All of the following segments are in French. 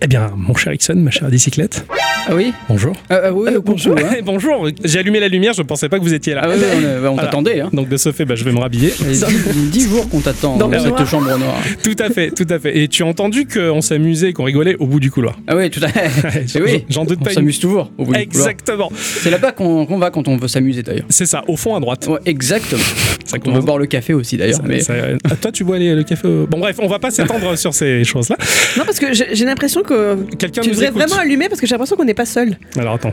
Eh bien, mon cher Ixon, ma chère bicyclette, Ah oui Bonjour. Ah, ah oui, Euh, bonjour. hein. Eh, bonjour. J'ai allumé la lumière, je pensais pas que vous étiez là. Ah oui, on, euh, bah, on Voilà. t'attendait. Hein. Donc de ce fait, bah, je vais me rhabiller. Ça fait Dix jours qu'on t'attend Dans dans, le cette noir. chambre noire. tout à fait, tout à fait. Et tu as entendu qu'on s'amusait, qu'on rigolait au bout du couloir. Ah oui, tout à fait. J'en- Eh oui, j'en doute on pas une- s'amuse toujours au bout du couloir. Exactement. C'est là-bas qu'on qu'on va quand on veut s'amuser d'ailleurs. C'est ça, au fond à droite. Ouais, exactement. Ça On commence- veut boire le café aussi d'ailleurs. ça- Mais... ça- euh, toi, tu bois les- le café. au- Bon, bref, on va pas s'étendre sur ces choses-là. Non, parce que j'ai j'ai l'impression que Quelqu'un tu nous devrais écoute. vraiment allumer parce que j'ai l'impression qu'on n'est pas seul. Alors attends.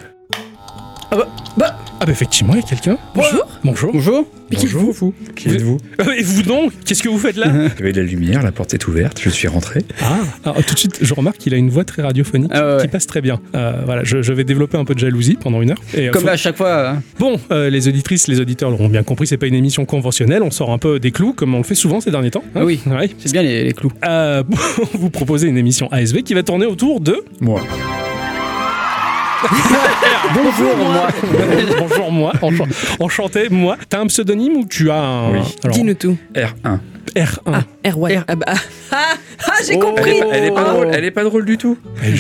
Ah bah, bah, Ah bah effectivement, il y a quelqu'un. bonjour. Bonjour. Bonjour. Bonjour. Vous. Qui êtes-vous Et vous donc Qu'est-ce que vous faites là Il y avait de la lumière, la porte est ouverte, je suis rentré. Ah, alors, tout de suite, je remarque qu'il a une voix très radiophonique Ah ouais, qui ouais. passe très bien. Euh, voilà, je, je vais développer un peu de jalousie pendant une heure. Et, euh, Comme faut- là, à chaque fois. hein. Bon, euh, les auditrices, les auditeurs l'auront bien compris, c'est pas une émission conventionnelle, on sort un peu des clous comme on le fait souvent ces derniers temps. hein. Ah oui. Ouais. C'est bien les, les clous. Euh, on vous proposer une émission ASV qui va tourner autour de Moi. Bonjour, moi. Bonjour moi, enchan- enchanté moi. T'as un pseudonyme ou tu as un Oui. Alors, Dis-nous tout. R1. R1. Ah, R1. Ah, bah, ah, ah, j'ai compris. Elle est, pas Oh. drôle, elle est pas drôle du tout.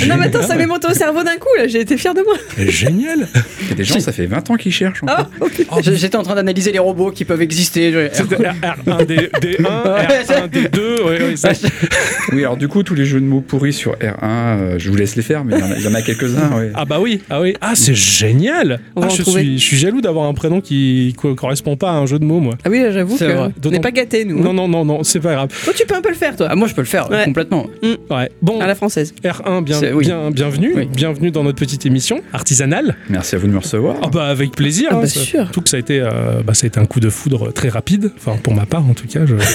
Non, mais attends, ça m'est monté au cerveau d'un coup, là, j'ai été fière de moi. Génial. Il y a des gens, ça fait 20 ans qu'ils cherchent. en Ah, ok. J'- J'étais en train d'analyser les robots qui peuvent exister. je- C'était R1 D, 1 Ouais, R1 D2. ouais, ouais, ça- fait. Oui, alors du coup, tous les jeux de mots pourris sur R1, euh, je vous laisse les faire, mais il y en a- il y en a, quelques-uns. ouais. Ah bah oui, ah oui. Ah c'est génial. On va Ah, en je, trouver. suis, je suis jaloux d'avoir un prénom qui co- correspond pas à un jeu de mots moi. Ah oui, là, j'avoue C'est vrai. que on n'est D'autant- pas gâtés, nous. hein. Non non non non, c'est pas grave. Toi, tu peux un peu le faire, toi, Ah, moi, je peux le faire Ouais. complètement. Ouais. Bon, à la française. R1, bien, C'est- oui. bien, bienvenue, Oui. bienvenue dans notre petite émission artisanale. Merci à vous de me recevoir. Ah bah avec plaisir. Ah hein, bah ça- sûr. Surtout que ça a été, euh, bah, ça a été un coup de foudre très rapide. Enfin pour ma part en tout cas. je-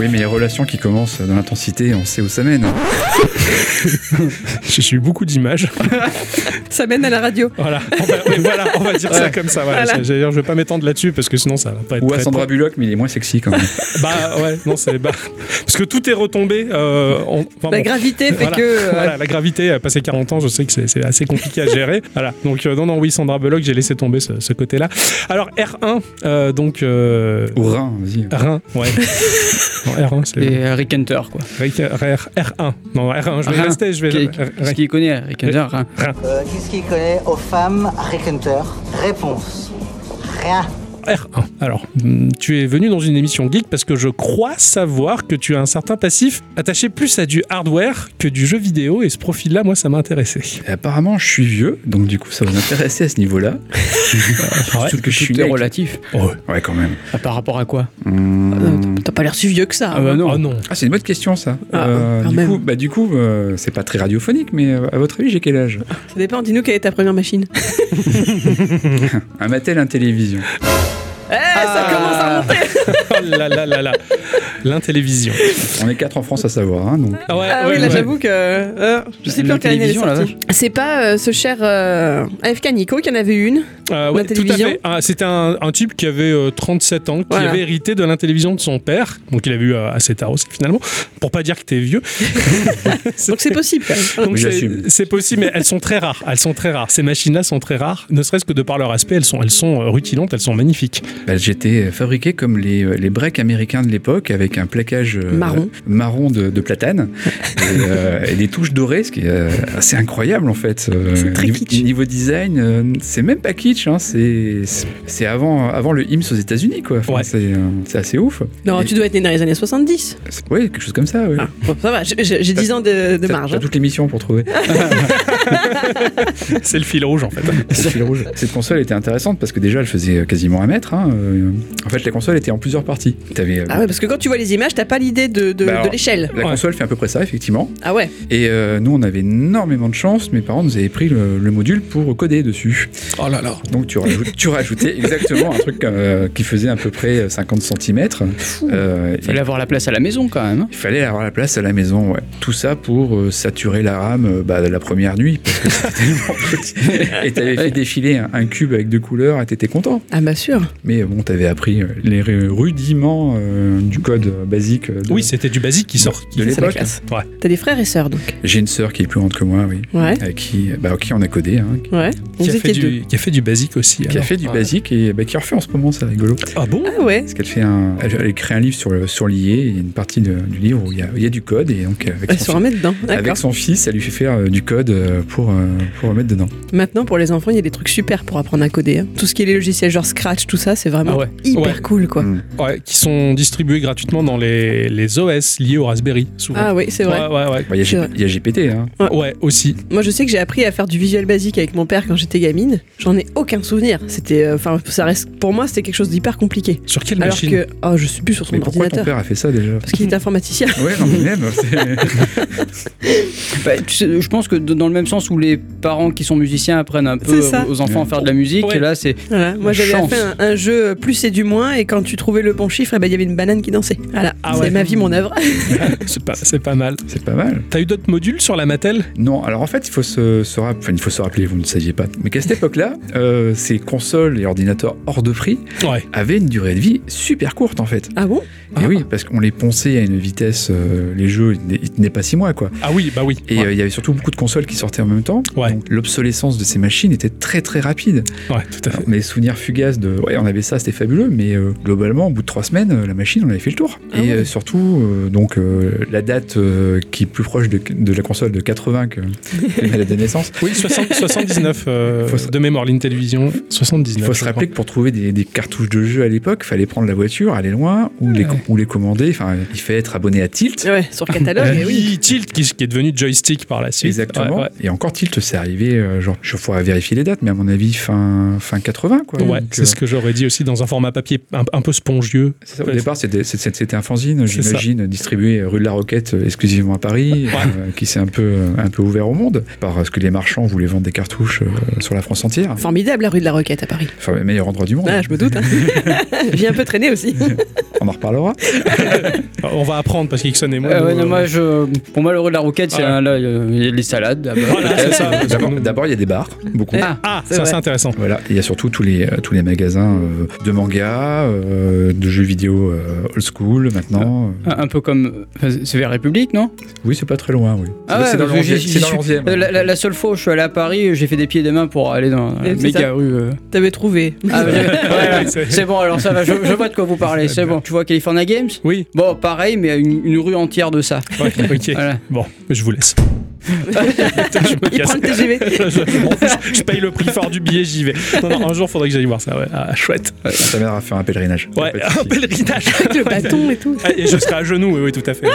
Oui, mais les relations qui commencent dans l'intensité, on sait où ça mène. J'ai eu beaucoup d'images. Ça mène à la radio. Voilà. On va, mais voilà, on va dire ça comme ça. Voilà. Voilà. J'ai- j'ai- Je vais pas m'étendre là-dessus parce que sinon ça va pas être Ou à très Sandra Bullock, mais il est moins sexy quand même. Bah ouais, non c'est bah, parce que tout est retombé. euh, en- enfin, La bon. gravité fait Voilà, que. euh, voilà, la gravité, euh, passé 40 ans, je sais que c'est c'est assez compliqué à gérer. Voilà. Donc, euh, non, non, oui, Sandra Bullock, j'ai laissé tomber ce, ce côté-là. Alors, R1, euh, donc. Euh, Ou Rhin, vas-y. Rhin, ouais. non, R1, c'est. Et euh, Rick Hunter, quoi. Ah, Rick- R- R1. Non, R1, je vais Rhin. rester, je vais. Qu'est- R- Qu'est-ce qu'il connaît, Rick Hunter hein Euh, Qu'est-ce qu'il connaît aux femmes Rick Hunter Réponse. Rien. R1. Alors, hmm, tu es venu dans une émission geek parce que je crois savoir que tu as un certain passif attaché plus à du hardware que du jeu vidéo et ce profil-là, moi, ça m'a intéressé. Et apparemment, je suis vieux, donc du coup, ça va m'intéresser à ce niveau-là. Ouais. Surtout que je suis Tout est né avec- relatif. Ouais, quand même. Ah, par rapport à quoi Hmm. Oh, T'as pas l'air si vieux que ça. hein. Ah bah non. Oh non. Ah, c'est une bonne question, ça. Ah, Euh, quand du, même. coup, bah, du coup, euh, c'est pas très radiophonique, mais euh, à votre avis, j'ai quel âge Ça dépend, dis-nous quelle est ta première machine. Un Mattel, un télévision. Eh, ça commence Ah. à monter Oh là là là là. L'intélévision. On est quatre en France à savoir, hein, donc. Ah, ouais, Ah ouais, oui, là, ouais. j'avoue que. euh, je sais plus La en quelle année elle est télévision, là, sortie. C'est pas euh, ce cher euh, AFK Nico qui en avait une. Euh, La télévision. Ah, C'était un, un type qui avait euh, 37 ans, qui Voilà. avait hérité de l'intellivision de son père, donc il a vu euh, assez tard aussi finalement, pour pas dire que t'es vieux. Donc c'est possible. quand même. Donc, Oui, c'est- j'assume. c'est possible, mais elles sont très rares. Elles sont très rares. Ces machines-là sont très rares, ne serait-ce que de par leur aspect, elles sont, elles sont euh, rutilantes, elles sont magnifiques. Bah, J'étais fabriqué comme les, euh, les breaks américains de l'époque, avec un plaquage euh, Marron. marron de, de platane et, euh, et des touches dorées, ce qui est euh, assez incroyable en fait. Euh, C'est très ni- kitsch. Niveau design, euh, c'est même pas kitsch, hein, c'est c'est avant, avant le IMS aux États-Unis, quoi. Enfin, Ouais. C'est euh, c'est assez ouf. Non, Et- tu dois être né dans les années 70. c'est- Ouais, quelque chose comme ça, ouais. Bon, ça va, j'ai- j'ai j'ai 10 ans de, de Ah. T'as- marge. t'as hein. toute l'émission pour trouver. C'est le fil rouge en fait. Cette console était intéressante parce que déjà elle faisait quasiment un mètre. hein. Euh, En fait, la console était en plusieurs parties. T'avais, euh, Ah ouais, parce que quand tu vois les images, t'as pas l'idée de, de, Bah de alors- l'échelle. la Ouais. console fait à peu près ça, effectivement. Ah ouais. Et euh, nous, on avait énormément de chance. Mes parents nous avaient pris le, le module pour coder dessus. Oh là là. Donc, tu, rajoutes- tu rajoutais exactement un truc euh, qui faisait à peu près 50 cm. Il fallait avoir la place à la maison quand même. hein. il fallait avoir la place à la maison. ouais. Tout ça pour euh, saturer la RAM euh, bah, de la première nuit. Parce que c'était tellement petit. Et t'avais fait défiler un, un cube avec deux couleurs et t'étais content. Ah bah sûr. Mais bon, t'avais appris euh, les rudiments rudiments euh, du code euh, basique. euh, de- Oui, c'était du basique qui de sort. qui- C'est la l'époque. classe. Ouais. T'as des frères et sœurs donc. J'ai une sœur qui est plus grande que moi, oui. Ouais. Avec qui, bah, qui on a codé, hein, Ouais. Qui Vous a, fait étiez deux. du, qui a fait du basique aussi. qui a alors. euh, fait du Ouais. basique et bah, qui refait en ce moment, c'est rigolo. Ah bon Ah ouais. Parce qu'elle fait un, elle, elle crée un livre sur le sur l'IA, et il y a une partie de- du livre où il y, a, il y a du code et donc avec Ils son, se remettent dedans. fi- avec D'accord. son fils, elle lui fait faire euh, du code euh, pour euh, pour remettre dedans. Maintenant, pour les enfants, il y a des trucs super pour apprendre à coder. hein. Tout ce qui est les logiciels genre Scratch, tout ça, c'est vraiment Ah ouais. hyper Ouais. cool quoi. Mm. Ouais, qui sont distribués gratuitement dans les, les OS liés au Raspberry, souvent. Ah oui, c'est vrai. Ouais, ouais, ouais. Bah, il y a C'est G- vrai. il y, a GPT, hein. Ouais, aussi. Moi, je sais que j'ai appris à faire du visuel basique avec mon père quand j'étais gamine. J'en ai aucun souvenir. C'était, euh, enfin, ça reste pour moi, c'était quelque chose d'hyper compliqué. Sur quelle Alors machine que, oh, je suis plus sur son Mais pourquoi ton ordinateur. père a fait ça déjà Parce qu'il est informaticien. Ouais, non, mais même. c'est- Bah, tu sais, je pense que de- dans le même sens où les parents qui sont musiciens apprennent un peu C'est ça. aux enfants à faire de la musique, Ouais. et là c'est Voilà. Moi, j'avais Chance. fait un, un jeu plus et du moins, et quand tu trouvais le bon chiffre, eh ben, il y avait une banane qui dansait. Voilà. Ah c'est ouais. ma vie, mon œuvre. Ah, C'est pas, c'est pas mal. C'est pas mal. T'as eu d'autres modules sur la Mattel Non, alors en fait, il faut se, se rapp- enfin, il faut se rappeler, vous ne le saviez pas, mais qu'à cette époque-là, euh, ces consoles et ordinateurs hors de prix Ouais. avaient une durée de vie super courte en fait. Ah bon Et Ah. oui, parce qu'on les ponçait à une vitesse, euh, les jeux, ils tenaient- ils tenaient pas six mois quoi. Ah oui, bah oui. Et euh, il Ouais. y avait surtout beaucoup de consoles qui sortaient en même temps. Ouais. Donc l'obsolescence de ces machines était très très rapide. Ouais, tout à fait. Alors, mes souvenirs fugaces de. Ouais, on avait ça, c'était fabuleux, mais euh, globalement, au bout de trois semaines, euh, la machine, on avait fait le tour. Ah et ouais. euh, surtout, euh, donc, euh, la date euh, qui est plus proche de, de la console de 80 que que la date de naissance. Oui, 60 79 euh, Faut se- de mémoire, l'intellivision. 79. Il faut se je rappeler que pour trouver des, des cartouches de jeu à l'époque, fallait prendre la voiture, aller loin, ou, les, com- ou les commander. Enfin, il fallait être abonné à Tilt. Ouais, sur crois. catalogue. Euh, eh oui. oui, Tilt qui, qui est devenu joystick par la suite. Exactement. Ouais, ouais. Et encore Tilt, c'est arrivé, euh, genre, je pourrais vérifier les dates, mais à mon avis, fin, fin 80, quoi. Ouais, Donc, c'est euh, ce que j'aurais dit aussi dans un format papier un, un peu spongieux. C'est ça, au départ, c'était c'était- c'était un fanzine, C'est ça. j'imagine, distribué rue de la Roquette euh, exclusivement à Paris, euh, qui s'est un peu, euh, un peu ouvert au monde, parce que les marchands voulaient vendre des cartouches euh, sur la France entière. Formidable la rue de la Roquette à Paris. Enfin, le meilleur endroit du monde, Ah, je me doute. hein. J'ai un peu traîné aussi. on en reparlera. Euh, On va apprendre parce qu'Ixon et moi. Ah Euh, ouais, nous, non, euh, moi, je, pour moi, le rôle de la roquette, c'est Ouais. un- là, euh, il y a les salades. là-bas. Voilà, c'est ça. parce que D'abord, nous- d'abord, il y a des bars, beaucoup. Ah. Ah, C'est ça c'est vrai. intéressant. Voilà, il y a surtout tous les, euh, tous les magasins euh, de manga, euh, de jeux vidéo euh, old school maintenant. Un, un peu comme. enfin, c'est vers République, non Oui, c'est pas très loin, oui. Ah c'est ouais, dans parce que l'onzième- j'y- j'y c'est dans suis- l'onzième. Euh, la, la- la seule fois où je suis allé à Paris, j'ai fait des pieds et des mains pour aller dans la Et c'est méga ça. rue. euh. T'avais trouvé. Ah, ouais, ouais, ouais. C'est- c'est bon, alors ça va, je, je vois de quoi vous parlez. C'est bon. Tu vois California Games Oui, Bon, pareil, mais une, une rue entière de ça. ouais, ok. Voilà. Bon, je vous laisse. je me Il casse. prend le TGV. je, je m'en fiche, je paye le prix fort du billet, j'y vais. Non, non, un jour, faudrait que j'aille voir ça. Ouais. Ah, chouette. Ça t'amènera à faire un pèlerinage. Pas Ouais, de un souci. pèlerinage. Avec le bâton et tout. Ah, Et je serai à genoux, oui, oui, tout à fait.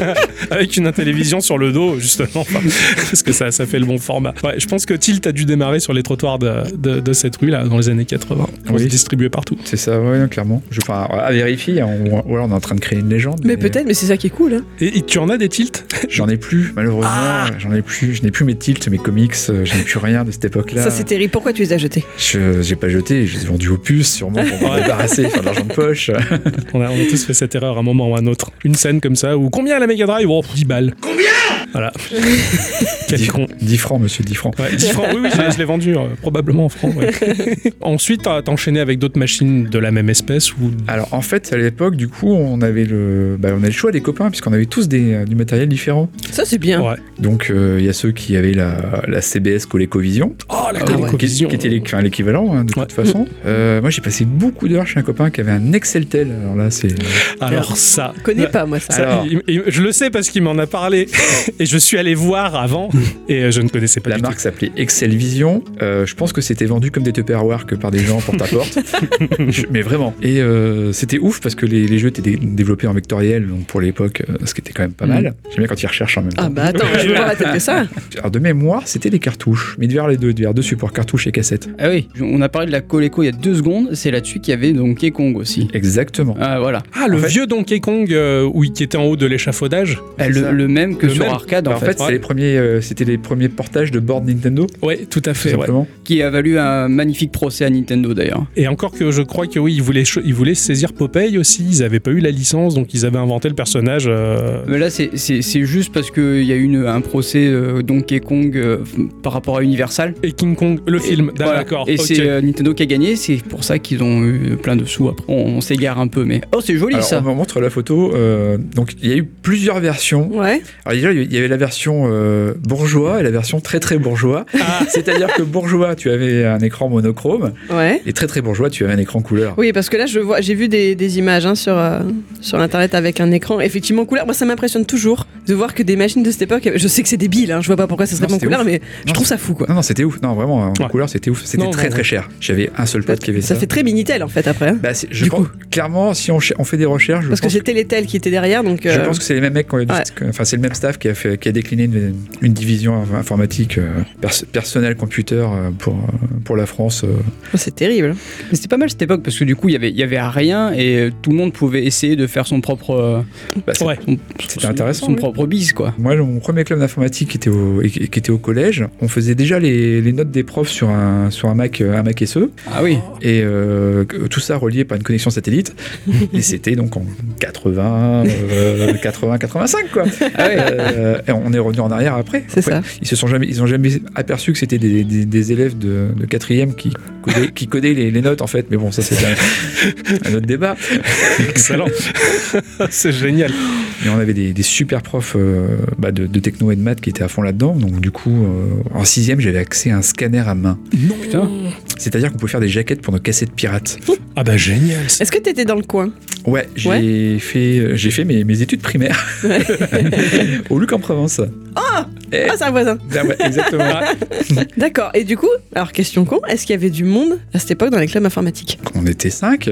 Avec une télévision sur le dos, justement. Enfin, parce que ça, ça fait le bon format. Ouais, je pense que Tilt a dû démarrer sur les trottoirs de, de- de cette rue-là, dans les années 80. On Oui. se distribuait partout. C'est ça, ouais, clairement. Je, enfin, à vérifier, hein, ou ou alors on est en train de créer une légende. Mais peut-être, mais c'est ça qui est cool. hein. Et, et tu en as des Tilt J'en ai plus, malheureusement. J'en ai plus. Je n'ai plus mes tilts, mes comics. euh, Je n'ai plus rien de cette époque-là. Ça, c'est terrible. Pourquoi tu les as jetés Je j'ai pas jeté. Je les ai vendus au puce, sûrement pour me Ouais. débarrasser, faire de l'argent de poche. on a, on a tous fait cette erreur à un moment ou à un autre. Une scène comme ça où combien à la Mega Drive Oh, 10 balles. Combien Voilà. Quel 10, con. 10 francs, monsieur, 10 francs. Ouais, 10 francs, oui, oui, je, je l'ai vendu, euh, probablement en francs. ouais. Ensuite, t'as t'as enchaîné avec d'autres machines de la même espèce ou Alors en fait, à l'époque, du coup, on avait le, bah, on avait le choix des copains, puisqu'on avait tous des, euh, du matériel différent. Ça, c'est bien. Ouais. Donc euh, il y a ceux qui avaient la, la CBS Colecovision. Oh, la Ah ouais. télécovision. Qui, qui était l'é- enfin, l'équivalent, hein, de Ouais. toute façon. Euh, moi, j'ai passé beaucoup d'heures chez un copain qui avait un Exceltel. Alors là, c'est. euh, Alors ça. Je connais pas, moi, ça. Ça, Alors. il- il- je le sais parce qu'il m'en a parlé et je suis allé voir avant et euh, je ne connaissais pas La du marque s'appelait Excel Vision. Euh, je pense que c'était vendu comme des Tupperware que par des gens porte à porte. Je- Mais vraiment. Et euh, c'était ouf parce que les, les jeux étaient dé- développés en vectoriel, donc pour l'époque, euh, ce qui était quand même pas mal. J'aime bien quand ils recherchent en même temps. Ah bah attends, je veux voir la tête de ça. Alors de mémoire, c'était les cartouches, mais vers les deux, vers deux supports, cartouches et cassettes. Ah oui, on a parlé de la Coleco il y a deux secondes. C'est là-dessus qu'il y avait Donkey Kong aussi. Exactement. Ah voilà. tout. Ah, le en fait- vieux Donkey Kong euh, où il- qui était en haut de l'échafaudage. Eh, Le, ça. Bah, le même que Le sur même. arcade Bah, en, en fait, fait, c'est les premiers, euh, c'était les premiers portages de board Nintendo, tout Ouais, tout à fait. ouais. simplement. qui a valu un magnifique procès à Nintendo d'ailleurs. Et encore que je crois que oui, ils voulaient, cho- ils voulaient saisir Popeye aussi. Ils avaient pas eu la licence, donc ils avaient inventé le personnage. euh, Mais là, c'est- c'est c'est juste parce qu'il y a eu une- un procès euh, Donkey Kong euh, par rapport à Universal. Et King Kong, le film, Ah, Voilà. d'accord. Et ok. c'est euh, Nintendo qui a gagné, c'est pour ça qu'ils ont eu plein de sous après. On, on s'égare un peu, mais. Oh, c'est joli Alors, ça! on me montre la photo. euh, donc, il y a eu plusieurs versions. Ouais. Alors, déjà, il y avait la version euh, bourgeois et la version très très bourgeois. Ah. C'est-à-dire que bourgeois, tu avais un écran monochrome, Ouais. et très très bourgeois, tu avais un écran couleur. Oui, parce que là, je vois, j'ai vu des, des images hein, sur, euh, sur Internet avec un écran effectivement en couleur. Moi, ça m'impressionne toujours de voir que des machines de cette époque. Je sais que c'est débile, hein, je vois pas pourquoi ça serait Non, pas en c'était couleur, ouf. mais je Non, trouve ça fou quoi. Non, non, c'était ouf. Non, vraiment, en Ouais. couleur, c'était ouf. C'était Non, très non, très cher. J'avais un seul pote qui avait ça. Ça fait très Minitel en fait après. hein. Bah, c'est- je Du pense, clairement, si on, ch- on fait des recherches, je Parce que pense, c'était les tels qui étaient derrière, donc. je euh, pense que c'est les mêmes mecs, qui ont eu du- Ouais. que- enfin, c'est le même staff qui a, fait, qui a décliné une, une division inf- informatique euh, pers- personnel computer euh, pour, euh, pour la France. euh. oh, C'est terrible. Mais C'était pas mal cette époque parce que du coup, il y avait- il y avait rien et euh, tout le monde pouvait essayer de faire son propre. euh, Bah, c'est- Ouais. son- C'était son- intéressant, Son oui. propre bise, quoi. Moi, mon premier club d'informatique qui, était au- et qui qui était au collège, on faisait déjà les, les notes des profs sur un, sur un Mac, euh, un Mac SE, Ah oui! et euh, que- tout ça relié par une connexion satellite. et c'était donc en 80, euh, 80, 85, quoi. Ah ouais. Euh, et on est revenu en arrière après. C'est Après, ça. Ils se sont jamais, ils ont jamais aperçu que c'était des, des- des élèves de, de quatrième qui codaient, qui codaient les, les notes en fait. Mais bon, ça c'est un, un autre débat. Excellent. euh, c'est génial. Mais on avait des, des super profs euh, bah, de, de techno et de maths qui étaient à fond là-dedans. Donc du coup, euh, en sixième, j'avais accès à un scanner à main. Putain! C'est-à-dire qu'on pouvait faire des jaquettes pour nos cassettes pirates. Ah bah génial. ça. Est-ce que t'étais dans le coin Ouais, j'ai fait, euh, j'ai fait mes, mes études primaires au Luc en Provence. Ah, c'est un voisin. Ah ouais, exactement. D'accord. Et du coup, alors question con, est-ce qu'il y avait du monde à cette époque dans les clubs informatiques on était cinq.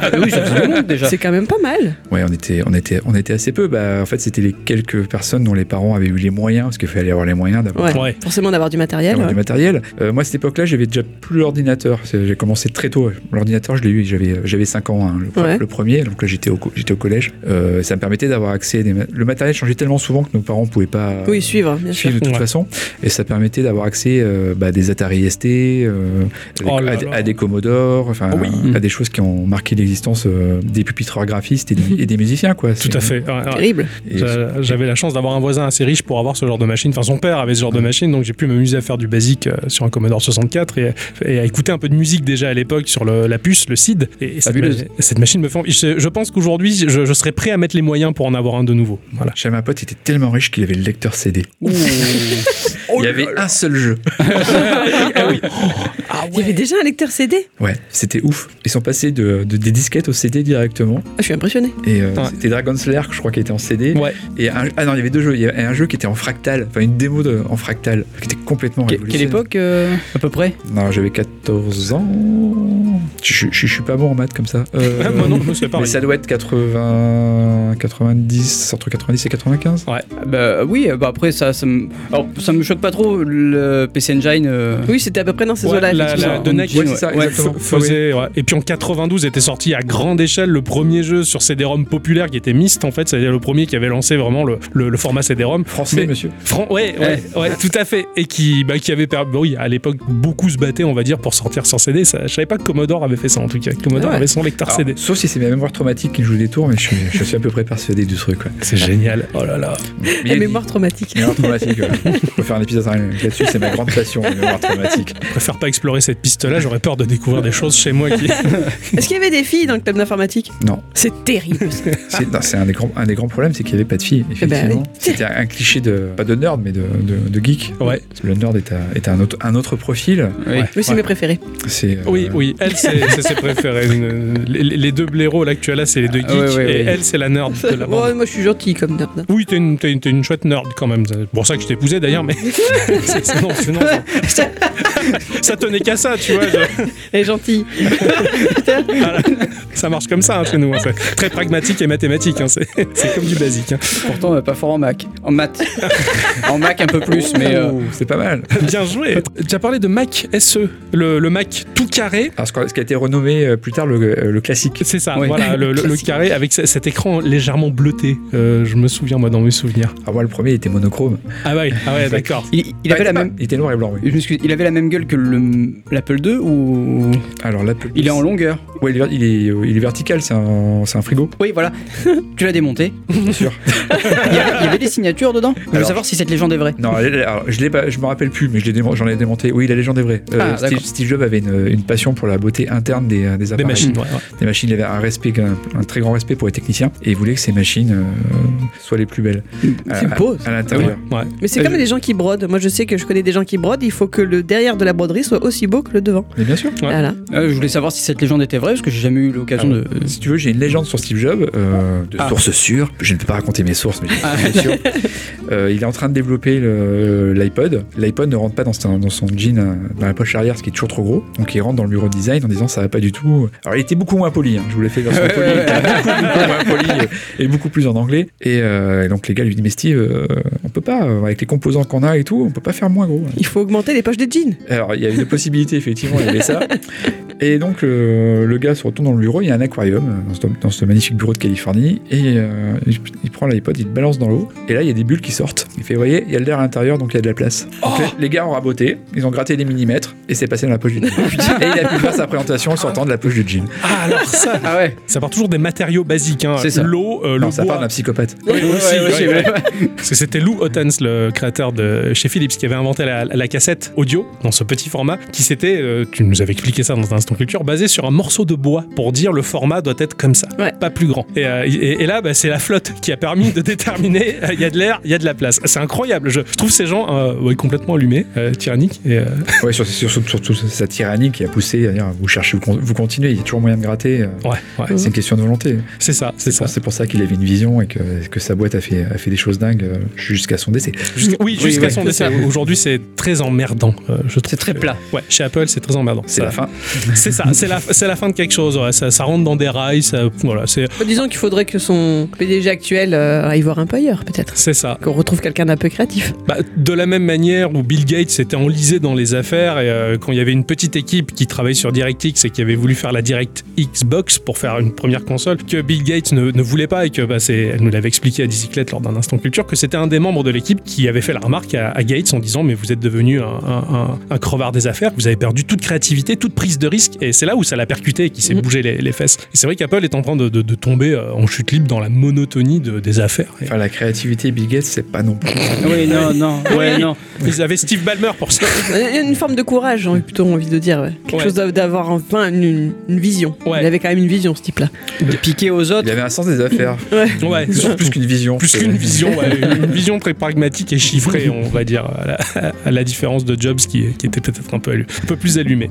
Ah bah oui, ça faisait du monde déjà! C'est quand même pas mal. Ouais, on était, on était, on était assez peu. Bah, en fait, c'était les quelques personnes dont les parents avaient eu les moyens, parce qu'il fallait avoir les moyens d'avoir Ouais. Ouais. Forcément d'avoir du matériel. d'avoir ouais. du matériel. Euh, moi, à cette époque-là, j'avais déjà plus l'ordinateur. C'est- J'ai commencé très tôt. L'ordinateur, je l'ai eu, j'avais, j'avais 5 ans, hein, le, pre- Ouais. le premier. Donc là, j'étais au, co- j'étais au collège. Euh, ça me permettait d'avoir accès. à Des ma- le matériel changeait tellement souvent que nos parents pouvaient pas. Oui, suivre, bien sûr. suivre de toute Ouais. façon et ça permettait d'avoir accès euh, bah, à des Atari ST euh, à, des- Oh là à des- là. à des Commodore enfin Ah oui. à des choses qui ont marqué l'existence euh, des pupitres graphistes et des, et des musiciens quoi Tout à fait. Euh, Ouais, ouais. Terrible. Et- J'a- J'avais la chance d'avoir un voisin assez riche pour avoir ce genre de machine. Enfin, son père avait ce genre de machine, donc j'ai pu m'amuser à faire du basique euh, sur un Commodore 64 et, et à écouter un peu de musique déjà à l'époque sur le- la puce, le SID. Et, et cette, Fabuleuse. ma- cette machine me fait. envie. Je, je pense qu'aujourd'hui, je, je serais prêt à mettre les moyens pour en avoir un de nouveau. Voilà. Chez ma pote, il était tellement riche qu'il avait le lecteur CD. Ouh. Oh il y avait un seul jeu. Ah Il y avait déjà un lecteur CD. Ouais, c'était ouf. Ils sont passés de, de- des disquettes au CD directement. Ah, je suis impressionnée. Et euh, Ouais. c'était Dragon Slayer, je crois, qui était en CD. Ouais. Et un- ah non, il y avait deux jeux. Il y avait un jeu qui était en fractal, enfin une démo de- en fractal, qui était complètement Que- révolutionnaire. Quelle époque euh, à peu près? Non, j'avais 14 ans. Je, je- je suis pas bon en maths comme ça. Euh, Ah, moi non, moi, c'est mais pareil. ça doit être 80, 90, entre 90 et 95. Bah oui, bah après ça, ça me, alors, ça me choque pas trop le PC Engine. euh, Oui, c'était à peu près dans ces Ouais, eaux-là. la- effectivement. la- de Neck. Ouais, c'est ça, Ouais, exactement. F- faisait, ouais. Et puis en 92 était sorti à grande échelle le premier jeu sur CD-ROM populaire qui était Myst en fait, c'est-à-dire le premier qui avait lancé vraiment le, le- le format CD-ROM. Français, Mais- monsieur. Fran- ouais, ouais, ouais, tout à fait. Et qui, bah, qui avait permis, oui, à l'époque, beaucoup se battaient, on va dire, pour sortir sans CD. Ça, je savais pas que Commodore avait fait ça, en tout cas. Commodore Ah ouais. avait son lecteur Alors, CD. sauf si c'est mes mémoires traumatiques qui me jouent des tours, mais je suis, je suis à peu près persuadé du truc. quoi. C'est génial. Oh là là. Mais il y a La des- mémoire traumatique. Mémoire traumatique, ouais. On peut faire un épisode là-dessus, c'est ma grande passion, les mémoires traumatiques. Je préfère pas explorer cette piste-là, j'aurais peur de découvrir des choses chez moi qui. Est-ce qu'il y avait des filles dans le club d'informatique Non, C'est terrible. ça. c'est non, c'est un, des grands- un des grands problèmes, c'est qu'il n'y avait pas de filles, Eh ben effectivement. oui. C'était un cliché de, pas de nerd, mais de, de- de geek. Ouais. Parce que Le nerd est, un- est un, autre, un autre profil. oui. Oui, c'est Ouais. mes préférés. C'est, euh, Oui, oui, elle, c'est c'est ses préférés. Une- Les, les deux blaireaux, là, que tu as là, c'est les deux geeks. Ah, ouais, ouais, et ouais. elle, c'est la nerd de la bande. Ouais, moi, je suis gentille comme nerd. Oui, t'es une, t'es une- t'es une chouette nerd quand même. C'est pour ça que je t'épousais d'ailleurs, mais. c'est- c'est- non, c'est- non, ça- ça tenait qu'à ça, tu vois. je- Elle est gentille. Voilà. Ça marche comme ça hein, chez nous. hein. C'est très pragmatique et mathématique. hein. C'est c'est comme du basique. hein. Pourtant, euh, pas fort en Mac, en maths, en Mac un peu plus, mais euh, Oh, c'est pas mal. Bien joué. Tu as parlé de Mac SE, le, le Mac tout carré. Alors, ce qu'a- ce qui a été renommé euh, plus tard le, euh, le classique. C'est ça, Oui. voilà, le, le- le Classique. carré avec ce- cet écran légèrement bleuté, euh, je me souviens, moi, dans mes souvenirs. Ah ouais, le premier il était monochrome. Ah ouais, ah ouais d'accord. Il, Bah, il avait Ah, la pas- même. Il était noir et blanc, oui. je m'excuse, il avait la même gueule que le- l'Apple 2 ou Alors l'Apple. il est en longueur Ouais, il est, il est, euh, il est vertical, c'est un, c'est un frigo, Oui, voilà. tu l'as démonté. bien sûr. Il y, avait, il y avait des signatures dedans. Je veux Alors- savoir si cette légende est vraie. Non, elle- elle- alors, je l'ai pas, je me rappelle plus, mais je l'ai démon- j'en ai démonté. Oui, la légende est vraie. Euh, Ah, Steve, d'accord. Steve Jobs avait une, une passion pour la beauté interne des, euh, des Des appareils. machines, ouais. ouais. Des machines, il avait un respect, un, un très grand respect pour les techniciens, et il voulait que ces machines euh, soient les plus belles à, C'est à- beau. à l'intérieur. Ouais. Mais c'est Euh, comme je- les gens qui brodent. Moi, je sais que je connais des gens qui brodent. Il faut que le derrière de la broderie soit aussi beau que le devant. Mais bien sûr. Ouais. Voilà. Euh, je voulais savoir si cette légende était vraie parce que j'ai jamais eu l'occasion de. euh, Si tu veux, j'ai une légende sur Steve Jobs, euh, de Ah. sources sûres. Je ne peux pas raconter mes sources, mais Ah, bien sûr. Euh, il est en train de développer le- l'iPod. L'iPod ne rentre pas dans, son- dans son jean, euh, dans la poche arrière, ce qui est toujours trop gros. Donc il rentre dans le bureau de design en disant ça va pas du tout. Alors il était beaucoup moins poli. hein. Je vous l'ai fait version Ouais, polie. ouais, Il ouais. était beaucoup, beaucoup moins poli euh, et beaucoup plus en anglais. Et, euh, et donc les gars lui disent mais Steve, euh, on peut pas euh, avec les composants qu'on a et tout, on peut pas faire moins gros. Il faut augmenter les poches des jeans. Alors, il y a une possibilité, effectivement, il y avait ça. Et donc, euh, le gars se retourne dans le bureau, il y a un aquarium euh, dans ce, dans ce magnifique bureau de Californie, et euh, il, il prend l'iPod, il le balance dans l'eau, et là, il y a des bulles qui sortent. Il fait, vous voyez, il y a de l'air à l'intérieur, donc il y a de la place. Donc, les, les gars ont raboté, ils ont gratté des millimètres, et c'est passé dans la poche du jean. et il a pu faire sa présentation en sortant de la poche du jean. Ah, alors ça, Ah ouais. ça part toujours des matériaux basiques. Hein. C'est ça. L'eau, euh, Non, le ça part bois. d'un psychopathe. Oui, aussi, Ouais, ouais, ouais. j'ai- Parce que c'était Lou Ottens, le créateur de chez Philips, qui avait inventé la, la cassette audio dans ce petit format, qui s'était, euh, tu nous avais expliqué ça dans un instant culture, basé sur un morceau de bois pour dire le format doit être comme ça, Ouais. pas plus grand. Et, euh, et- et là, bah, c'est la flotte qui a permis de déterminer euh, il y a de l'air, il y a de la place. C'est incroyable. Je, je trouve ces gens euh, ouais, complètement allumés, euh, tyranniques. Et, euh, Ouais, sur- sur- sur- surtout sa tyrannie qui a poussé à dire, vous cherchez, vous, con- vous continuez, il y a toujours moyen de gratter. euh, ouais, ouais. C'est une question de volonté. c'est ça, c'est ça. Bon, C'est pour ça qu'il avait une vision et que, que sa boîte a fait, a fait des choses dingues euh, jusqu'à son décès. Jusqu'à- oui, Oui, jusqu'à oui, son c'est décès. ça. Aujourd'hui, c'est très emmerdant. euh, je trouve C'est très que- plat. Ouais, chez Apple, c'est très emmerdant. C'est Ça- la fin. C'est ça, c'est la, c'est la fin de quelque chose. ouais, ça, ça rentre dans des rails. Ça, voilà, c'est, Bah, disons qu'il faudrait que son PDG actuel euh, aille voir un peu ailleurs, peut-être. c'est ça. Qu'on retrouve quelqu'un d'un peu créatif. Bah, de la même manière où Bill Gates s'était enlisé dans les affaires et euh, quand il y avait une petite équipe qui travaillait sur DirectX et qui avait voulu faire la Direct Xbox pour faire une première console, que Bill Gates ne, ne voulait pas et que bah, c'est, elle nous l'avait expliqué à Dicyclette lors d'un instant culture, que c'était un des membres de l'équipe qui avait fait la remarque à, à Gates en disant mais vous êtes devenu un, un- un- un crevard des affaires, vous avez perdu toute créativité, toute prise de risque et c'est là où ça l'a percuté et qui s'est Mhm. bougé les, les fesses. Et c'est vrai qu'Apple est en train de, de- de tomber euh, en chute libre dans la monotonie de- des affaires. Et Enfin, la créativité Bill Gates, c'est pas non plus. Oui, non, non, ouais, non. ils avaient Steve Ballmer pour ça. Euh, Une une forme de courage, j'ai plutôt envie de dire. ouais. Quelque Ouais. chose d'a- d'avoir enfin une, une- une vision. Ouais. Il avait quand même une vision, ce type-là. De piquer aux Il autres. avait un sens des affaires. Ouais. Plus, plus qu'une vision. Plus C'est- qu'une vision, ouais, une vision très pragmatique et chiffrée, on va dire, à la, à la différence de Jobs qui, qui était peut-être un peu, allu- un peu plus allumé.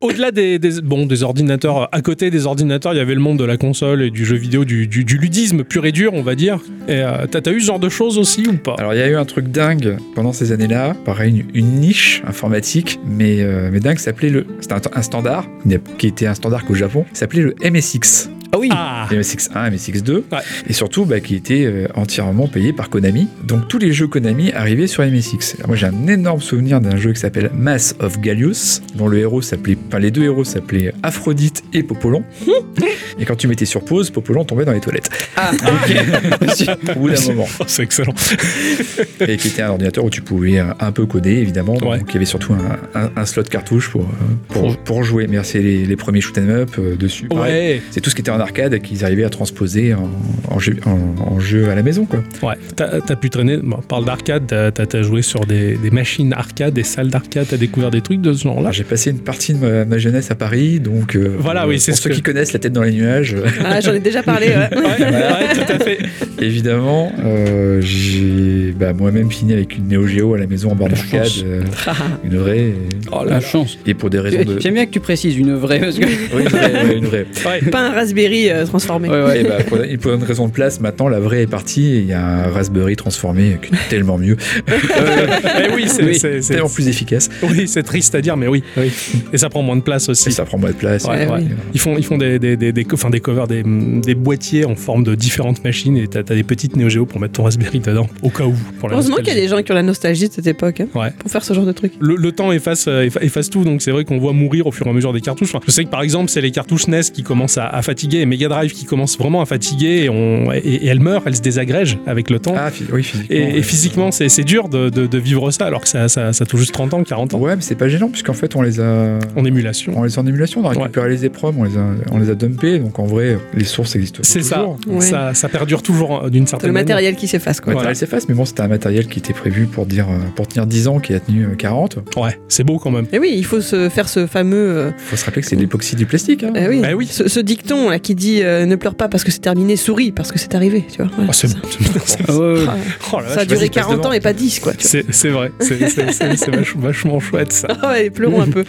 Au-delà des, des- bon, des ordinateurs, euh, à côté des ordinateurs, il y avait le monde de la console et du jeu vidéo, du, du- du ludisme pur et dur, on va dire. Et euh, t'as t'as eu ce genre de choses aussi ou pas Alors il y a eu un truc dingue pendant ces années-là, pareil une, une niche informatique, mais, euh, mais dingue, ça s'appelait le, c'était un, un standard qui était un standard qu'au Japon, ça s'appelait le MSX, Ah oui Ah MSX1, MSX2, Ouais. et surtout bah, qui était euh, entièrement payé par Konami. Donc tous les jeux Konami arrivaient sur MSX. Alors, moi j'ai un énorme souvenir d'un jeu qui s'appelle Mass of Gallius, dont le héros s'appelait, enfin les deux héros s'appelaient Aphrodite et Popolon. et quand tu mettais sur pause, Popolon tombait dans les toilettes. Ah, Au bout d'un moment. Oh, C'est excellent. et qui était un ordinateur où tu pouvais euh, un peu coder évidemment donc Ouais. il y avait surtout un, un- un slot cartouche pour, euh, pour, pour jouer mais c'est les, les premiers shoot 'em up euh, dessus Pareil, Ouais, c'est tout ce qui était en arcade qu'ils arrivaient à transposer en, en jeu, en- en jeu à la maison quoi ouais. T'as t'as pu traîner, bon, on parle d'arcade, t'as t'as- t'as joué sur des, des machines arcade, des salles d'arcade, t'as découvert des trucs de ce genre-là. Alors, j'ai passé une partie de ma, ma jeunesse à Paris donc euh, Voilà, euh, oui, c'est pour ce ceux que- qui connaissent la tête dans les nuages euh, Ah, J'en ai déjà parlé. ouais. Ouais, ouais, tout à fait. évidemment euh, j'ai bah, moi-même fini avec une Neo Geo à la maison en bord La d'arcade chance. euh, une vraie et- Oh là la chance. Eh, et pour des raisons de J'aime bien que tu précises une vraie. Parce que... Oui, une vraie, ouais, une vraie. Ouais. Pas un Raspberry euh, transformé. Ouais, Et ouais. bah, pour, et pour une raison de place, maintenant la vraie est partie et il y a un Raspberry transformé qui est tellement mieux, Eh oui, c'est Oui, c'est- c'est- tellement plus efficace. oui, c'est triste à dire, mais oui, oui. Et ça prend moins de place Et aussi. ça prend moins de place. Ouais, Eh Et- ouais. Ils font, ils font des, des, des, des, co- enfin, des covers, des, des boîtiers en forme de différentes machines et t'as t'as des petites Neo Geo pour mettre ton Raspberry dedans, au cas où. Pour la Heureusement qu'il y a nostalgie. des gens qui ont la nostalgie de cette époque hein, Ouais. pour faire ce genre de truc. le, le temps efface, euh, effa- efface tout, donc c'est vrai qu'on voit mourir au fur et à mesure des cartouches. Enfin, je sais que par exemple, c'est les cartouches NES qui commencent à, à fatiguer et Mega Drive qui commencent vraiment à fatiguer et, on, et, et elles meurent, elles se désagrègent avec le temps. Ah, phy- oui, physiquement. et, et ouais. physiquement, c'est c'est dur de, de- de vivre ça alors que ça, ça, ça touche juste 30 ans, 40 ans Ouais, mais c'est pas gênant puisqu'en fait on les a. en émulation. On les a en émulation, on a récupéré les épreuves, on les a, on les a dumpés, donc en vrai, les sources existent. C'est ça. toujours. Ouais. ça, ça perdure toujours euh, d'une C'est certaine le manière. matériel qui s'efface Le quoi. Voilà. matériel s'efface, mais bon, c'était un matériel qui était prévu pour, dire, euh, pour tenir 10 ans, qui a tenu euh, 40. Ouais, c'est beau quand même. Et Eh oui, il faut se faire ce fameux. euh, Faut se rappeler que c'est de l'époxy du plastique. hein. eh oui, Eh oui. Ce, ce dicton là, qui dit euh, ne pleure pas parce que c'est terminé, souris parce que c'est arrivé. Tu vois. Voilà. Oh, c'est- ça, c'est- Ah, ouais, ouais. oh la ça a vache, duré vas-y, passe 40 ans devant. et pas 10 quoi. Tu vois. c'est c'est vrai, c'est c'est- c'est- c'est vach- vachement chouette ça. Ah ouais, pleurons un peu.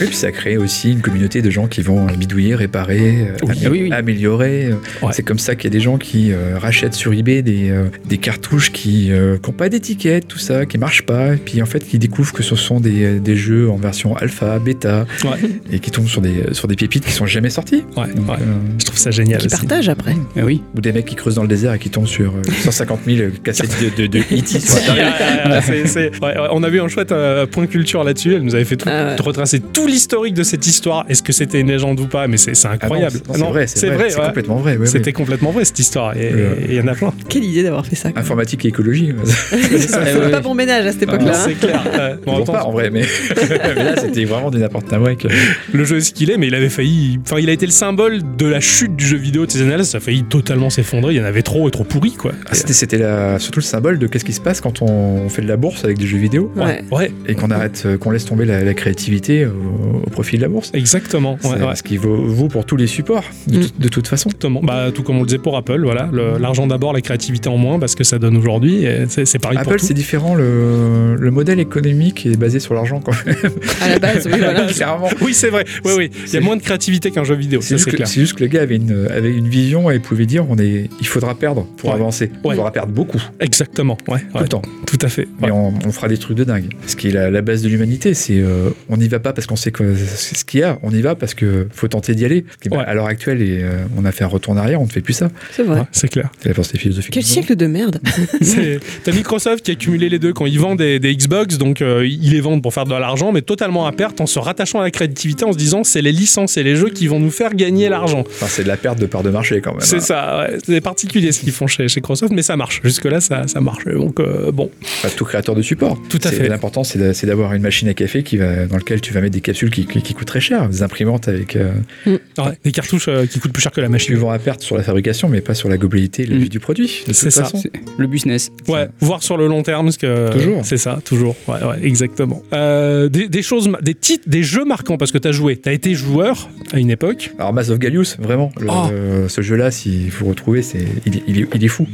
Et puis ça crée aussi une communauté de gens qui vont euh, bidouiller, réparer, euh, Oui, amé- oui, oui. améliorer. euh. Ouais. C'est comme ça qu'il y a des gens qui euh, rachètent sur eBay des, euh, des cartouches qui n'ont pas d'étiquette, tout ça, qui marchent pas. Et puis en fait, qui découvrent que ce sont des, euh, des jeux en version alpha, bêta, Ouais. et qui tombent sur des, sur des pépites qui sont jamais sorties. Ouais, Donc, ouais. euh, Je trouve ça génial. Qui aussi. partage après. Eh oui. ou des mecs qui creusent dans le désert et qui tombent sur euh, 150 000 cassettes de, de, de E.T. sur Ouais, Internet. ouais, ouais, c'est- c'est- ouais, ouais, on a vu un chouette euh, point culture là-dessus. Elle nous avait fait tout- Ah ouais. retracer tout l'historique de cette histoire. Est-ce que c'était une légende ou pas Mais c'est c'est Ah non, incroyable. c'est- non, C'est vrai, c'est vrai, c'est ouais. complètement vrai. ouais, ouais. C'était complètement vrai cette histoire. Et Euh. et il y en a plein. Quelle idée d'avoir fait ça. quoi. Informatique et écologie. ouais. Ça Eh, Ah, ouais, faisait pas ouais. bon ménage à cette Ah, époque-là. hein. C'est clair. Euh, bon, en Bon, même temps, pas en vrai, mais, mais là c'était vraiment du n'importe quoi. que- le jeu est ce qu'il est, mais il avait failli. Enfin, il a été le symbole de la chute du jeu vidéo de ces années-là. Ça a failli totalement s'effondrer. Il y en avait trop et trop pourri, quoi. Ah, c'était c'était la- surtout le symbole de qu'est-ce qui se passe quand on fait de la bourse avec des jeux vidéo Ouais. Ouais, et qu'on arrête, euh, qu'on laisse tomber la, la créativité au, au profit de la bourse. exactement. C'est Ouais, ouais. Ce qui vaut, vaut pour tous les supports, de, tout- de toute façon. Exactement. Bah, tout comme on le disait pour Apple, voilà, Le- l'argent d'abord, la créativité en moins, parce que ça donne aujourd'hui. et C'est c'est pareil pour Apple, tout. c'est différent. Le, le modèle économique est basé sur l'argent, quand même. À la base, Ah, oui, voilà. Clairement. Oui, c'est vrai. Oui, oui. Il y a C'est- moins de créativité qu'un jeu vidéo, C'est ça juste, c'est que- clair. c'est juste que le gars avait une, avait une vision et pouvait dire on est, il faudra perdre pour Ouais. avancer. Il Ouais. faudra perdre beaucoup, Exactement. Ouais, tout ouais, le temps. tout à fait. Mais on, on fera des trucs de dingue. Ce qui est la, la base de l'humanité, c'est euh, on n'y va pas parce qu'on sait que c'est ce qu'il y a, on y va parce que faut tenter d'y aller. Et ben, Ouais. À l'heure actuelle, et, euh, on a fait un retour en arrière, on ne fait plus ça. C'est Ouais, vrai. c'est clair. C'est la pensée philosophique. Quel du siècle de merde. C'est- T'as Microsoft qui a cumulé les deux quand ils vendent des, des Xbox, donc euh, ils les vendent pour faire de l'argent, mais totalement à perte en se rattachant à la créativité, en se disant c'est les licences et les jeux qui vont nous faire gagner l'argent. monde. Enfin, c'est de la perte de part de marché quand même. C'est hein. ça, ouais. c'est particulier ce qu'ils font chez, chez Microsoft, mais ça marche. Jusque-là, ça, ça marche. Donc euh, bon, Enfin, tout créateur de support. Tout à C'est- fait. L'important, c'est de- c'est d'avoir une machine à café qui va, dans laquelle tu vas mettre des capsules qui, qui, qui coûtent très cher, des imprimantes avec. euh, Ouais, des cartouches euh, qui coûtent plus cher que la tu machine. vends à perte sur la fabrication, mais pas sur la globalité et la Mm. vie du produit. de toute C'est ça. façon. C'est le business. Ouais, voir sur le long terme, parce que Toujours. c'est ça, toujours. Ouais, ouais, exactement. Euh, des, des choses, ma- des titres, des jeux marquants, parce que t'as joué, t'as été joueur à une époque. Alors, Alors, Mass of Gallius, vraiment, le- Oh. euh, ce jeu-là, si vous retrouvez, c'est, il, est- il est, il est fou.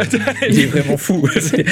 il est vraiment fou. C'est-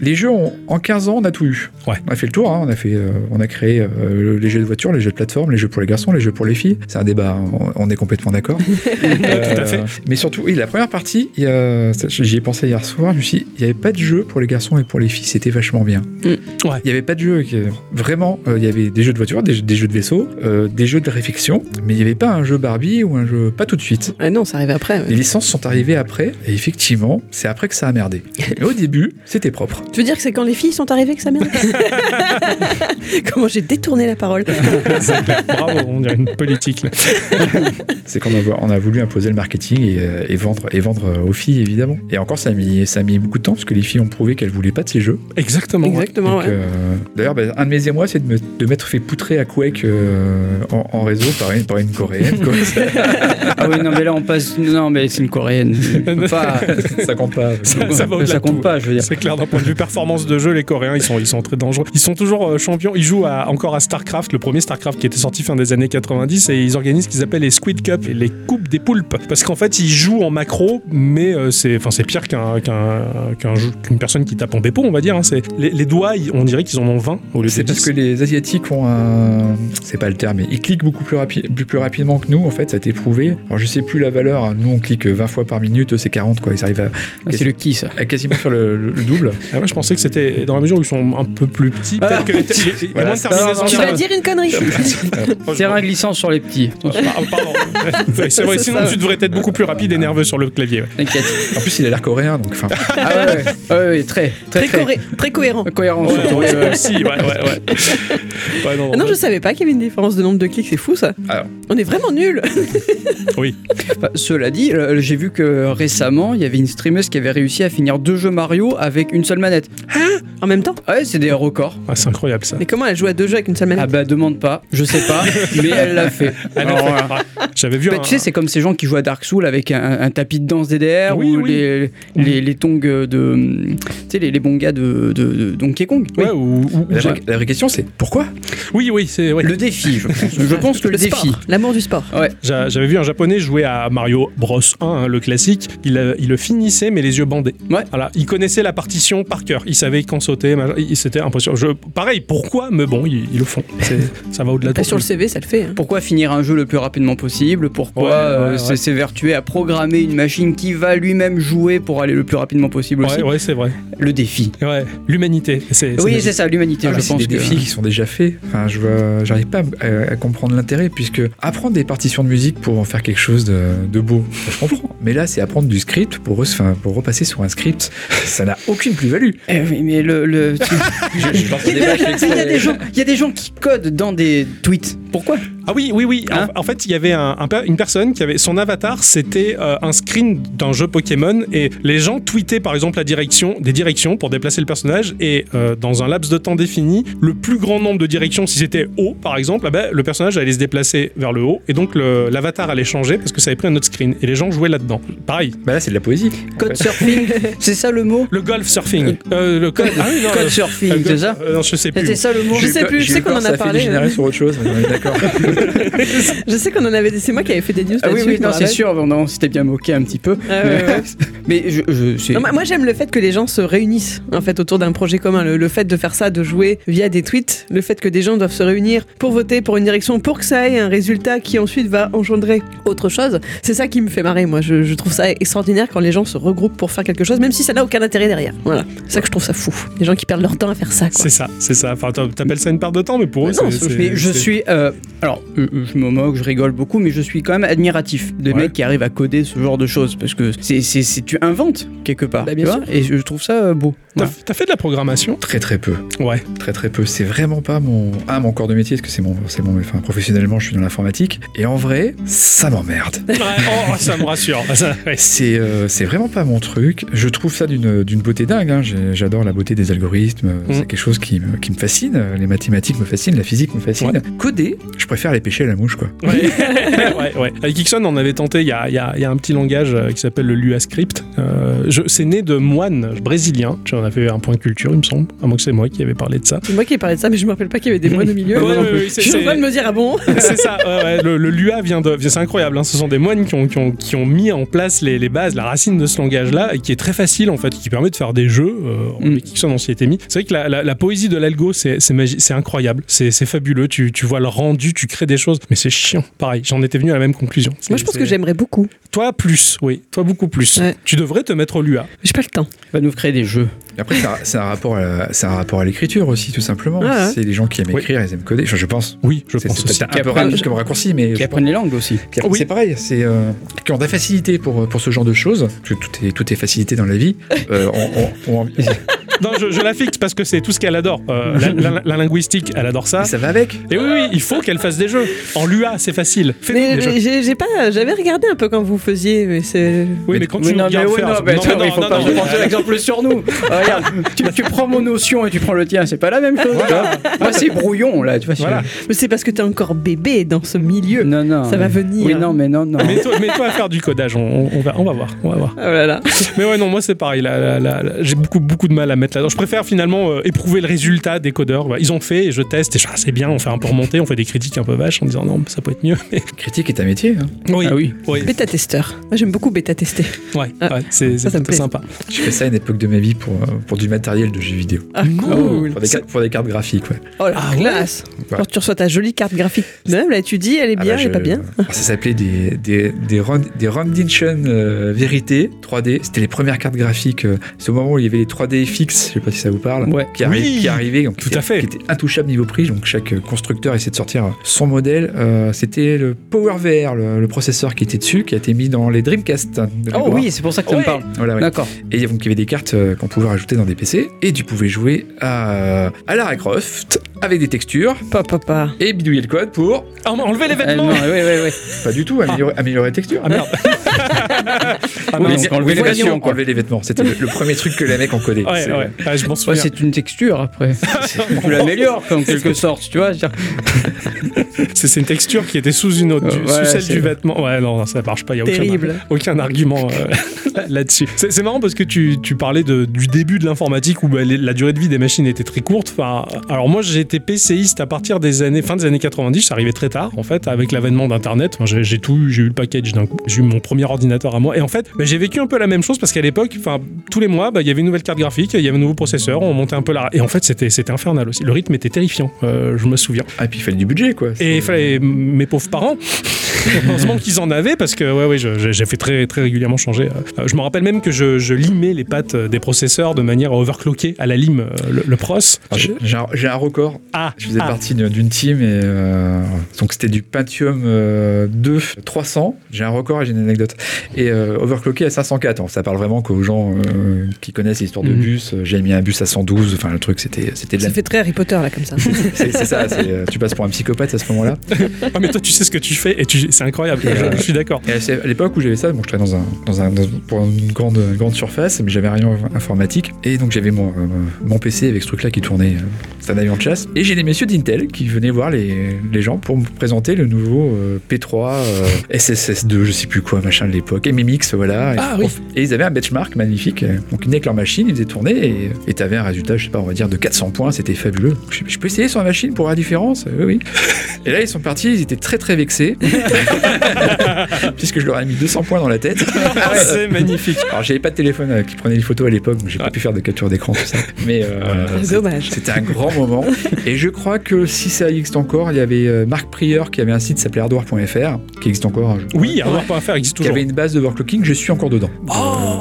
les jeux, ont- en 15 ans, on a tout eu. Ouais. On a fait le tour, hein, on, a fait, euh, on a créé euh, les jeux de voiture, les jeux de plateforme, les jeux pour les garçons, les jeux pour les filles. C'est un débat, on, on est complètement d'accord. tout à fait. Euh, Mais surtout, oui, la première partie, il y a- ça, j'y ai pensé hier soir, je me suis dit, il n'y avait pas de jeu pour les garçons et pour les filles, c'était vachement bien. Ouais. Il n'y avait pas de jeu. qui- Vraiment, euh, il y avait des jeux de voiture, des, jeux- des jeux de vaisseau, euh, des jeux de réflexion, mais il n'y avait pas un jeu Barbie ou un jeu. Pas tout de suite. Ah non, ça arrive après. ouais. Les licences sont arrivées après, et effectivement, c'est après que ça a merdé. Mais au début, c'était propre. Tu veux dire que c'est quand les filles sont arrivées que ça merde Comment j'ai détourné la parole C'est clair. Bravo, on dirait une politique. Là. C'est qu'on a, vou- on a voulu imposer le marketing et, euh, et vendre, et vendre euh, aux filles, évidemment. Et encore, ça a, mis, ça a mis beaucoup de temps, parce que les filles ont prouvé qu'elles voulaient pas de ces jeux. Exactement. ouais. Exactement, Donc, ouais. euh, D'ailleurs, bah, un de mes émois, c'est de me- de m'être fait poutrer à Quake euh, en, en réseau par une, par une coréenne. quoi. Ça, Ah oui, non, mais là, on passe. Non, mais c'est une coréenne. On peut pas- ça compte pas. Ça, ça va au-delà ça de compte tout. pas, je veux dire. C'est clair, d'un point de vue performance de jeu, les Coréens, ils sont, ils sont très dangereux. Ils sont toujours euh, champions. Ils jouent à- encore à StarCraft, le premier StarCraft qui était sorti fin des années 90, et ils organisent ce qu'ils appellent les Squid Cup, les coupes des poulpes. Parce qu'en fait, ils jouent en macro, mais euh, c'est enfin, c'est pire qu'un qu'un- qu'un jeu- qu'une personne qui tape en dépôt, on va dire. hein. C'est- Les, les doigts, ils- on dirait qu'ils en ont 20 au lieu de C'est parce 10. que les Asiatiques ont un. C'est pas le terme, mais ils cliquent beaucoup plus, rapi- plus, plus rapidement que nous, en fait, ça a été prouvé. Alors je sais plus la valeur, hein. nous on clique 20 fois par minute, eux, c'est 40, quoi. Ils arrivent à, Ah, C'est le qui, ça à quasiment faire le, le- le double. Ah ouais, je pensais que c'était dans la mesure où ils sont un peu plus petits. Ah, peut-être que les- les- les- les Voilà, moins de ça- terminaisons- Tu ça- vas dire une connerie Terrain glissant sur les petits. Ah, pardon. Ouais, c'est vrai, C'est sinon ça, tu devrais être beaucoup plus rapide et nerveux sur le clavier. ouais. T'inquiète. En plus, il a l'air coréen, donc enfin. Ah ouais, ouais, ouais, ouais, très, très, très, très, coré- très cohérent. cohérent. Ouais, surtout, ouais, ouais, ouais. aussi, ouais, ouais, ouais. Ouais, non, Ah non, non, je savais pas qu'il y avait une différence de nombre de clics, c'est fou ça. Alors. On est vraiment nuls. Bah, Cela dit, euh, j'ai vu que récemment, il y avait une streameuse qui avait réussi à finir deux jeux Mario avec une seule manette. En même temps. Ah ouais, c'est des records. Ah, c'est incroyable ça. Mais comment elle joue à deux jeux avec une seule Ah manette bah demande pas, je sais pas, mais elle l'a fait. Ah, non, Alors, voilà. J'avais vu Bah, un- tu sais, c'est comme ces gens qui jouent à Dark Souls avec un, un tapis de danse DDR Oui, ou oui. Les, les, les tongs de. Tu sais, les, les bons gars de, de, de Donkey Kong. Ouais, ou- ou- La, vraie- la vraie question, c'est pourquoi Oui, oui, c'est. ouais. Le défi, je pense. Ah, Je pense que le, sport, défi. l'amour du sport. J'a- J'avais vu un japonais jouer à Mario Bros 1, hein, le classique. Il, euh, il le finissait, mais les yeux bandés. Ouais. Voilà. Il connaissait la partition par cœur. Il savait quand sauter. machin. Il- C'était impressionnant. Je- Pareil, pourquoi Mais bon, ils, ils le font. C'est- Ça va au-delà de Ah, tout. sur le CV, ça le fait. hein. Pourquoi finir un jeu le plus rapidement possible Pourquoi Ouais, ouais, euh, ouais. s'é- s'évertuer à programmer une machine qui va lui-même jouer pour aller le plus rapidement possible aussi Ouais, ouais, c'est vrai. Le défi. Ouais. L'humanité. c'est- c'est Oui, magique. c'est ça, l'humanité, Ah, mais je c'est pense. des que- défis qui sont déjà faits. Enfin, je vois, j'arrive pas à, à- à comprendre l'intérêt puisque apprendre des partitions de musique pour en faire quelque chose de, de beau, je comprends. Mais là, c'est apprendre du script pour, re- enfin, pour repasser sur un script, ça n'a aucune plus-value. Eh oui, mais le. le- Il y a- il y a des gens- il y a des gens qui codent dans des tweets. Pourquoi Ah oui, oui, oui. En- Hein en, fait, il y avait un- un per- une personne qui avait son avatar, c'était euh, un screen d'un jeu Pokémon et les gens tweetaient par exemple la direction, des directions pour déplacer le personnage et euh, dans un laps de temps défini, le plus grand nombre de directions, si c'était haut par exemple, ah ben, le personnage allait se déplacer vers le haut et donc le- l'avatar allait changer parce que ça avait pris un autre screen et les gens jouaient là-dedans. Pareil. Bah là, c'est de la poésie. Code surfing, c'est ça le mot Le golf surfing. Euh, le code. Ah oui, non, Code euh, euh, surfing, golf- c'est ça euh, non, je sais C'est plus. ça le mot Je J'ai sais eu plus, peur- je sais j'ai eu qu'on peur en que a ça parlé, euh. fait dégénérer sur autre chose. mais on est D'accord. Je sais qu'on en avait. C'est moi qui avais fait des news Ah oui, là-dessus. oui, je me non, c'est rappelle. sûr, on, on s'était bien moqué un petit peu. Ah ouais, ouais. Mais je. je c'est- Non, moi- moi j'aime le fait que les gens se réunissent en fait autour d'un projet commun. Le, le fait de faire ça, de jouer via des tweets, le fait que des gens doivent se réunir pour voter pour une direction, pour que ça ait un résultat qui ensuite va engendrer autre chose. C'est ça qui me fait marrer. Moi, je, je trouve ça extraordinaire quand les gens se regroupent pour faire quelque chose, même si ça n'a aucun intérêt derrière. Voilà, c'est ça que je trouve ça fou. Les gens qui perdent leur temps à faire ça. quoi. C'est ça, c'est ça. Enfin, t'a- t'appelles ça une perte de temps, mais pour eux, Mais non, c'est- c'est- mais je c'est- suis. euh, alors, euh, euh, je me moque, je rigole beaucoup, mais je suis quand même admiratif des Ouais. mecs qui arrivent à coder ce genre de choses. Parce que c'est, c'est, c'est- tu inventes quelque part. Bah, bien tu vois, et je trouve ça euh, beau. T'as Voilà. t'as fait de la programmation Très très peu. Ouais. Très très peu. C'est vraiment pas mon ah mon corps de métier parce que c'est mon c'est mon enfin professionnellement je suis dans l'informatique et en vrai ça m'emmerde. Ouais, oh, ça me rassure. Ça, ouais. C'est euh, c'est vraiment pas mon truc. Je trouve ça d'une d'une beauté dingue. hein. J'ai- J'adore la beauté des algorithmes. Mm. C'est quelque chose qui me, qui me fascine. Les mathématiques me fascinent, la physique me fascine. Coder, je préfère les pêcher à la mouche quoi. Ouais. ouais, ouais. Avec Ixon, Euh, on avait tenté, il y a, il y a- il y a un petit langage euh, qui s'appelle le Luascript. Euh, je- c'est né de moines brésiliens. Je- en avait un point de culture, il me semble. À moins que c'est moi qui avait parlé de ça. C'est moi qui ai parlé de ça, mais je me rappelle pas qu'il y avait des moines au milieu. Ouais, ouais, ouais, je c'est- suis en c'est- train de me dire, ah bon c'est ça, ouais, ouais, le, le Lua vient de. C'est incroyable, hein, ce sont des moines qui ont, qui ont, qui ont mis en place les, les bases, la racine de ce langage-là, et qui est très facile en fait, qui permet de faire des jeux euh, en Mm. Dickinson, on s'y était mis. C'est vrai que la, la- la poésie de l'algo, c'est c'est magi- c'est incroyable, c'est c'est fabuleux, tu, tu vois le rendu, tu crées des choses, mais c'est chiant. Pareil, j'en étais venu à la même conclusion. Moi, je pense C'est- que j'aimerais beaucoup. Toi, plus, oui, toi beaucoup plus. Ouais. Tu devrais te mettre au Lua. J'ai pas le temps. va nous créer des jeux. Après, c'est un- c'est un rapport à, la- c'est un rapport à l'écriture aussi, tout simplement. Ouais, ouais. C'est les gens qui aiment Oui. écrire, ils aiment coder. Enfin, je pense. Oui, je C'est- pense c'est aussi. peut-être un peu Qu'après- rapide comme raccourci, mais Qui je apprennent les langues aussi. Puis après, Oui. C'est pareil, c'est euh, qui ont de la facilité pour, pour ce genre de choses, parce que tout est, tout est facilité dans la vie. euh, on- on- on- Non, je, je la fixe parce que c'est tout ce qu'elle adore. Euh, la, la- la linguistique, elle adore ça. mais ça va avec. Et oui, oui, il faut qu'elle fasse des jeux. En Lua, c'est facile. Fais Mais des jeux. j'ai- j'ai j'ai pas, j'avais regardé un peu quand vous faisiez, mais c'est. Oui, mais quand tu nous regardes faire, non, non, il faut non, pas non, non, porter non. l'exemple sur nous. Ah, regarde, tu, tu prends mon notion et tu prends le tien, c'est pas la même chose. tu vois. Moi, c'est brouillon là, tu vois. c'est- Voilà. Mais c'est parce que t'es encore bébé dans ce milieu. Non, non. Ça va venir. Oui, non, mais non, non. Mais toi, mais toi à faire du codage, on, on- on va, on va voir, on va voir. Oh là là. Mais ouais, non, moi c'est pareil. là, là, là, là, j'ai beaucoup, beaucoup de mal à mettre là-dedans. Je préfère finalement euh, éprouver le résultat des codeurs. Voilà, Ils ont fait, et je teste, et je, ah, c'est bien. On fait un peu remonter, on fait des critiques un peu vaches en disant non, ça peut être mieux. Critique est un métier. hein. Oui, Ah oui. oui, Bêta testeur. Moi j'aime beaucoup bêta tester. ouais, Ah, ouais, c'est c'est ça me plutôt plaît. sympa. Je fais ça à une époque de ma vie pour, euh, pour du matériel de jeux vidéo. Ah Pour cool. des, cartes, pour des cartes graphiques, ouais. Oh la Ah ouais classe. Ouais. Quand tu reçois ta jolie carte graphique, même là tu dis elle est Ah bien, bah, elle je- est pas bien. Ça s'appelait des, des, des, rend- des Rendition euh, Vérité 3D. C'était les premières cartes graphiques. euh, C'est au moment où il y avait les 3D fixes, je sais pas si ça vous parle, Ouais. qui, arrivent Oui. qui arrivaient, donc, Tout qui, à fait. qui étaient intouchables niveau prix. Donc chaque euh, constructeur essayait de sortir euh, son modèle. Euh, C'était le PowerVR, le, le processeur qui était dessus, qui a été mis dans les Dreamcast. hein, de Oh mémoire. oui, c'est pour ça que ça me Ouais. Bah, parle. Voilà, ouais. D'accord. Et donc il y avait des cartes euh, qu'on pouvait rajouter dans des PC. Et tu pouvais jouer à, à Lara Croft avec des textures Papa, papa. et bidouiller le code pour. Ah, enlevez les Euh, vêtements non, oui, oui, oui. Pas du tout, améliorer, améliorer les textures. Ah merde Ah, Oui, mince. donc enlever les Voyons, vêtements, quoi. enlever les vêtements. C'était le, le premier truc que les mecs ont codé. Ouais, C'est- ouais, ouais, je m'en Ouais, souviens. c'est une texture après. tu l'améliores en quelque sorte, tu vois. je veux dire. C'est c'est une texture qui était sous une autre, du- Euh, ouais, sous celle c'est- du vêtement. Ouais, non, non, ça marche pas. Il y a aucun, Terrible. aucun argument euh, là-dessus. C'est c'est marrant parce que tu, tu parlais de- du début de l'informatique où bah, les- la durée de vie des machines était très courte. Enfin, alors moi, j'ai été PCiste à partir des années fin des années 90. Ça arrivait très tard, en fait, avec l'avènement d'Internet. Enfin, j'ai j'ai tout, eu, j'ai eu le package d'un coup. J'ai eu mon premier ordinateur à moi. Et en fait, bah, j'ai vécu un peu la même chose parce qu'à l'époque, enfin, tous les mois, bah, il y avait une nouvelle carte graphique, il y avait un nouveau processeur, on montait un peu la. Et en fait, c'était c'était infernal aussi. Le rythme était terrifiant. euh, je me souviens. Ah, et puis il fallait du budget, quoi. Et C'est- il fallait mes pauvres parents. Heureusement qu'ils en avaient parce que ouais, ouais, je- je- j'ai fait très, très régulièrement changer. euh, euh, Je me rappelle même que je, je limais les pattes euh, des processeurs de manière à overclocker à la lime euh, le, le pros. Alors, J'ai j'ai un, j'ai un record. Ah, Je faisais ah, partie d'une- d'une team et euh, donc c'était du Pentium euh, 2 300. J'ai un record et j'ai une anecdote. Et euh, overclocké à 504. Alors, ça parle vraiment qu'aux gens euh, qui connaissent l'histoire de Mhm. bus. J'ai mis un bus à 112. Enfin, le truc, c'était c'était de la. Ça fait très Harry Potter là comme ça. C'est c'est ça. c'est, euh, tu passes pour un psychopathe à ce moment-là. ah, mais toi tu sais ce que tu fais et tu- c'est incroyable. Et, je, euh, je suis d'accord. Et c'est à l'époque où j'avais ça, bon, je travaillais dans un, dans un- dans- pour une grande, une grande surface, mais j'avais rien en informatique. Et donc j'avais mon, euh, mon PC avec ce truc-là qui tournait. euh, C'est un avion de chasse. Et j'ai des messieurs d'Intel qui venaient voir les, les gens pour me présenter le nouveau euh, P3, euh, SSS2, je sais plus quoi, machin de l'époque, MMX, voilà. Et, Ah oui. et ils avaient un benchmark magnifique. euh, Donc ils venaient avec leur machine, ils faisaient tourner et- et t'avais un résultat, je sais pas, on va dire de 400 points, c'était fabuleux. Je, je peux essayer sur la machine pour voir la différence Euh, Oui, oui. Et là, ils sont partis, ils étaient très très vexés puisque je leur ai mis 200 points dans la tête. Ah c'est magnifique. Alors j'avais pas de téléphone euh, qui prenait les photos à l'époque, donc j'ai pas pu faire de capture d'écran tout ça. Mais euh, C'est c'est- Dommage. c'était un grand moment. Et je crois que si ça existe encore, il y avait euh, Marc Prieur qui avait un site qui s'appelait hardware.fr, qui existe encore, je- Oui, avoir pas à faire existe qui toujours. avait une base de overclocking. Je suis encore dedans.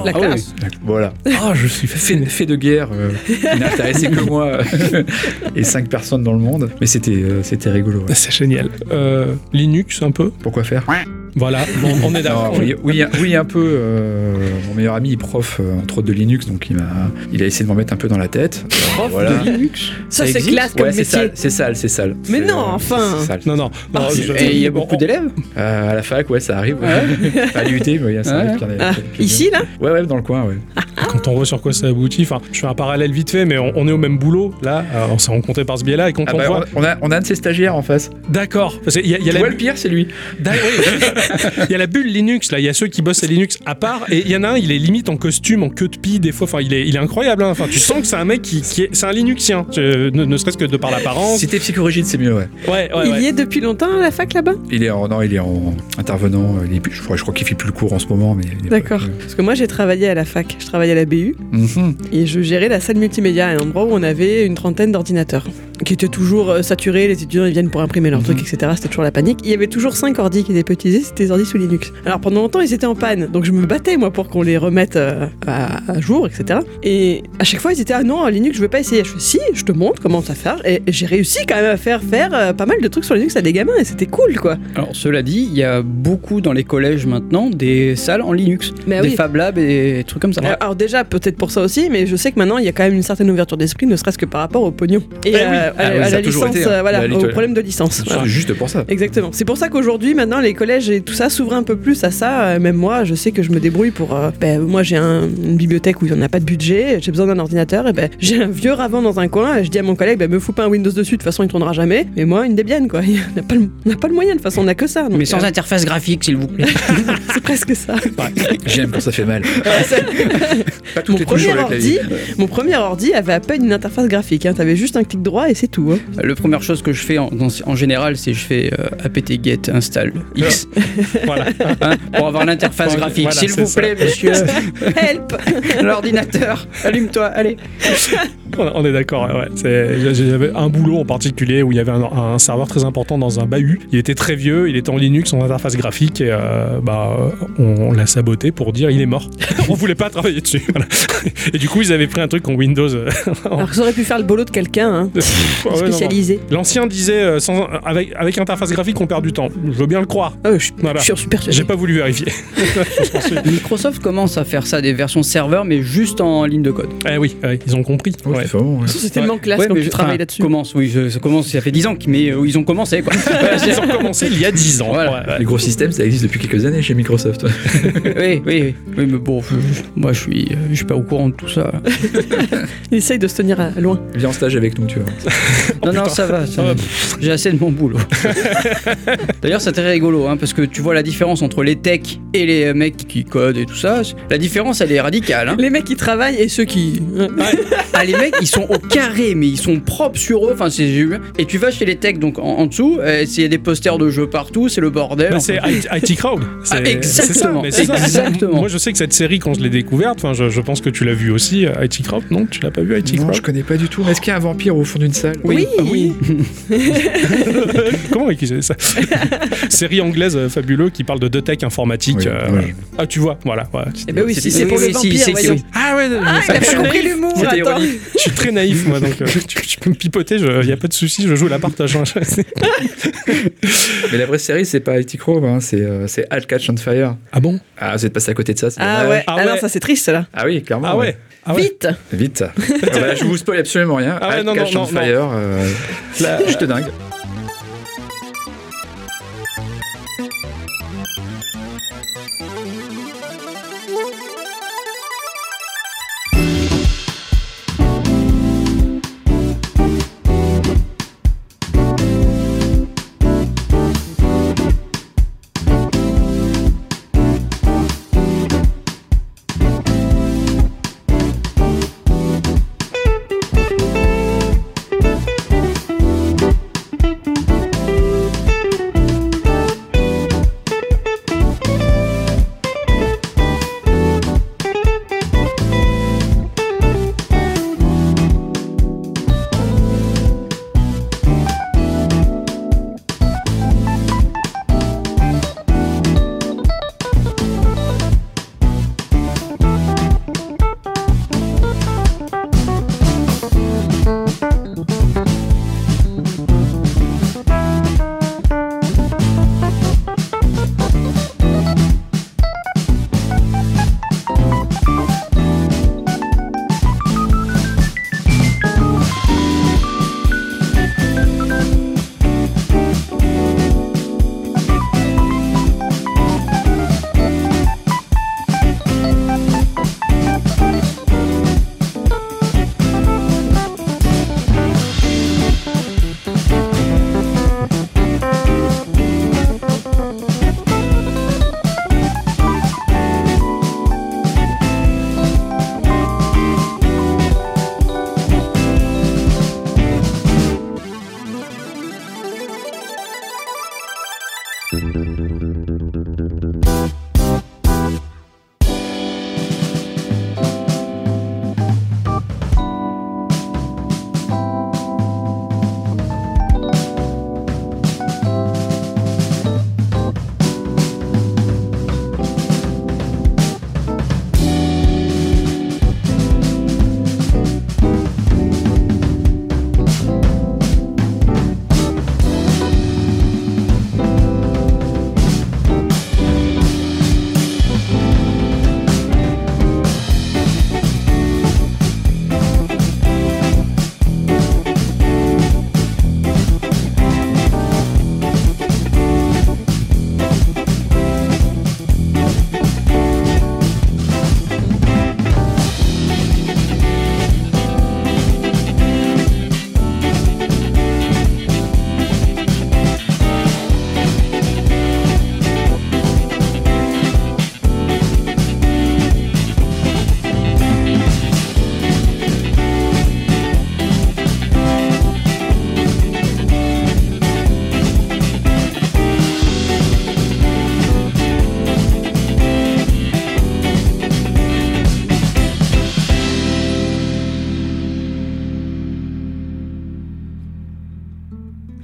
La Ah classe. Voilà. Ah, je suis Fait, fait de guerre euh, qui n'a intéressé que moi euh, et cinq personnes dans le monde. Mais c'était euh, c'était rigolo. ouais. C'est génial. Euh, Linux un peu. Pourquoi faire Voilà, bon, on est Non, d'accord. oui, oui, un- oui, un peu. euh, mon meilleur ami, il est prof euh, entre autres de Linux, donc il m'a, il a essayé de m'en mettre un peu dans la tête. Prof de Linux. Ça, c'est existe classe comme Ouais, c'est métier. sale, c'est sale, c'est sale. Mais C'est, non, enfin. c'est sale. Non, non. Ah, non, je- Eh. Et il y a bon, beaucoup on- d'élèves. Euh, à la fac, ouais, ça arrive. ouais. Pas à l'UT, mais ouais, ça Ouais. arrive. qu'il y en ait- Ah, qu'il y en ait- ici là Ouais, ouais, dans le coin, ouais. quand on voit sur quoi ça aboutit, enfin, je fais un parallèle vite fait, mais on, on est au même boulot, là, euh, on s'est rencontrés par ce biais-là, et quand Ah on bah, voit. on, on a, on a un de ses stagiaires en face. D'accord, parce qu'il y a, il y a Tu la- vois le pire, c'est lui. Da- Ben oui. Il y a la bulle Linux, là, il y a ceux qui bossent à Linux à part, et il y en a un, il est limite en costume, en queue de pie, des fois, enfin, il est, il est incroyable, hein. enfin, tu sens que c'est un mec qui, qui est, c'est un Linuxien, euh, ne, ne serait-ce que de par l'apparence. Si t'es psychorigide, c'est mieux, ouais. Ouais, ouais, Il ouais. y est depuis longtemps à la fac là-bas Il est en, non, il est en intervenant. euh, il est plus- je, crois, je crois qu'il fait plus le cours en ce moment, mais. il est- D'accord. euh, Parce que moi j'ai travaillé à la fac, je travaillais à la BU mhm. et je gérais la salle multimédia, un endroit où on avait une trentaine d'ordinateurs qui étaient toujours euh, saturés, les étudiants ils viennent pour imprimer leurs trucs, etc. C'était toujours la panique. Il y avait toujours cinq ordi qui étaient petits, c'était des ordi sous Linux. Alors pendant longtemps ils étaient en panne, donc je me battais moi pour qu'on les remette euh, à, à jour, etc. Et à chaque fois ils étaient ah non Linux je veux pas essayer. Je fais si, je te montre comment ça faire et j'ai réussi quand même à faire faire euh, pas mal de trucs sur Linux à des gamins et c'était cool quoi. Alors, cela dit, il y a beaucoup dans les collèges maintenant des salles en Linux, Mais des Fab Labs et des trucs comme ça. Ah. Alors, alors déjà, peut-être pour ça aussi, mais je sais que maintenant, il y a quand même une certaine ouverture d'esprit, ne serait-ce que par rapport au pognon. Et Bah Eh oui. à, à- Ah oui, à ça a la toujours licence, été, hein, euh, voilà, la au little- problème de licence. C'est voilà. Juste pour ça. Exactement. C'est pour ça qu'aujourd'hui, maintenant, les collèges et tout ça s'ouvrent un peu plus à ça. Euh, Même moi, je sais que je me débrouille pour. euh, ben, moi, j'ai un- une bibliothèque où il n'y en a pas de budget, j'ai besoin d'un ordinateur, et ben, j'ai un vieux ravant dans un coin, et je dis à mon collègue, ben, me fous pas un Windows dessus, de toute façon, il tournera jamais. Mais moi, une Debian, quoi. On n'a pas, le- on n'a pas le moyen, de toute façon, on n'a que ça. donc, Mais sans euh, interface graphique, s'il vous plaît. c'est presque ça. J'aime quand ça fait mal. Pas toutes Mon les touches sur premier le clavier. Mon premier ordi avait à peine une interface graphique. Hein. T'avais juste un clic droit et c'est tout. hein. La première chose que je fais en, dans- en général, c'est je fais euh, apt get install x Voilà. hein, pour avoir l'interface graphique. Voilà, S'il c'est vous ça. plaît, monsieur, Help l'ordinateur, allume-toi, allez. On on est d'accord, ouais, ouais. C'est- J'avais un boulot en particulier où il y avait un, un serveur très important dans un bahut. Il était très vieux, il était en Linux, en interface graphique, et euh, bah, on, on l'a saboté pour dire il est mort. on voulait pas travailler dessus. voilà. Et du coup, ils avaient pris un truc en Windows. euh, Alors que ça aurait pu faire le boulot de quelqu'un hein, pff, Ah ouais, non, non. spécialisé. L'ancien disait euh, sans, avec, avec interface graphique, on perd du temps. Je veux bien le croire. Ah, je, Voilà. je suis persuadé. J'ai pas voulu vérifier. Microsoft commence à faire ça, des versions serveur, mais juste en ligne de code. eh oui, ouais, ils ont compris. Oh, Ouais. c'est bon, ouais. C'était Ouais. tellement classe Ouais, quand mais tu je- travailles ah, enfin, là-dessus. Commence, oui, je- ça commence, ça fait 10 ans, mais euh, ils ont commencé, quoi. Ils ont commencé il y a 10 ans. Voilà. Ouais, ouais. Les gros systèmes, ça existe depuis quelques années chez Microsoft. oui, oui, oui. Oui, mais bon, je- je- moi, je suis, euh, je suis pas au courant de tout ça. Il essaye de se tenir à- loin. Viens en stage avec nous, tu vois. non, non, ça va. ça va. J'ai assez de mon boulot. D'ailleurs, c'est très rigolo, hein, parce que tu vois la différence entre les techs et les euh, mecs qui codent et tout ça. La différence, elle est radicale. hein. Les mecs qui travaillent et ceux qui. hein. Ah, les mecs, ils sont au carré, mais ils sont propres sur eux. Enfin, c'est Et tu vas chez les techs, donc en, en dessous, euh, c'est- il y a des posters de jeux partout, c'est le bordel. Bah, enfin. c'est IT IT Crowd. C'est- Ah, c'est ça, exactement, mais c'est ça. exactement. Moi, je sais que cette série, quand je l'ai découverte, enfin, je, je pense que tu l'as vue aussi, euh, IT Crowd. Non, tu l'as pas vu, IT Non, Crowd je connais pas du tout. Est-ce qu'il y a un vampire au fond d'une salle Oui. Ah oui. Comment est-ce ça Série anglaise euh, fabuleuse qui parle de deux tech informatiques. Oui, euh, oui. voilà. Ah, tu vois, voilà. ouais. Eh ben oui, C'est- si c'est oui, pour oui, le si, vampire, c'est- voyons. oui. Ah ouais, je- il a pas compris l'humour. C'était attends. je suis très naïf, moi, donc euh, tu, tu peux me pipoter, il n'y a pas de souci, je joue la partage. hein. Mais la vraie série, c'est pas IT Chrome, hein, c'est euh, c'est Halt Catch and Fire. ah bon Ah, vous êtes passé à côté de ça, c'est Ah dommage. ouais. Ah Ah non, ouais. ça c'est triste là. Ah oui, clairement. Ah ouais Ah ouais. Vite ouais. Vite. Ah bah, je vous spoil absolument rien. Ah ouais, Halt non, Catch non, and non, Fire, euh, là, je te dingue.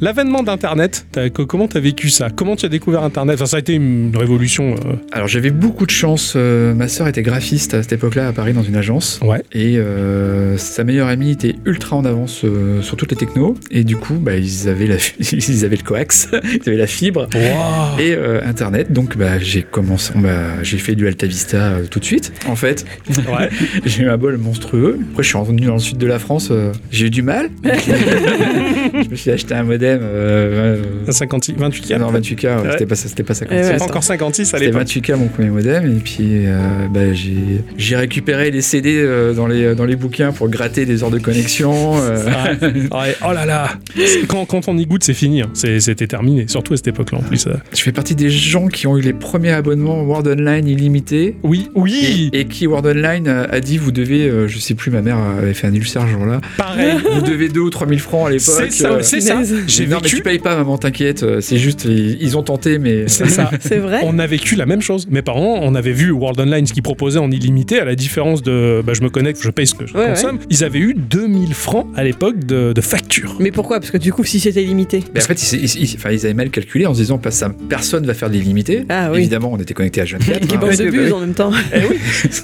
L'avènement d'Internet, t'as- co- comment t'as vécu ça Comment tu as découvert Internet Enfin, ça a été une révolution. euh, Alors j'avais beaucoup de chance. euh, ma sœur était graphiste à cette époque-là à Paris dans une agence. Ouais. Et euh, sa meilleure amie était ultra en avance euh, sur toutes les technos. Et du coup, bah, ils, avaient la, ils avaient le coax, ils avaient la fibre. Et euh, internet, donc bah, j'ai commencé, bah, j'ai fait du Alta Vista euh, tout de suite. En fait, Ouais. j'ai eu un bol monstrueux. Après, je suis revenu dans le sud de la France, euh, j'ai eu du mal. je me suis acheté un modem. Euh, À 56, 28 euh, non, 28K, ouais, Ouais. c'était pas ça, c'était pas Eh ouais. 56. Encore 56 à C'était l'époque. 28K mon premier modem et puis euh, bah, j'ai j'ai récupéré les CD euh, dans les dans les bouquins pour gratter des heures de connexion. euh. Ouais, Oh là là quand, quand on y goûte, c'est fini. hein. C'est- C'était terminé. Surtout à cette époque-là en plus. euh. Je fais partie des gens qui ont eu les premiers abonnements World Online illimité Oui, oui Et, et qui World Online a a dit vous devez, euh, je sais plus, ma mère avait fait un ulcère ce jour-là. Pareil Vous devez 2 ou 3 000 francs à l'époque. C'est ça, euh, c'est ça. punaise. J'ai non, mais tu vécu. payes pas, maman, t'inquiète. euh, C'est juste, ils, ils ont tenté, mais. euh, C'est ça. C'est vrai On a vécu la même chose. Mes parents, on avait vu World Online ce qu'ils proposaient en illimité, à la différence de bah, je me connecte, je paye ce que je Ouais, consomme. Ils avaient eu 2000 francs à l'époque de, de facture. Mais pourquoi Parce que du coup, si c'était limité. Mais en fait, ils, ils- ils- enfin, ils avaient mal calculé en se disant, pas ça, personne va faire de l'illimité. Ah oui. Évidemment, on était connecté à Jeune Ah, hein, Qui bande bah de buse en même temps. Eh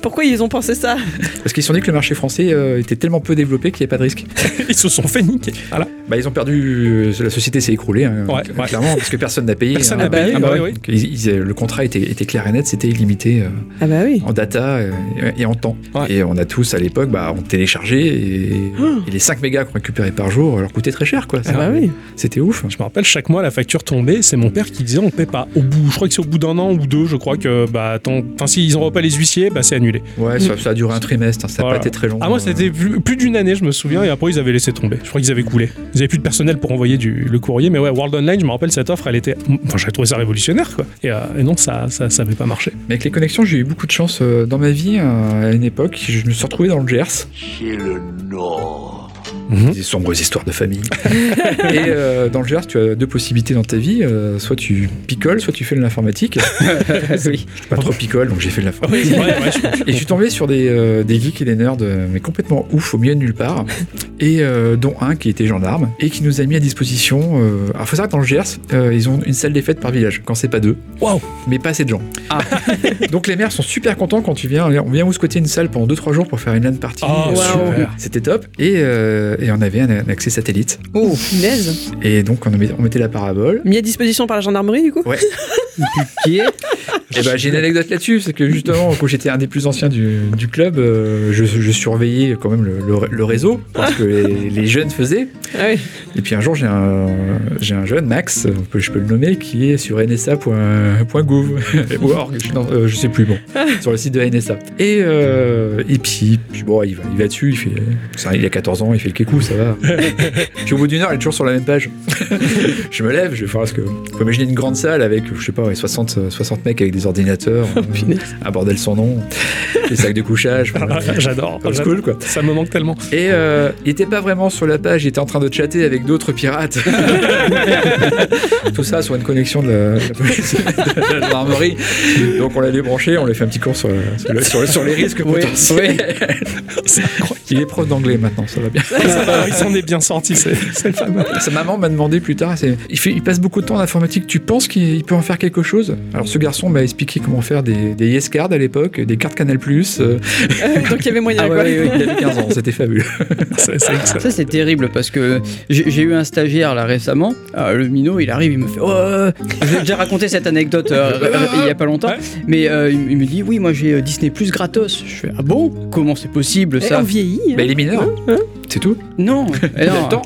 Pourquoi ils ont pensé ça Parce qu'ils se sont dit que le marché français euh, était tellement peu développé qu'il n'y avait pas de risque. Ils se sont fait niquer. Voilà. Bah, ils ont perdu, euh, la société s'est écroulée, hein, Ouais, cl- ouais. clairement, parce que personne n'a payé. Personne hein. n'a payé, Ah bah bah ouais. oui. Donc, ils- ils- euh, le contrat était, était clair et net, c'était illimité. euh. Ah bah oui. en data euh, et en temps. Ouais. Et on a tous à l'époque, bah, on téléchargeait et, et les 5 mégas qu'on récupérait par jour leur coûtaient très cher quoi. Oh. Ah bah oui. C'était ouf. Je me rappelle, chaque mois, la facture tombait. C'est mon père qui disait on ne paie pas. Au bout, je crois que c'est au bout d'un an ou deux, je crois que, bah, attends, enfin, s'ils n'envoient pas les huissiers, bah, c'est annulé. Ouais, ça, ça a duré un trimestre, hein, ça n'a Voilà. pas été très long. Ah, moi, c'était plus, plus d'une année, je me souviens, et après, ils avaient laissé tomber. Je crois qu'ils avaient coulé. Ils n'avaient plus de personnel pour envoyer du, le courrier, mais ouais, World Online, je me rappelle, cette offre, elle était. Enfin, j'avais trouvé ça révolutionnaire, quoi. Et, euh, et non, ça ça, ça avait pas marché. Mais avec les connexions, j'ai eu beaucoup de chance euh, dans ma vie euh, à une époque. Je me suis retrouvé dans le Gers. Chez le Nord. Des sombres histoires de famille. et euh, dans le Gers, tu as deux possibilités dans ta vie. euh, soit tu picoles, soit tu fais de l'informatique. oui. Je suis pas trop picole, donc j'ai fait de l'informatique. Ouais, ouais, je- Et je suis tombé sur des, euh, des geeks et des nerds, euh, mais complètement ouf, au milieu de nulle part, et euh, dont un qui était gendarme, et qui nous a mis à disposition. Euh, alors, faut savoir que dans le Gers, euh, ils ont une salle des fêtes par village, quand c'est pas deux. Waouh. Mais pas assez de gens. Ah. Donc, les maires sont super contents quand tu viens. On vient mouscoter une salle pendant 2-3 jours pour faire une LAN party. Oh, Euh, super. C'était top. Et, euh, et on avait un, un accès satellite. Oh, punaise. Et donc, on met- on mettait la parabole. Mis à disposition par la gendarmerie, du coup Ouais. Qui est Eh ben, j'ai une anecdote là-dessus, c'est que justement, quand j'étais un des plus anciens du, du club, euh, je, je surveillais quand même le, le- le réseau, parce que les, les jeunes faisaient. Ah oui. Et puis un jour, j'ai un, j'ai un jeune, Max, on peut- je peux le nommer, qui est sur nsa.gouv, ou org, je, non, euh, je sais plus, bon, sur le site de NSA. Et, euh, et puis, puis bon, il va, il va dessus, il, fait, ça, il a 14 ans, il fait le kékou, ça va. puis au bout d'une heure, il est toujours sur la même page. je me lève, je vais voir ce que. Faut imaginer une grande salle avec, je sais pas, ouais, 60, euh, 60 mecs avec des ordinateurs, euh, un bordel sans nom, des sacs de couchage. voilà. J'adore. Old j'adore. school, quoi. Ça me manque tellement. Et euh, il était pas vraiment sur la page, il était en train de chatter avec d'autres pirates. Tout ça sur une connexion de la, de la police, de la gendarmerie. Donc on l'a débranché, on lui a fait un petit cours sur, le- sur le- sur le- sur les risques Oui, potentiels. Il est prof d'anglais maintenant, ça va bien. Ça va, il s'en est bien sorti, c'est c'est pas mal. Sa maman m'a demandé plus tard, c'est- il, fait- il passe beaucoup de temps en informatique, tu penses qu'il il peut en faire quelque chose Alors ce garçon m'a expliqué comment faire des, des yes cards à l'époque, des cartes Canal+, euh, Donc il y avait moyen, Ah quoi. ouais, ouais, ouais. il avait 15 ans, c'était fabuleux. C'est- c'est excellent. Ça c'est terrible parce que j'ai j'ai eu un stagiaire là récemment. Ah, le minot il arrive, il me fait. Oh, euh, J'ai déjà raconté cette anecdote euh, euh, il y a pas longtemps, Ouais. mais euh, il, il me dit oui moi j'ai euh, Disney Plus gratos. Je fais ah bon Comment c'est possible Eh, ça on vieillit. hein. Bah, il est mineur, c'est tout. Non, Eh Il non. a le temps.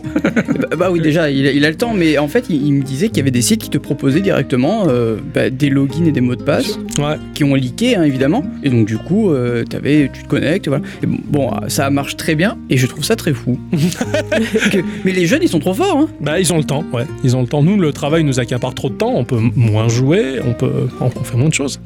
Bah, bah oui déjà il, a- il a le temps, mais en fait il, il me disait qu'il y avait des sites qui te proposaient directement euh, bah, des logins et des mots de passe. Ouais. qui ont leaké hein, évidemment et donc du coup euh, t'avais- tu te connectes voilà Et bon, bon, ça marche très bien et je trouve ça très fou Que- mais les jeunes ils sont trop forts hein. Bah, ils ont le temps, ouais. Ils ont le temps. Nous, le travail nous accapare trop de temps. On peut m- moins jouer, on peut, on peut faire moins de choses.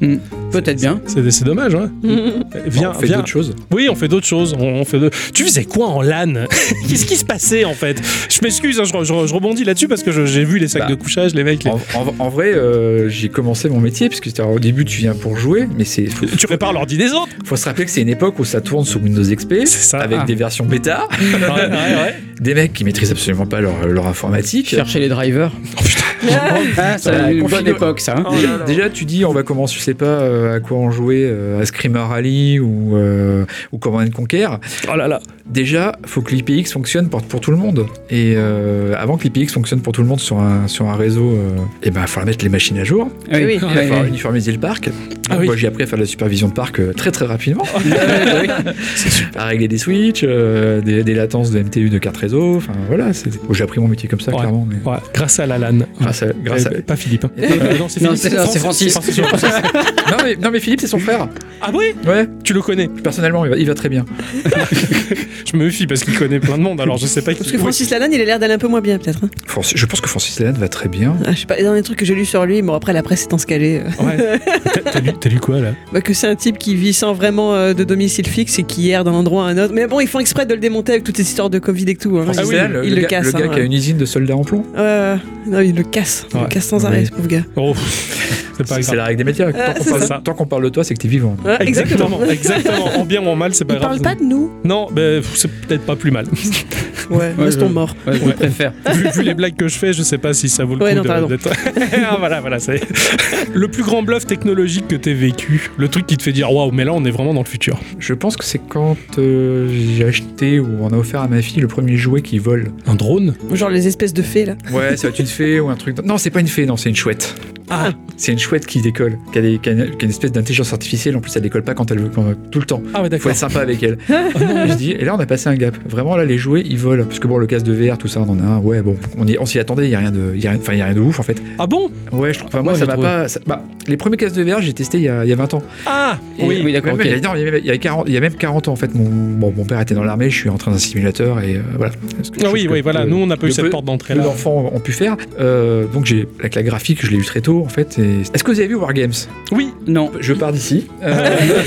peut-être bien C'est c'est dommage, ouais. Mhm. Viens, on fait viens. d'autres choses. Oui, on fait d'autres choses. On, on fait de... Tu faisais quoi en LAN euh, Qu'est-ce qui se passait en fait Je m'excuse, hein, je, re- je re- je rebondis là-dessus parce que je- j'ai vu les sacs Bah. de couchage, les mecs. les- En, en- en vrai, euh, j'ai commencé mon métier, puisque c'est- alors, au début, tu viens pour jouer, mais c'est faut, Tu répares l'ordi des autres faut se rappeler que c'est une époque où ça tourne sous Windows XP, C'est ça. avec Ah. des versions bêta, Ouais, ouais, ouais. des mecs qui maîtrisent absolument pas leur, leur informatique. Chercher les drivers. Ah, ça Ouais, a une bonne confine- époque, ça. Oh hein. Déjà, déjà, tu dis, on va commencer, je sais pas euh, à quoi en jouer, euh, à Screamer Rally ou, euh, ou Command and Conquer. Oh là là. Déjà, faut que l'IPX fonctionne pour, pour tout le monde. Et euh, avant que l'IPX fonctionne pour tout le monde sur un, sur un réseau, il ben, faudra mettre les machines à jour, Ah Oui, ah il va falloir oui. uniformiser le parc. Ah Moi, oui. j'ai appris à faire de la supervision de parc euh, très très rapidement, Ah oui, oui. à régler des switches, euh, des, des latences de MTU de carte réseau. Enfin voilà, c'est- bon, j'ai appris mon métier comme ça, Ouais. clairement. mais- Ouais, grâce à la LAN. Grâce à, grâce à- Euh, Pas Philippe. hein. Euh, non, c'est non, Philippe. c'est- non, c'est Francis. non, mais, non mais Philippe, c'est son frère. Ah oui Ouais, Tu le connais personnellement, il va, il va très bien. Je me fie parce qu'il connaît plein de monde, alors je sais pas qui. Parce que Francis Lalanne, il a l'air d'aller un peu moins bien, peut-être. hein. Francis- je pense que Francis Lalanne va très bien. Ah, je sais pas, les derniers trucs que j'ai lu sur lui, bon, après, la presse est en scalée. euh, Ouais. T'as- T'as lu, t'as lu quoi là bah, que c'est un type qui vit sans vraiment euh, de domicile fixe et qui erre d'un endroit à un autre. Mais bon, ils font exprès de le démonter avec toutes ces histoires de Covid et tout. hein. Francis Ah oui, Lalanne, le, il le le gars, casse, le hein, gars qui a ouais. une usine de soldats en plomb. Ouais, ouais, ouais. non, il le casse. Il Ouais. le casse sans Oui. arrêt, ce pauvre gars. Oh, c'est C'est pas c'est grave. la règle des métiers. hein. Tant Ah, qu'on c'est parle- ça. tant qu'on parle de toi, c'est que t'es vivant. Ouais, Exactement, exactement. En bien ou en mal, c'est pas Ils grave. parlent pas de nous. Non, ben, pff, c'est peut-être pas plus mal. Ouais, restons je- morts. Ouais, je Ouais. préfère. vu, vu les blagues que je fais, je sais pas si ça vaut le Ouais, coup non, de- t'as raison. d'être. Ah, voilà, voilà, c'est le plus grand bluff technologique que t'aies vécu. Le truc qui te fait dire waouh, mais là on est vraiment dans le futur. Je pense que c'est quand euh, j'ai acheté ou on a offert à ma fille le premier jouet qui vole. Un drone Genre les espèces de fées, là. Ouais, ça va être une fée ou un truc. Non, c'est pas une fée, non, c'est une chouette. Ah. C'est une chouette qui décolle, qui a, des- qui a une, qui a une espèce d'intelligence artificielle. En plus, elle décolle pas quand elle veut, quand- tout le temps. Ah ouais, Faut d'accord. être sympa avec elle. Et je dis, et là, on a passé un gap. Vraiment, là, les jouets, ils volent. Parce que bon, le casque de VR, tout ça, on en a un. Ouais, bon, on y- on s'y attendait. Il y a rien de, il y a rien, enfin, il y a rien de ouf en fait. Ah bon Ouais, je trouve. enfin, moi, Ouais, ça je m'a trouve. pas. ça- bah, les premiers casques de VR, j'ai testé il y a, il y a 20 ans. Ah Et- Oui, oui, d'accord, même, ok. il, y a, non, il y avait- il y avait 40 il y a même 40 ans en fait. Mon, bon, mon père était dans l'armée, je suis entré dans un simulateur et euh, voilà. Parce que Ah chose oui, que oui, voilà, peu- nous on n'a pas eu le cette peu- porte d'entrée peu là. d'enfants ont pu faire. Euh, donc j'ai avec la graphique, je l'ai eu très tôt en fait. et- Est-ce que vous avez vu Wargames Oui, Non. Je pars d'ici. Euh,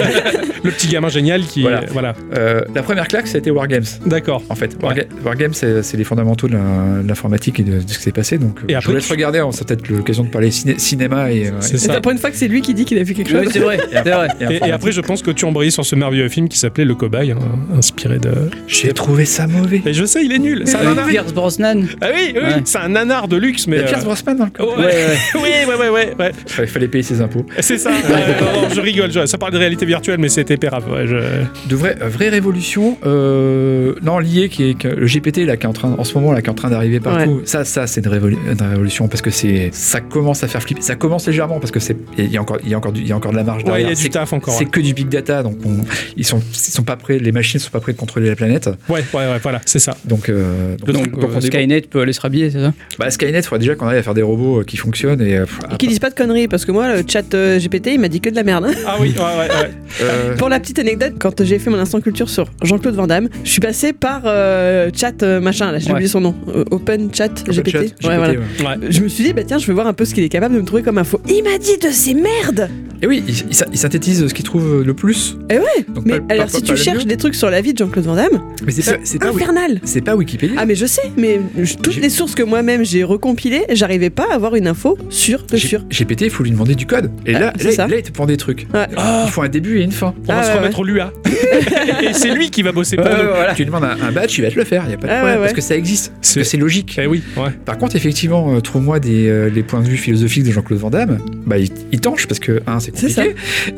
le petit gamin génial qui. Voilà. voilà. euh, la première claque, c'était Wargames. D'accord. En fait, Warga- Wargames, c'est c'est les fondamentaux de la- de l'informatique et de, de ce qui s'est passé. Donc, euh, Et je après, vous laisse tu- regarder. On sera peut-être l'occasion de parler ciné- cinéma et, euh, C'est C'est ça. la première fois que c'est lui qui dit qu'il a vu quelque chose. Oui, c'est vrai, c'est vrai. et Et, et informatique. après, je pense que tu embrayais sur ce merveilleux film qui s'appelait Le Cobaye, hein, inspiré de. j'ai trouvé ça mauvais. Et je sais, il est nul. C'est un Avec nanar. Euh, Pierce Brosnan. Ah oui, oui, Ah, Ouais. c'est un nanar de luxe, Il mais. y a Pierce euh, Brosnan dans le Ouais, corps. ouais, ouais, ouais, ouais, ouais. Fallait, fallait payer ses impôts. C'est ça. Ouais, non, non, je rigole. je- ça parle de réalité virtuelle, mais c'était pérave. Ouais, je... De vraie, vraie révolution. Euh, non, lié qui est que le GPT là qui est en train en ce moment là qui est en train d'arriver partout. Ça, ça c'est une, révolu- une révolution parce que c'est ça commence à faire flipper. Ça commence légèrement parce que c'est il y a encore il y a encore du- il y a encore de la marge Ouais, il derrière. y a C'est- du taf encore. c'est que du big data, donc on- ils sont ils sont pas prêts, les machines sont pas prêtes de contrôler la planète. hein. Ouais, ouais, ouais, voilà, c'est ça. Donc, euh, Donc, donc on euh, est- Skynet peut aller se rhabiller, c'est ça bah, Skynet, il faudrait déjà qu'on arrive à faire des robots euh, qui fonctionnent et, euh, pff, Et qui disent pas de conneries, parce que moi, le chat euh, GPT, il m'a dit que de la merde. Ah oui, ouais, ouais, ouais. euh, Pour la petite anecdote, quand j'ai fait mon instant culture sur Jean-Claude Van Damme, je suis passé par euh, chat euh, machin, là j'ai Ouais. oublié son nom, Euh, Open Chat chat, GPT. Ouais, GPT, voilà. ouais. Je me suis dit, bah tiens, je vais voir un peu ce qu'il est capable de me trouver comme info. Il m'a dit de ces merdes Et oui, ils il, synthétisent ce qu'ils trouvent le plus. Eh ouais, Donc, Mais pas- pas- alors, pas- si pas tu le cherches mieux. des trucs sur la vie de Jean-Claude Van Damme, mais c'est pas, c'est c'est pas Wiki- infernal c'est pas Wikipédia. Ah, mais je sais, mais je- toutes J'ai- les sources que moi-même j'ai recompilées, j'arrivais pas à avoir une info sûre de J'ai sûre. GPT, il faut lui demander du code. Et Ah, là, c'est là, ça. là, il te prend des trucs. Ouais. Il faut un début et une fin. On va Ah, se ouais, remettre au Lua. et c'est lui qui va bosser pour Ouais, nous. ouais, voilà. Tu lui demandes un, un badge, il va te le faire. Il n'y a pas de Ah, problème ouais, parce ouais. que ça existe. Parce que C'est- c'est logique. Eh oui, ouais. Par contre, effectivement, euh, trouve-moi des, euh, les points de vue philosophiques de Jean-Claude Van Damme. Bah, il, il tanche parce que, un, c'est C'est compliqué.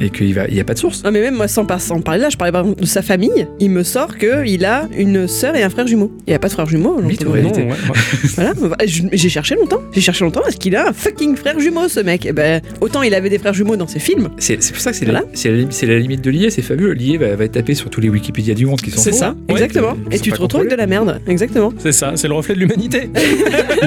Et qu'il n'y a pas de source. Non, mais même moi, sans, par- sans parler là, je parlais par exemple de sa famille, il me sort qu'il a une sœur et un frère jumeau. Il a pas de frère jumeau, Mythe Jean-Claude ou Van Non, Damme. Réalité. ouais, ouais. Voilà, bah, je- j'ai cherché longtemps. J'ai cherché longtemps. Est-ce qu'il a un fucking frère jumeau, ce mec Eh ben, autant il avait des frères jumeaux dans ses films. C'est c'est pour ça que c'est Voilà. la, c'est la- c'est la limite de l'IA, c'est fabuleux. L'IA va, va être tapée sur tous les Wikipédia du monde qui sont C'est ça. Ouais, exactement. ils Et sont tu pas te retrouves avec de la merde. Exactement. C'est ça, c'est le reflet de l'humanité.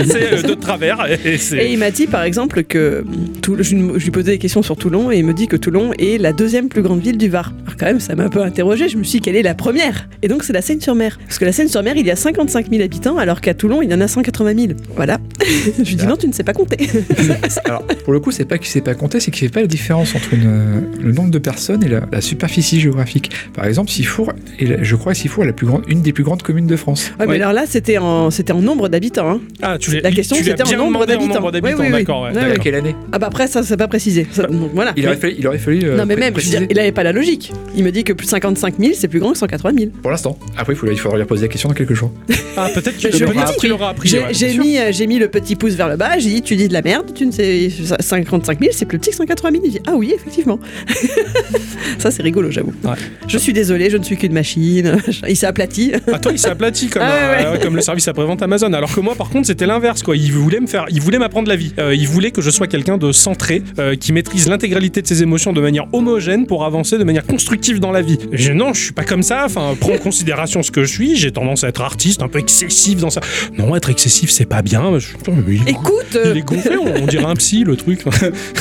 c'est euh, de travers. Et Et c'est... il m'a dit, par exemple, que tout, le- je, lui- je lui posais des questions fond sur Toulon et il me dit que Toulon est la deuxième plus grande ville du Var. Alors quand même, ça m'a un peu interrogé, je me suis dit quelle est la première Et donc c'est la Seine-sur-Mer. Parce que la Seine-sur-Mer, il y a 55 000 habitants, alors qu'à Toulon, il y en a 180 000. Voilà. je lui dis Ah. non, tu ne sais pas compter. Alors, pour le coup, c'est pas qu'il s'est pas compté, c'est qu'il fait pas la différence entre une, euh, le nombre de personnes et la, la superficie géographique. Par exemple, Sifour, est la- je crois, que Sifour est la plus grande, une des plus grandes communes de France. Ouais, Ouais. mais alors là, c'était en, c'était en nombre d'habitants. hein. Ah, tu l'as La question, tu l'as c'était en bien nombre demandé en d'habitants. nombre d'habitants, Oui, oui, oui. d'accord. ouais, Ouais, d'accord. À quelle année Ah bah après, ça, c'est pas précisé. Ça, donc voilà. il aurait, fallu, il aurait fallu, euh, non mais pré- même, je veux préciser dire, il n'avait pas la logique. Il me dit que plus de 55 000, c'est plus grand que 180 000. pour l'instant. Après, il faudra, il faudra lui poser la question dans quelques jours. Ah, peut-être qu'il Mais je peut-être dis, qu'il l'aura appris. J'ai ouais. j'ai mis, euh, j'ai mis le petit pouce vers le bas, j'ai dit tu dis de la merde, tu ne sais, 55 000 c'est plus petit que 180 000. Il dit ah oui, effectivement. ça c'est rigolo, j'avoue. Ouais. Je suis désolé, je ne suis qu'une machine. Il s'est aplati. Ah, toi, il s'est aplati comme, Ah ouais, euh, comme le service après-vente Amazon. Alors que moi, par contre, c'était l'inverse. Quoi. Il voulait me faire, il voulait m'apprendre la vie. Euh, il voulait que je sois quelqu'un de centré, euh, qui maîtrise l'intégralité de ses émotions de manière homogène pour avancer de manière constructive dans la vie. Je, non, je suis pas comme ça. Enfin, prends en considération ce que je suis. J'ai tendance à être artiste, un peu excessif dans ça. Non, être excessif, c'est pas bien. Je- Putain, mais il, est gon- Écoute, euh, il est gonflé. On, on dirait un psy, le truc.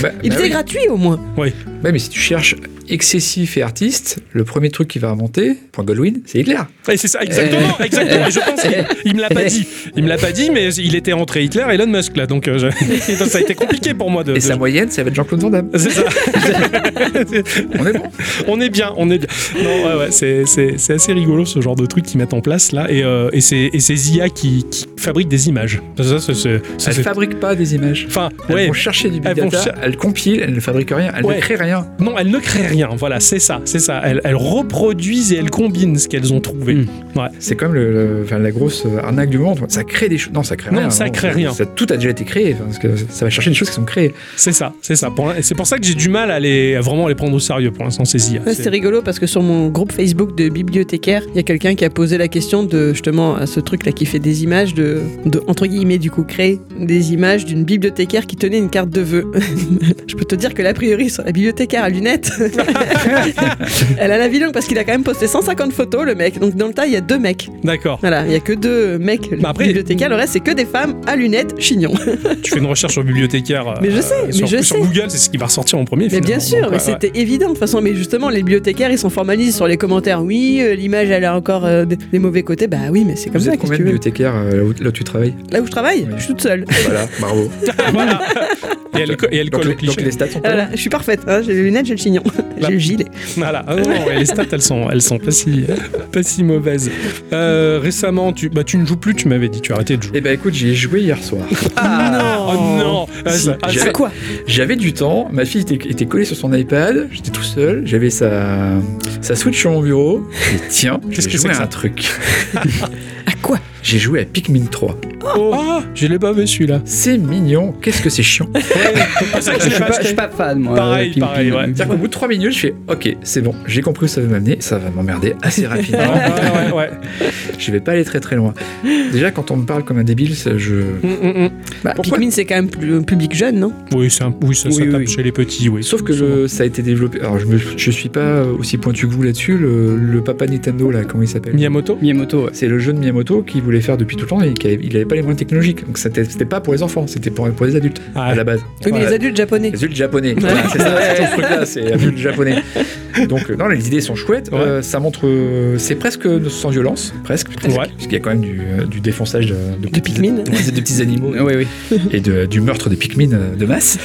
Bah, il bah était oui. gratuit au moins. Ouais, mais si tu cherches excessif et artiste, le premier truc qu'il va inventer, point Goldwyn, c'est Hitler. Et c'est ça, exactement, exactement. Et je pense qu'il il me l'a pas dit. Il me l'a pas dit, mais il était entré Hitler et Elon Musk là, donc euh, je- donc ça a été compliqué pour moi de. Et de- sa moyenne, ça va être Jean-Claude Van Damme. C'est ça. On est bon. on est bien, on est bien. Non, ouais, ouais, c'est, c'est- c'est assez rigolo ce genre de truc qu'ils mettent en place là, et, euh, et, ces, et ces IA qui, qui fabriquent des images. Ça, ça, c'est- ça, Elles c'est- ne fabriquent pas des images. Enfin, Elles ouais, vont chercher du big Elles vont data, cher- elles compilent, elles ne fabriquent rien, elles Ouais. ne créent rien. non, elles ne créent rien. Voilà, c'est ça, c'est ça. Elles, elles reproduisent et elles combinent ce qu'elles ont trouvé. Hmm. Mm. C'est comme le, le- enfin, la grosse euh, arnaque du monde. Ça crée des choses. Non, ça crée Non, rien. hein. ça crée rien. ça- tout a déjà été créé. enfin, Parce que ça va chercher des choses qui sont créées. C'est ça, c'est ça. Pour l'in- et c'est pour ça que j'ai du mal à les à vraiment les prendre au sérieux pour l'instant ces IA. Ouais, C'est- C'était rigolo parce que sur mon groupe Facebook de bibliothécaires, il y a quelqu'un qui a posé la question de justement à ce truc là qui fait des images de, de entre guillemets du coup créer des images d'une bibliothécaire qui tenait une carte de vœux. Je peux te dire que l'a priori sur la bibliothécaire à lunettes, elle a la vie longue parce qu'il a quand même posté 150 photos le mec. Donc dans le tas il y a deux mecs. D'accord. Voilà, il y a que deux mecs Bah après- bibliothécaires. Le reste c'est que des femmes à lunettes chignon. tu fais une recherche sur bibliothécaire. euh, Mais je sais, mais sur, je sur sais. Google, c'est ce qui va ressortir en premier. Mais bien finalement. sûr, Donc, euh, mais ouais, ouais. c'était évident de toute façon. Mais justement, les bibliothécaires, ils sont formalisés sur les commentaires. Oui, euh, l'image, elle a encore euh, des, des mauvais côtés. Bah oui, mais c'est comme Vous ça. êtes Qu'est-ce combien que de tu veux bibliothécaires euh, là, où, là où tu travailles Là où je travaille, Ouais. je suis toute seule. Voilà, bravo. Voilà. Et elle, co- et elle donc, colle au les, donc cliché. les stats sont pas Voilà, je suis parfaite. hein, j'ai les lunettes, j'ai le chignon, Là. j'ai le gilet. Voilà. Ah non, non, et les stats, elles sont, elles sont pas si, pas si mauvaises. Euh, récemment, tu, bah, tu ne joues plus, tu m'avais dit, tu as arrêté de jouer. Eh ben écoute, j'y ai joué hier soir. Oh non Ah, Si, ça- ah, j'avais- ça- Quoi J'avais du temps, ma fille était, était collée sur son iPad, j'étais tout seul, j'avais sa, sa Switch sur mon bureau. Et tiens, qu'est-ce Qu'est-ce que que c'est c'est que ça un truc À quoi J'ai joué à Pikmin 3. oh, ah, je l'ai pas vu celui-là. C'est mignon, qu'est-ce que c'est chiant Ah, ça, je l'ai Je suis pas pas, je acheté. suis pas fan, moi. Pareil, de Pim pareil, Pim. ouais. C'est-à-dire qu'au bout de 3 minutes, je fais OK, c'est bon, j'ai compris où ça va m'amener, ça va m'emmerder assez Ouais, rapidement, Ah, ouais, ouais. je vais pas aller très très loin. Déjà, quand on me parle comme un débile, ça, je. Mm, mm, mm. bah, Pourquoi Pikmin, c'est quand même plus- un public jeune, non Oui, c'est un- oui, ça, Oui, ça oui, tape oui. chez les petits, oui. Sauf que le- ça a été développé. Alors, je, me, je suis pas aussi pointu que vous là-dessus, le, le papa Nintendo, là, comment il s'appelle Miyamoto Miyamoto, ouais. C'est le jeu de Miyamoto qu'il voulait faire depuis tout le temps et qu'il avait- il avait pas les moyens technologiques. Donc c'était c'était pas pour les enfants, c'était pour, pour les adultes Ah, à la base. Oui, mais Ouais. les adultes japonais. Les adultes japonais. Voilà, c'est ça, c'est tout ce truc-là, c'est adultes japonais. Donc euh, non, les idées sont chouettes. euh, ça montre, euh, c'est presque sans violence, presque. presque, Ouais. Parce qu'il y a quand même du, euh, du défonçage de, de petits- Pikmin. ouais, c'est des petits animaux Oui, oui. et de- du meurtre des Pikmin euh, de masse.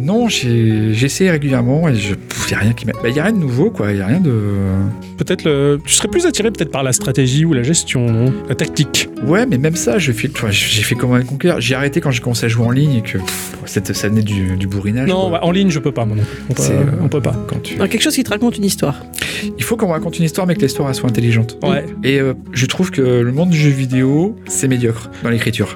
non, j'ai- j'essaie régulièrement et je, pff, y a rien qui m'a. Bah, y a rien de nouveau, quoi. Y a rien de. Ah, peut-être le... Tu serais plus attiré peut-être par la stratégie ou la gestion, non La tactique. Ouais, mais même ça, je fais- enfin, j'ai fait comment conquérir. J'ai arrêté quand j'ai commencé à jouer en ligne et que pff, cette- ça venait du, du bourrinage. Non, quoi. bah, en ligne, je peux pas, moi, non. On peut, C'est, euh, on peut pas. Quand tu- Dans quelque chose qui te raconte une histoire. Il faut qu'on raconte une histoire, mais que l'histoire elle soit intelligente. Ouais. Et euh, je trouve que le monde du jeu vidéo, c'est médiocre dans l'écriture.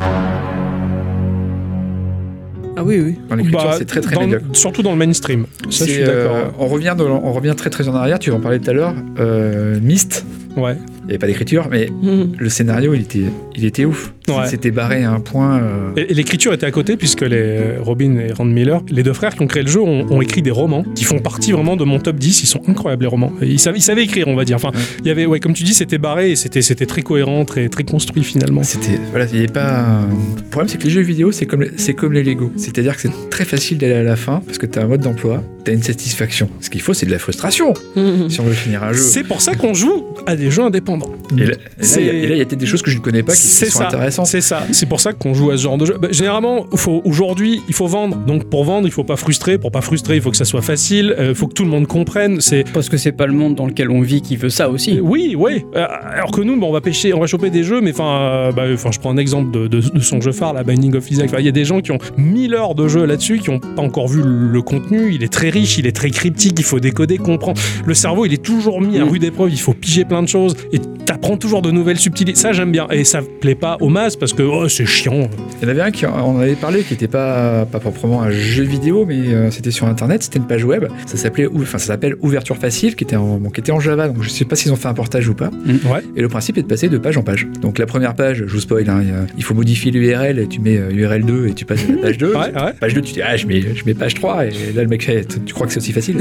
Ah oui, oui. Dans l'écriture, Bah, c'est très très dans le- médiocre. Surtout dans le mainstream. Ça, je C'est, suis euh, d'accord. on, revient dans- on revient très très en arrière, tu vas en parler tout à l'heure. Euh, Myst, Ouais. il n'y avait pas d'écriture, mais Mhm. le scénario, il était, il était ouf. Ouais. C'était barré à un point. euh, Et, et l'écriture était à côté puisque les euh, Robin et Rand Miller, les deux frères qui ont créé le jeu, ont, ont écrit des romans qui font partie vraiment de mon top 10. Ils sont incroyables les romans. Ils savaient, ils savaient écrire, on va dire. Enfin, il y avait, ouais, comme tu dis, c'était barré et c'était, c'était très cohérent, très, très construit finalement. C'était voilà, il y a pas. Le problème c'est que les jeux vidéo c'est comme c'est comme les Lego, c'est-à-dire que c'est très facile d'aller à la fin parce que t'as un mode d'emploi, t'as une satisfaction. Ce qu'il faut c'est de la frustration mmh, si on veut finir un jeu. C'est pour ça qu'on joue à des jeux indépendants. Et là, et là, c'est- il y a- et là, il y a peut-être des choses que je ne connais pas qui, qui C'est sont ça, intéressantes. C'est ça. C'est pour ça qu'on joue à ce genre de jeu. Bah, généralement, faut- aujourd'hui, il faut vendre. Donc pour vendre, il faut pas frustrer. Pour pas frustrer, il faut que ça soit facile. Il faut que tout le monde comprenne. C'est Parce que c'est pas le monde dans lequel on vit qui veut ça aussi. oui, oui. Euh, Alors que nous, bah, on va pêcher, on va choper des jeux, mais enfin, euh, bah, enfin, je prends un exemple de, de- de son jeu phare, la Binding of Isaac. Enfin, Il y a des gens qui ont 1000 heures de jeu là-dessus, qui n'ont pas encore vu le, le contenu. Il est très riche, il est très cryptique, il faut décoder, comprendre. Le cerveau, il est toujours mis à Mm. rude épreuve, il faut piger plein de choses et t'apprends toujours de nouvelles subtilités. Ça, j'aime bien. Et ça plaît pas aux masses parce que oh, c'est chiant. Il y en avait un qui on en avait parlé qui n'était pas, pas proprement un jeu vidéo, mais euh, c'était sur internet, c'était une page web. Ça s'appelait ou- enfin ça s'appelle Ouverture Facile, qui était en, bon, qui était en Java, donc je sais pas s'ils ont fait un portage ou pas. Mm, Ouais. Et le principe est de passer de page en page. Donc la première page, je vous spoil, hein, il y a- il faut modifier l'URL, et tu mets euh, URL 2 et tu passes à la page 2. Ouais, ouais. Page 2, tu dis, ah, je mets, je mets page 3, et là, le mec fait, tu crois que c'est aussi facile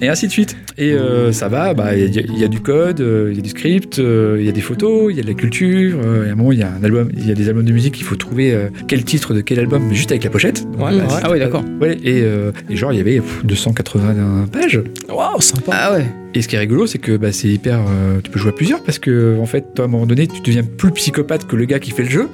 Et ainsi de suite. Et euh, ça va, bah, il y, a- il y a du code, euh, il y a du script, euh, il y a des photos, il y a de la culture. euh, et à un moment, il y a un album, il y a des albums de musique, il faut trouver euh, quel titre de quel album, mais juste avec la pochette. Ouais, Mmh. ouais. Ah oui, d'accord. Ouais, et, euh, et genre, il y avait pff, 281 pages. Waouh, sympa. Ah ouais. Et ce qui est rigolo, c'est que bah, c'est hyper. euh, tu peux jouer à plusieurs parce que, en fait, toi, à un moment donné, tu deviens plus psychopathe que le gars qui fait le jeu.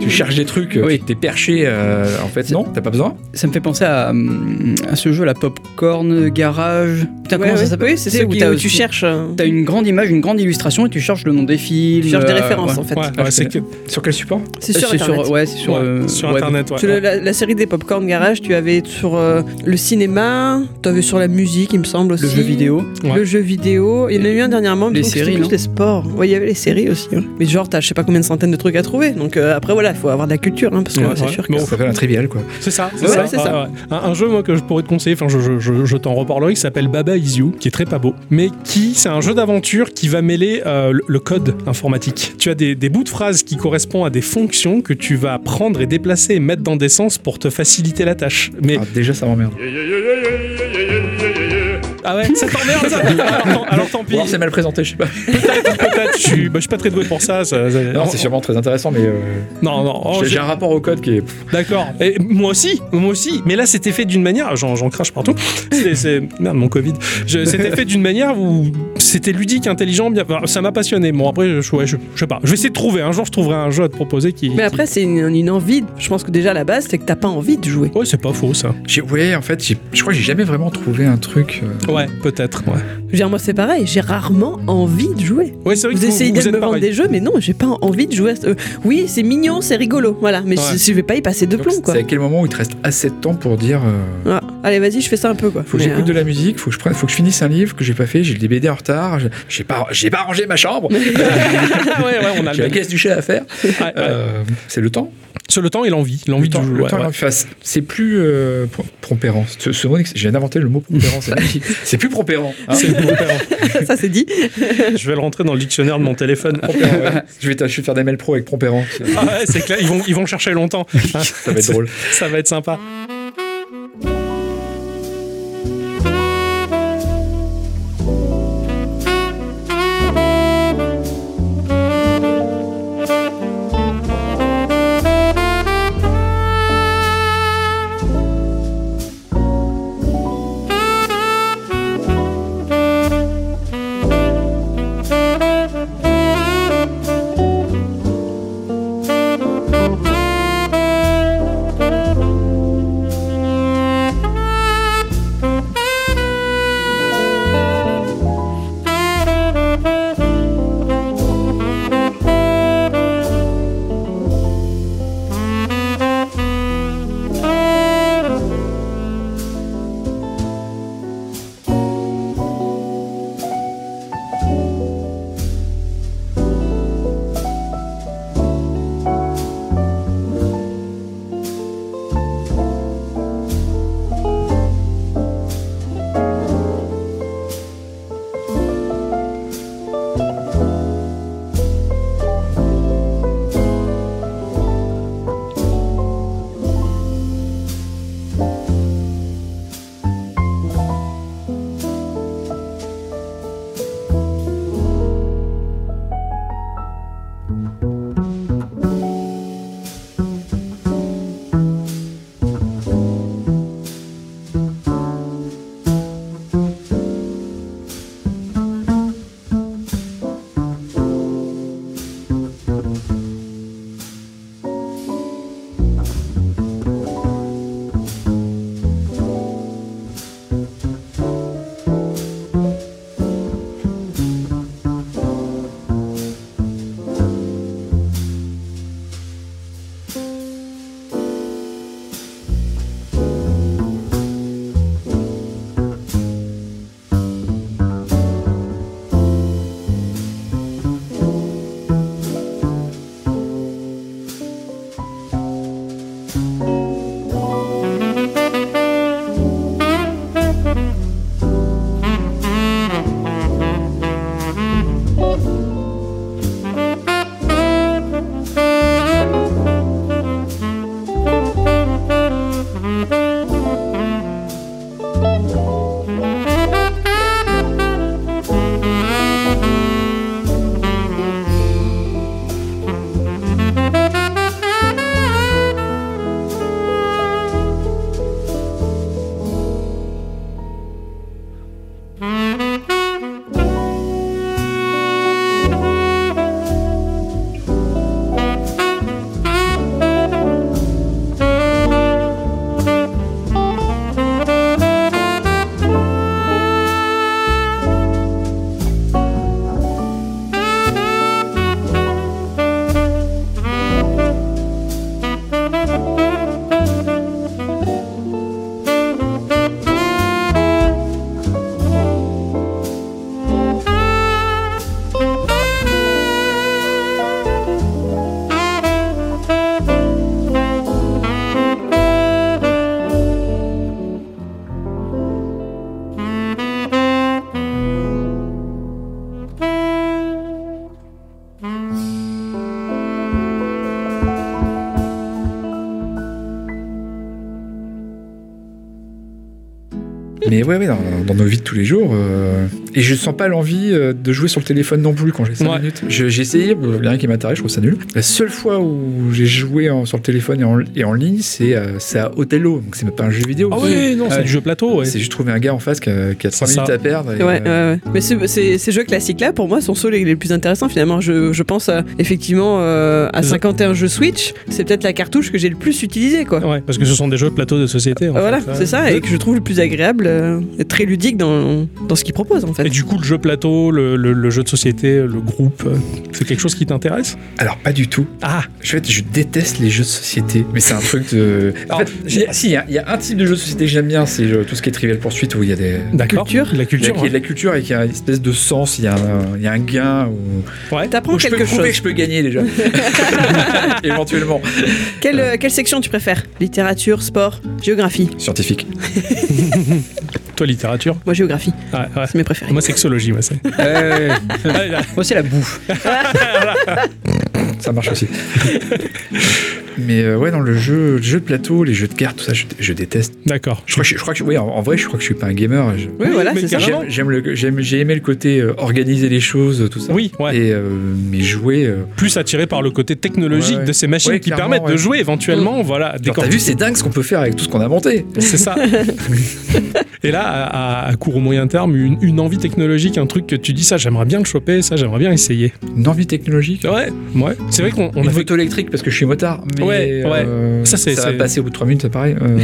tu cherches des trucs, Oui. tu t'es perché. euh, en fait, non, t'as pas besoin. Ça me fait penser à, hum, à ce jeu, la Popcorn Garage. Putain, Ouais, comment ça ouais. s'appelle Oui, c'est Tu sais, ceux où qui- t'as- où tu cherches. euh, T'as une grande image, une grande illustration et tu cherches le nom des films. Tu cherches des euh, références ouais. en fait. Ouais, ouais, c'est que- Sur quel support C'est Euh, sur C'est Internet. sur, ouais, c'est sur, ouais, euh, sur ouais, Internet, ouais. Sur le- la, la série des Popcorn Garage, tu avais sur euh, le cinéma, tu avais sur la musique, il me semble aussi. Le jeu vidéo. Ouais. Le jeu vidéo. Il y en a eu un dernièrement, mais Les je trouve que séries, c'était non plus les sports. Oui, il y avait les séries aussi. ouais. Mais genre, t'as je sais pas combien de centaines de trucs à trouver. Donc euh, après, voilà, il faut avoir de la culture, hein, parce que Ouais, c'est ouais. sûr que. Bon, Ça s'appelle un trivial, quoi. C'est ça, c'est Ouais, ça. c'est ça. Ouais, ouais. Un, un jeu moi que je pourrais te conseiller, enfin je, je- je- je t'en reparlerai, qui s'appelle Baba Is You, qui est très pas beau, mais qui c'est un jeu d'aventure qui va mêler euh, le- le code informatique. Tu as des, des bouts de phrases qui correspondent à des fonctions que tu vas prendre et déplacer et mettre dans des sens pour te faciliter la tâche. Mais Ah, déjà, ça m'emmerde. ah ouais, ça t'emmerde ça. alors, tant- alors tant pis. Ou alors c'est mal présenté, je sais pas. Peut-être, je suis, bah, je suis pas très doué pour ça. ça- ça- Non, c'est sûrement très intéressant, mais euh, Non, non. oh, j'ai- j'ai- j'ai un rapport au code qui est. pff, D'accord. Et moi aussi, moi aussi. Mais là, c'était fait d'une manière. J'en, j'en crache partout. C'est, c'est- Merde, mon Covid. Je- c'était fait d'une manière où c'était ludique, intelligent, bien. enfin, ça m'a passionné. Bon, après, je, ouais, je, je sais pas. Je vais essayer de trouver. Un jour, je trouverai un jeu à te proposer qui. Mais après, c'est une, une envie. Je pense que déjà, à la base, c'est que t'as pas envie de jouer. qui- Ouais, c'est pas faux ça. j'ai- Ouais, en fait, j'ai- je crois que j'ai jamais vraiment trouvé un truc. euh, Ouais, peut-être. Ouais. Je veux dire, moi, c'est pareil. J'ai rarement envie de jouer. Ouais, c'est vrai que Vous essayez de êtes me vendre pareil. des jeux, mais non, j'ai pas envie de jouer. À... ce- euh, oui, c'est mignon, c'est rigolo, voilà. Mais Ouais. je, je vais pas y passer de donc plomb, quoi. C'est à quel moment où il te reste assez de temps pour dire. euh, Ouais. Allez, vas-y, je fais ça un peu, quoi. Faut que Mais, j'écoute euh, de la musique, faut que je prenne, faut que je finisse un livre que j'ai pas fait, j'ai des BD en retard, j'ai- j'ai pas, j'ai pas rangé ma chambre, ouais, ouais, on a j'ai le. la caisse du chat à faire. Ouais, ouais. Euh, c'est le temps. Sur le temps et l'envie, le l'envie temps, de jouer. le ouais, temps, ouais. enfin, c'est- c'est plus euh, pr- prompérant. Ce, ce mot, j'ai inventé le mot prompérant, c'est magnifique. C'est plus prompérant. hein. C'est bon, pardon. ça, c'est dit. Je vais le rentrer dans le dictionnaire de mon téléphone. Prompérant, ouais. Je vais, tâcher de faire des mails pro avec prompérant. Ça Ah ouais, c'est clair, ils vont, ils vont chercher longtemps. va être drôle. Ça va être sympa. Mais ouais, ouais, dans, dans nos vies de tous les jours. euh, Et je sens pas l'envie euh, de jouer sur le téléphone non plus quand j'ai 5 Ouais. minutes. Je- J'ai essayé, bon, il y a rien qui m'intéresse, je trouve ça nul. La seule fois où j'ai joué en- sur le téléphone et en, et en ligne, c'est euh, c'est à Othello. Donc c'est même pas un jeu vidéo. Ah oui, non, c'est Ouais. du jeu plateau. ouais. C'est juste trouver un gars en face qui a, qui a 3 C'est minutes ça. à perdre. et, Ouais, ouais, euh, ouais. Mais ce- ces, ces jeux classiques-là, pour moi, sont ceux les, les plus intéressants finalement. Je, je pense à- effectivement euh, à Je- 51 jeux Switch, c'est peut-être la cartouche que j'ai le plus utilisée quoi. Ouais, parce que ce sont des jeux de plateau de société. en voilà, fait. c'est ça, et que je trouve le plus agréable, euh, et très ludique dans, dans ce qu'il propose en fait. Et du coup, le jeu plateau, le, le- le jeu de société, le groupe, euh, c'est quelque chose qui t'intéresse Alors pas du tout. Ah, En fait, je déteste les jeux de société. Mais c'est un truc de. En Alors, fait, j'ai- si, il y a- il y, a un type de jeu de société que j'aime bien, c'est euh, tout ce qui est Trivial Pursuit où il y a des. d'accord. Culture. La Il y, a, culture. il y a de la culture et qu'il y a une espèce de sens, il y a un, il y a un gain. Où... Ouais. T'apprends où je peux quelque prouver chose. que je peux gagner déjà. Éventuellement. Quelle, euh, quelle section tu préfères Littérature, sport, géographie Scientifique. Toi, littérature. Moi, géographie, Ah, ouais. c'est mes préférés. Moi, sexologie, moi, c'est. Ah, là, Moi, c'est la bouffe. Ça marche aussi. Mais euh, ouais, dans le jeu, le jeu de plateau, les jeux de cartes, tout ça, je, je déteste. D'accord. Je crois que je, je crois que je- oui, en, en vrai, je crois que je suis pas un gamer. Je- Oui, voilà, mais c'est ça. carrément. J'aime, j'aime le- j'aime- j'ai aimé le côté euh, organiser les choses, tout ça. Oui, ouais. Et euh, mais jouer. euh, plus attiré par le côté technologique Ouais, ouais. de ces machines Ouais, qui clairement, permettent de ouais. jouer éventuellement, Mm. voilà, genre, T'as décortiquer vu, c'est dingue ce qu'on peut faire avec tout ce qu'on a monté. C'est ça. Et là, à, à- à court ou moyen terme, une, une envie technologique, un truc que tu dis ça, j'aimerais bien le choper, ça, j'aimerais bien essayer. Une envie technologique. Ouais, ouais. C'est vrai qu'on on une a fait. moto électrique parce que je suis motard. Mais Ouais, ouais. euh, Ça, ça, c'est- va c'est- passer au bout de 3 minutes, ça paraît. euh,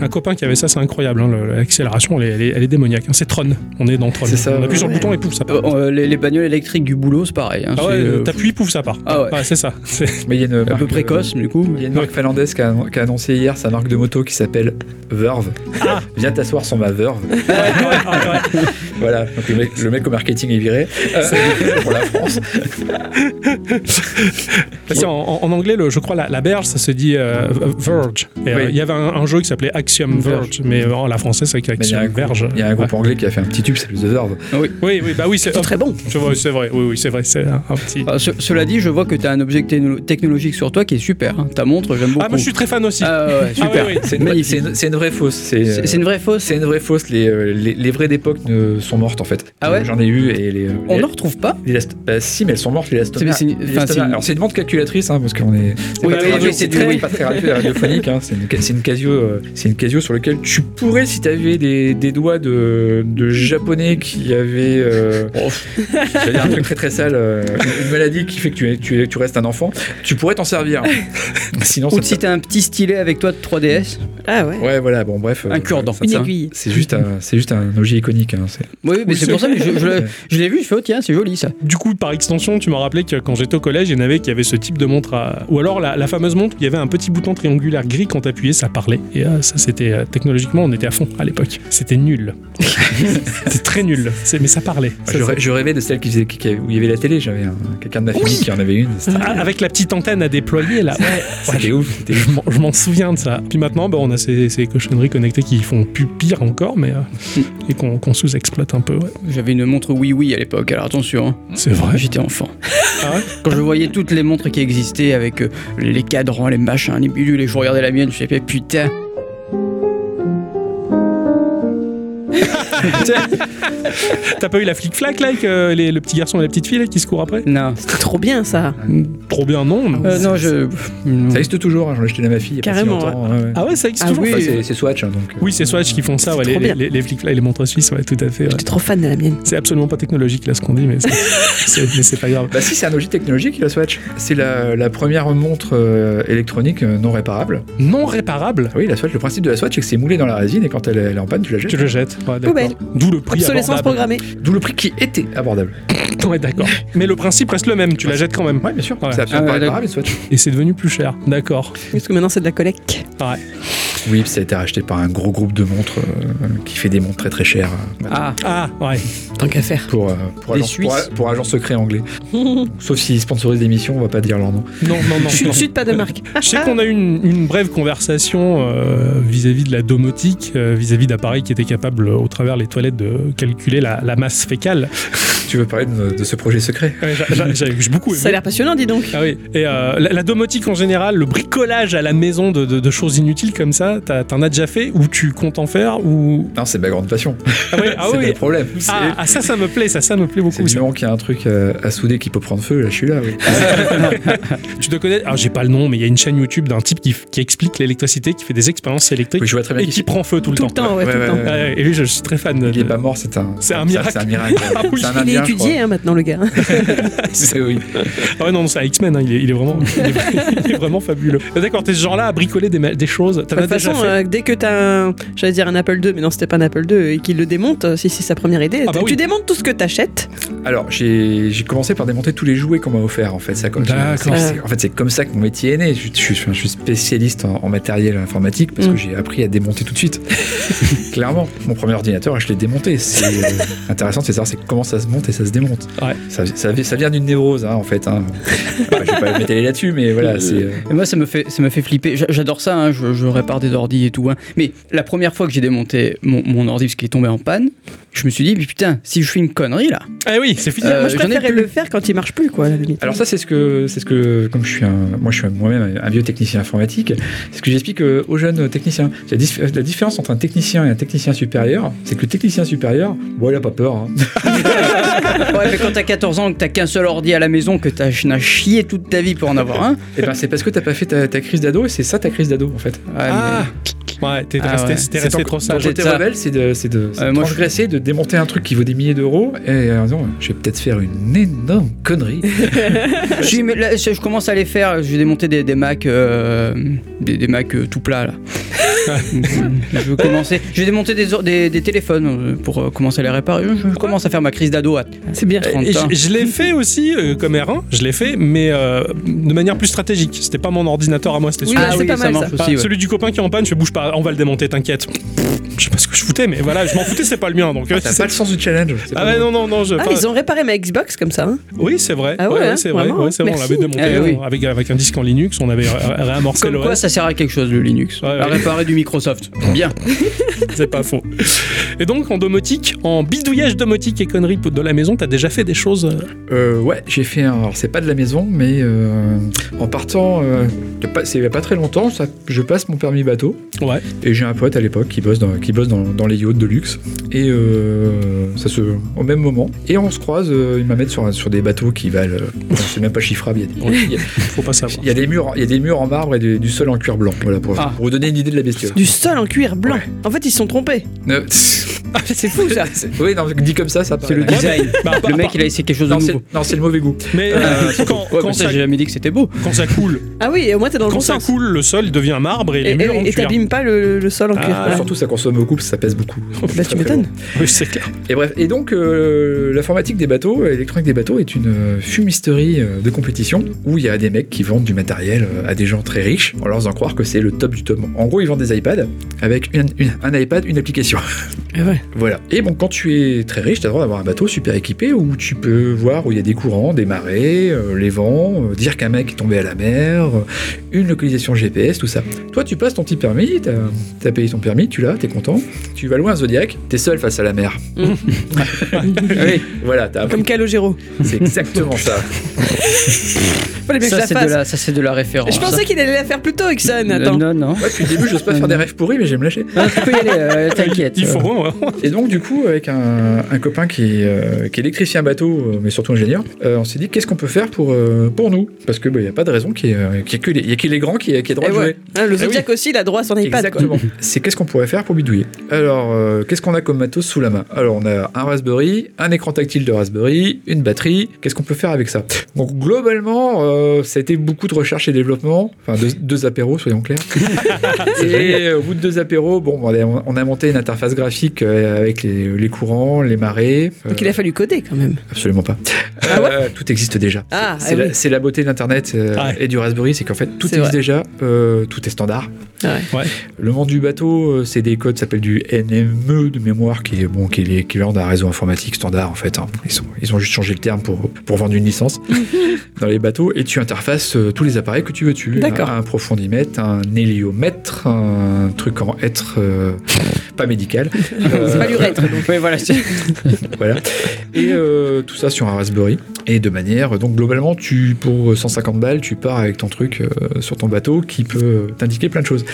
Un copain qui avait ça, c'est incroyable. hein, le- L'accélération, elle, est- elle est- elle est démoniaque. hein. C'est Tron. On est dans Tron. C'est ça, on appuie ouais. sur le bouton et pouf, ça part. Euh, euh, les, les bagnoles électriques du boulot, c'est pareil. hein, Ah ouais, c'est, euh, t'appuies, pouf, ça part. Ah ouais. c'est ça. C'est- mais il y a une un marque, peu euh, précoce, du coup. Il y a une marque finlandaise qui a, qui a annoncé hier sa marque de moto qui s'appelle Verve. Ah. Viens t'asseoir sur ma Verve. Voilà, donc le mec, le mec au marketing est viré euh, pour la France. Parce qu'en- en, en anglais, le- je crois la, la berge, ça se dit euh, Verge. Et, euh, Il Oui. y avait un, un jeu qui s'appelait Axiom Verge, mais euh, en la française, c'est Mais il y a Axiom un groupe- Verge. Il y a un groupe anglais qui a fait un petit tube, c'est plus de Verve. Oui, oui, bah oui, c'est C'est très bon. Je vois, c'est vrai, oui, oui, c'est vrai, c'est un, un petit. Ah, ce- cela dit, je vois que t'as un objet techno- technologique sur toi qui est super. hein. Ta montre, j'aime beaucoup. Ah, moi je suis très fan aussi. Ah ouais, Ah super. oui, oui. C'est une, vraie- Magnifique. c'est une- c'est une vraie fausse. C'est C'est c'est euh, une vraie fausse. c'est une vraie fausse. Les, euh, les, les vraies d'époque ne- sont mortes en fait. Ah ouais J'en ai eu et les. On les- n'en retrouve pas. les last- bah, si, mais elles sont mortes, les Last C'est- mais c'est une- les enfin, Last- c'est une- Alors, c'est une montre calculatrice, hein, parce qu'on est. c'est Oui, pas oui, très radio- oui, c'est très- oui, pas très radio- radiophonique. hein, c'est, une, c'est, une casio, euh, c'est une Casio sur laquelle tu pourrais, si t'avais des, des doigts de, de japonais qui avaient. euh, Oh. bon, j'allais dire un truc très très sale, euh, une- une maladie qui fait que tu, es- tu, es- tu restes un enfant, tu pourrais t'en servir. Sinon, Ou ça si t'as un petit stylet avec toi de 3DS, Ah ouais. te- Ouais, voilà, bon, bref. euh, un cure-dent. ça- Une Ça. aiguille. C'est juste, un, c'est juste un objet iconique. hein, c'est- Oui, mais Oui, c'est c'est- pour ça que je, je l'ai- je l'ai vu, je fais oh tiens, c'est joli ça. Du coup, par extension, tu m'as rappelé que quand j'étais au collège, il y en avait qui avaient ce type de montre. à- Ou alors la, la fameuse montre, où il y avait un petit bouton triangulaire gris quand t'appuyais, ça parlait. Et euh, ça, c'était euh, technologiquement, on était à fond à l'époque. C'était nul. c'était très nul. C'est- Mais ça parlait. Ça, je, ça- rê- je rêvais de celle qui faisait, qui- qui- où il y avait la télé. J'avais un- quelqu'un de ma famille qui en avait une. C'était, Ah, Avec la petite antenne à déployer là. Ouais, c'était je- ouf. C'était je m'en- je m'en souviens de ça. Puis maintenant, bah, on a ces, ces cochonneries connectées qui font plus pire encore, mais euh, et qu'on qu'on sous-exploite un peu. ouais. J'avais une montre oui oui à l'époque, alors attention, hein. C'est vrai. j'étais enfant. Ah ouais Quand je voyais toutes les montres qui existaient avec euh, les cadrans, les machins, les bidules, et je regardais la mienne, je me disais putain. T'as pas eu la flic-flac là, avec euh, les- le petit garçon et la petite fille là, qui se courent après Non, C'était trop bien ça. Trop bien, non. mais- Euh, non, je. non. Ça existe toujours, hein, j'en ai acheté à ma fille. il y a pas si Carrément, longtemps, hein, ouais, ouais. Ah ouais, ça existe Ah toujours. oui. ça, Enfin, c'est- c'est- c'est Swatch. hein, donc, euh, Oui, c'est Swatch qui font ça, ouais, C'est les, trop bien. les, les flics là, et les montres suisses, ouais, tout à fait. ouais. J'étais trop fan de la mienne. C'est absolument pas technologique là ce qu'on dit, mais c'est- c'est mais c'est pas grave. Bah si, c'est un objet technologique, la Swatch. C'est la, la première montre euh, électronique euh, non réparable. Ah Non réparable, Oui, la Swatch, le principe de la Swatch, c'est que c'est moulé dans la résine et quand elle, elle est en panne, tu la jettes. tu le jettes. Ouais, d'accord. Poubelle. D'où le prix Obsolescence abordable. programmée. D'où le prix qui était abordable. Ouais, d'accord. Mais le principe reste le même, tu la jettes quand même. Ouais, bien sûr. Ouais. C'est absolument Ah, pas ouais, réparable, les Swatch. Et c'est devenu plus cher, d'accord. Parce que maintenant, c'est de la collecte. Ouais. Oui, puis ça a été racheté par un gros groupe de montres euh, qui fait des montres très très chères. euh, Ah, Ah, ouais. Tant qu'à faire. Pour, euh, pour, Des agents, pour, Suisses. pour agents secrets anglais. Sauf s'ils sponsorisent l'émission, on va pas dire leur nom. Non, non, non. non. Chut, chut, pas de marque. Je sais qu'on a eu une, une brève conversation euh, vis-à-vis de la domotique, euh, vis-à-vis d'appareils qui étaient capables, euh, au travers les toilettes, de calculer la, la masse fécale. Tu veux parler de, de ce projet secret Ouais, j'a- j'a- J'ai j'ai beaucoup aimé. Ah, Ça a l'air passionnant, dis donc. Ah oui, et euh, la, la domotique en général, le bricolage à la maison de, de- de choses inutiles comme ça, ça T'as- T'en as déjà fait ou tu comptes en faire ou... Non, c'est ma grande passion. Ah ouais, ah c'est oui. pas le problème. C'est- Ah, ah, ça, ça me plaît, ça, ça me plaît C'est beaucoup. du moment qu'il y a un truc euh, à souder qui peut prendre feu, là je suis là. oui. Tu te connais Alors, j'ai pas le nom, mais il y a une chaîne YouTube d'un type qui, qui explique l'électricité, qui fait des expériences électriques Oui, je vois très bien et qui qui prend feu tout, Tout le temps, ouais, Ouais, tout le ouais, temps. ouais. Ah ouais, et lui, je, suis très fan. c'est. Il est de- pas mort, c'est un. C'est un ça, miracle. C'est un miracle. Ah oui. C'est un Il est indien, je étudié hein, maintenant, le gars. crois. C'est- oui. Ah ouais, non, non, c'est un X-Men, hein, il, est, il est vraiment, il est, il est vraiment fabuleux. D'accord, t'es ce genre-là à bricoler des, ma- des choses. T'en De as toute déjà façon, hein. fait. euh, dès que t'as un, j'allais dire un Apple II, mais non, c'était pas un Apple II, et qu'il le démonte, euh, si c'est sa première idée, Ah bah tu oui. démontes tout ce que t'achètes. Alors, j'ai j'ai commencé par démonter tous les jouets qu'on m'a offerts, en fait. Ça, comme- D'accord. c'est- c'est- En fait, c'est comme ça que mon métier est né. Je, je suis- je suis spécialiste en, en matériel informatique parce Mm. que j'ai appris à démonter tout de suite. Clairement, mon premier ordinateur, je l'ai démonté. C'est euh, intéressant, c'est de savoir c'est comment ça se monte et ça se démonte. Ouais. Ça, ça- ça vient d'une névrose, hein, en fait. Hein. Bah, je vais pas m'étaler là-dessus, mais voilà, c'est. euh, Et moi, ça me fait, ça me fait flipper. J'a- J'adore ça, hein, je, je répare des ordi et tout. hein. Mais la première fois que j'ai démonté mon, mon ordi parce qu'il est tombé en panne, je me suis dit, mais putain, si je fais une connerie là. Ah oui, c'est fini. Euh, Moi, je j'en ai préférais plus. le faire quand il marche plus, quoi, à la limite. Alors ça, c'est ce que, c'est ce que, comme je suis un, moi je suis un- moi-même un vieux technicien informatique, c'est ce que j'explique euh, aux jeunes techniciens. La, dif- la différence entre un technicien et un technicien supérieur, c'est que le technicien supérieur, bon, il a pas peur. hein. Ouais, mais quand t'as 14 ans, que t'as qu'un seul ordi à la maison, que t'as t'as chié toute ta vie pour en avoir un. et ben, c'est parce que t'as pas fait ta, ta crise d'ado et c'est ça ta crise d'ado en fait. Ouais, Ah Ouais, t'es Ah resté, ouais. t'es C'est resté ton- trop Ton sage. j'ai- côté ça. rebelle, c'est de, c'est de, c'est de Euh, moi, je- transgresser, de démonter un truc qui vaut des milliers d'euros et euh, non, je vais peut-être faire une énorme connerie. mais- J'ai- mais là, je je commence à les faire. J'ai démonté des, des Macs, euh, des, des Macs euh, tout plats là. je veux commencer. J'ai démonté des, or- des, des téléphones euh, pour euh, commencer à les réparer. Je, je commence à faire ma crise d'ado à C'est bien. 30 Et ans. je, je l'ai fait aussi euh, comme R1, je l'ai fait, mais euh, de manière plus stratégique. C'était pas mon ordinateur à moi, c'était Oui, celui, ah c'est pas ça mal, marche Ah, aussi. ouais. celui du copain qui est en panne. Je fais, bouge pas, on va le démonter, t'inquiète. Je sais pas ce que je foutais, mais voilà, je m'en foutais, c'est pas le mien. Donc, euh, Ah, T'as c'est- pas le sens du challenge. c'est ah pas ouais, bon. non, non, non, je. Ah, enfin, ils ont réparé ma Xbox comme ça. hein. Oui, c'est vrai. Ah ouais, hein, c'est vrai. vraiment, ouais, c'est vrai, on merci. l'avait démonté Ah oui. on- avec, avec un disque en Linux, on avait ré- réamorcé Comme quoi, l'OS. ça sert à quelque chose le Linux. Ouais, ouais. À réparer du Microsoft. Bien. C'est pas faux. Et donc, en domotique, en bidouillage domotique et conneries de la maison, t'as déjà fait des choses. euh, Euh, ouais, j'ai fait un. Alors, c'est pas de la maison, mais euh, en partant, euh, il y a pas- c'est il y a pas très longtemps, ça- je passe mon permis bateau. Ouais. Et j'ai un pote à l'époque qui bosse, dans, qui bosse dans, dans les yachts de luxe. Et euh, ça se. au même moment. Et on se croise, euh, il m'amène sur, un- sur des bateaux qui valent. euh, c'est même pas chiffrable, il y a des- il y, a- Faut pas savoir. il y a des murs en- il y a des murs en marbre et du, du sol en cuir blanc. Voilà, pour, Ah. pour vous donner une idée de la bestiole. Du sol en cuir blanc. En fait, ils se sont trompés. Euh, C'est fou, ça. oui, non, dit comme ça, ça C'est le paraît- design. Bah, à part- Le mec, il a essayé quelque chose de Non, c'est- nouveau. non, c'est le mauvais goût. Mais euh, quand, Ouais, quand mais ça, ça, j'ai jamais dit que c'était beau. quand ça coule, Ah oui, et au moins, t'es dans le quand bon ça sens. coule, le sol devient marbre et les Et- murs en Et et cuir. t'abîmes pas le, le sol en cuir. Ah, Voilà. Surtout, ça consomme beaucoup parce que ça pèse beaucoup. Bah, tu m'étonnes. Oui, c'est clair. Et bref, et donc euh, l'informatique des bateaux, l'électronique des bateaux est une euh, fumisterie euh, de compétition où il y a des mecs qui vendent du matériel euh, à des gens très riches en leur faisant croire que c'est le top du top. En gros, ils vendent des iPads avec une- une- un iPad, une application. Et Eh ouais. voilà. Et bon, quand tu es très riche, tu as le droit d'avoir un bateau super équipé où tu peux voir où il y a des courants, des marées, euh, les vents, euh, dire qu'un mec est tombé à la mer, euh, une localisation GPS, tout ça. Toi, tu passes ton petit permis, t'as as payé ton permis, tu l'as, t'es content, tu vas loin à Zodiac, t'es seul face à la mer. Oui. Voilà, t'as appris Comme Calogero. c'est exactement ça. Fallait bien que je Ça, la c'est de fasse. la, Oh, ça, c'est de la référence. Je pensais qu'il allait la faire plus tôt, Ixon. Non, Attends. non, non. Moi, depuis le début, j'ose pas faire des rêves pourris, mais je vais me lâcher. Non, tu peux y aller, euh, t'inquiète. Il faut. ouais. Et donc, du coup, avec un, un copain qui, est, euh, qui est électricien bateau, euh, mais surtout ingénieur, euh, on s'est dit qu'est-ce qu'on peut faire pour, euh, pour nous Parce qu'il n'y a pas de raison qu'il y ait, euh, qu'il y ait que les- il y ait que les grands qui aient qui aient droit Eh de ouais. jouer. Hein, Le Zodiac aussi, il a droit à son iPad. quoi. Exactement. C'est qu'est-ce qu'on pourrait faire pour bidouiller Alors, euh, qu'est-ce qu'on a comme matos sous la main Alors, on a un Raspberry, un écran tactile de Raspberry, une batterie. Qu'est-ce qu'on peut faire avec ça Donc, globalement, euh, ça a été beaucoup de recherche et développement. Enfin, deux, deux apéros, soyons clairs. et euh, au bout de deux apéros, bon, on a, on a monté une interface graphique euh, avec les, les courants, les marées. Euh, Donc il a fallu coder quand même. Absolument pas. Ah ouais Euh, tout existe déjà. Ah, C'est eh la, oui. c'est la beauté d'Internet euh, Ouais. et du Raspberry, c'est qu'en fait tout C'est existe vrai. déjà, euh, tout est standard. Ouais. Ouais. Le monde du bateau, euh, c'est des codes, ça s'appelle du NME de mémoire, qui est bon, qui est l'équivalent d'un réseau informatique standard en fait. hein. Ils, sont- ils ont juste changé le terme pour, pour vendre une licence dans les bateaux. Et tu interfaces euh, tous les appareils que tu veux. Tu D'accord. un profondimètre, un héliomètre, un truc en être euh, pas médical. C'est pas Euh, l'urètre. Ouais, voilà, c'est- voilà. Et euh, tout ça sur un Raspberry. Et de manière, donc globalement, tu pour 150 balles, tu pars avec ton truc euh, sur ton bateau qui peut euh, t'indiquer plein de choses.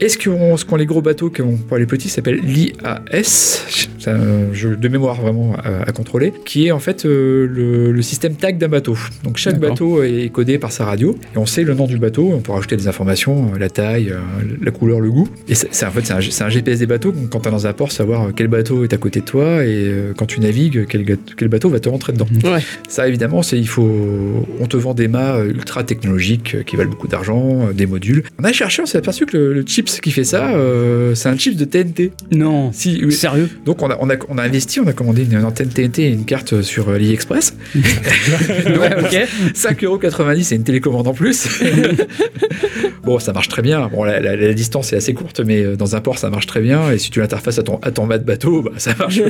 Est-ce que on- ce qu'ont les gros bateaux, qu'on pour les petits, s'appelle l'IAS C'est un jeu de mémoire vraiment à, à contrôler, qui est en fait euh, le, le système tag d'un bateau. Donc chaque D'accord. bateau est codé par sa radio et on sait le nom du bateau. On peut rajouter des informations, euh, la taille, euh, la couleur, le goût. Et c'est c'est- en fait c'est un, G- c'est un GPS des bateaux. Donc, Quand tu es dans un port, savoir euh, quel bateau est à côté de toi et euh, quand tu navigues, quel, ga- quel bateau va te rentrer dedans. Ouais. Ça, évidemment, c'est il faut. On te vend des mâts euh, ultra technologiques euh, qui valent beaucoup d'argent, euh, des modules. On a cherché, on s'est aperçu que le, le chips qui fait ça, euh, c'est un chips de TNT. Non. Si, oui. Sérieux donc on a, on, a, on a investi, on a commandé une, une antenne TNT et une carte euh, sur euh, AliExpress. Ouais, ok. 5,90€ et une télécommande en plus. bon, ça marche très bien. Bon, la, la- la distance est assez courte, mais euh, dans un port, ça marche très bien. Et si tu l'interfaces à ton, à ton mât de bateau, bah, ça marche.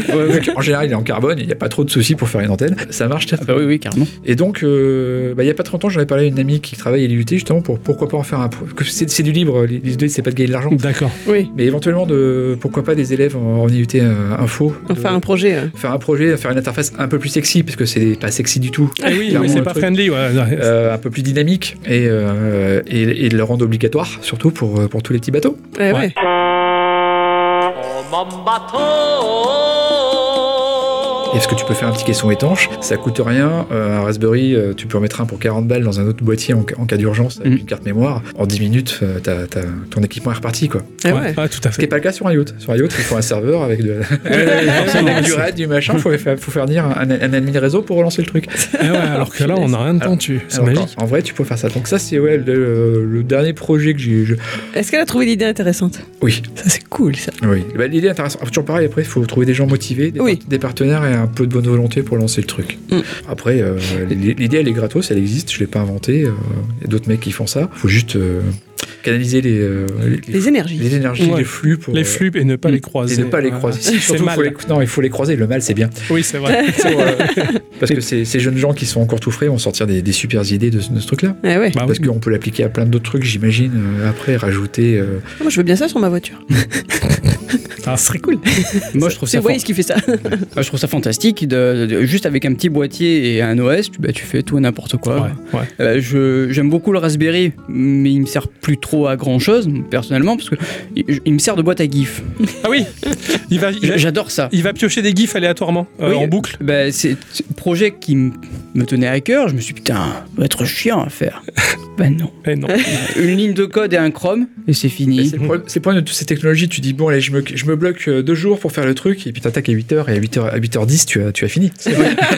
En général, il est en carbone, il n'y a pas trop de soucis pour faire une antenne. Ça marche très Ah bah oui, oui, carrément. et donc, euh, bah, il n'y a pas très longtemps, j'en ai parlé à une amie qui travaille à l'IUT, justement, pour pourquoi pas en faire un. pro- que C'est c'est du libre, l'idée, c'est pas de gagner de l'argent. D'accord. Oui, Mais éventuellement, de, pourquoi pas des élèves en, en IUT euh, info de- enfin un projet. euh. faire un projet, faire une interface un peu plus sexy, parce que c'est pas sexy du tout. Ah oui, Clairement, mais c'est le pas truc. friendly. Ouais. Non, Euh, un peu plus dynamique et, euh, et, et de le rendre obligatoire, surtout pour, euh, pour tous les petits bateaux. Ouais. Eh ouais. Et parce que tu peux faire un petit caisson étanche, ça coûte rien. Euh, un Raspberry, euh, tu peux en mettre un pour 40 balles dans un autre boîtier en, ca- en cas d'urgence avec Mhm. une carte mémoire. En 10 minutes, euh, t'as- t'as- ton équipement est reparti, quoi. Eh ouais. ouais. Ah, tout à Ce qui n'est fait. pas le cas sur un yacht. Sur un yacht, il faut un serveur avec, de, avec du raid, du machin. Il faut, faire- faut faire venir un, un admin réseau pour relancer le truc. Ah ouais, alors que là, on n'a rien de Alors- tendu. C'est Alors, magique. En vrai, tu peux faire ça. Donc ça, c'est ouais, le, le dernier projet que j'ai... je- Est-ce qu'elle a trouvé l'idée intéressante Oui, Ça c'est cool ça. oui. Bah, L'idée est intéressante. Toujours pareil, après, il faut trouver des gens motivés, des, Oui. par- des partenaires et un peu de bonne volonté pour lancer le truc. Mm. Après, euh, l'idée, elle est gratos, elle existe. Je ne l'ai pas inventée. euh, Il y a d'autres mecs qui font ça. Il faut juste euh, canaliser les, euh, les, Les énergies. les énergies, Ouais. les flux pour... Les euh, flux et ne pas Mm. les croiser. Et ne pas les Ouais. croiser. C'est Surtout, mal. faut les- Non, il faut les croiser. Le mal, c'est bien. Oui, c'est vrai. Pour, euh, parce que ces, ces jeunes gens qui sont encore tout frais vont sortir des, des supers idées de, ce- de ce truc-là. Eh ouais. Bah oui. Parce qu'on peut l'appliquer à plein d'autres trucs, j'imagine. euh, après, rajouter. euh, Moi je veux bien ça sur ma voiture. Ah, ce serait cool. Moi, je trouve C'est ça, fan- Waze qui fait ça. je trouve ça fantastique. de- de- juste avec un petit boîtier et un OS, tu, bah, tu fais tout et n'importe quoi. Ouais, ouais. Euh, je- J'aime beaucoup le Raspberry, mais il me sert plus trop à grand chose, personnellement, parce que il, il me sert de boîte à GIF. Ah oui, il va, il va, J'adore ça. il va piocher des gifs aléatoirement euh, Oui. en boucle. Bah, c'est c'est un projet qui m- me tenait à cœur. Je me suis dit, putain, ça va être chiant à faire. ben non. Eh non. Une ligne de code et un Chrome, et c'est Et fini. Mhm. C'est le problème- c'est le problème de toutes ces technologies. Tu dis, bon, allez, je me, je me bloque euh, deux jours pour faire le truc, et puis t'attaques à 8h, et à 8h, à 8h10, tu as, tu as fini. Bah,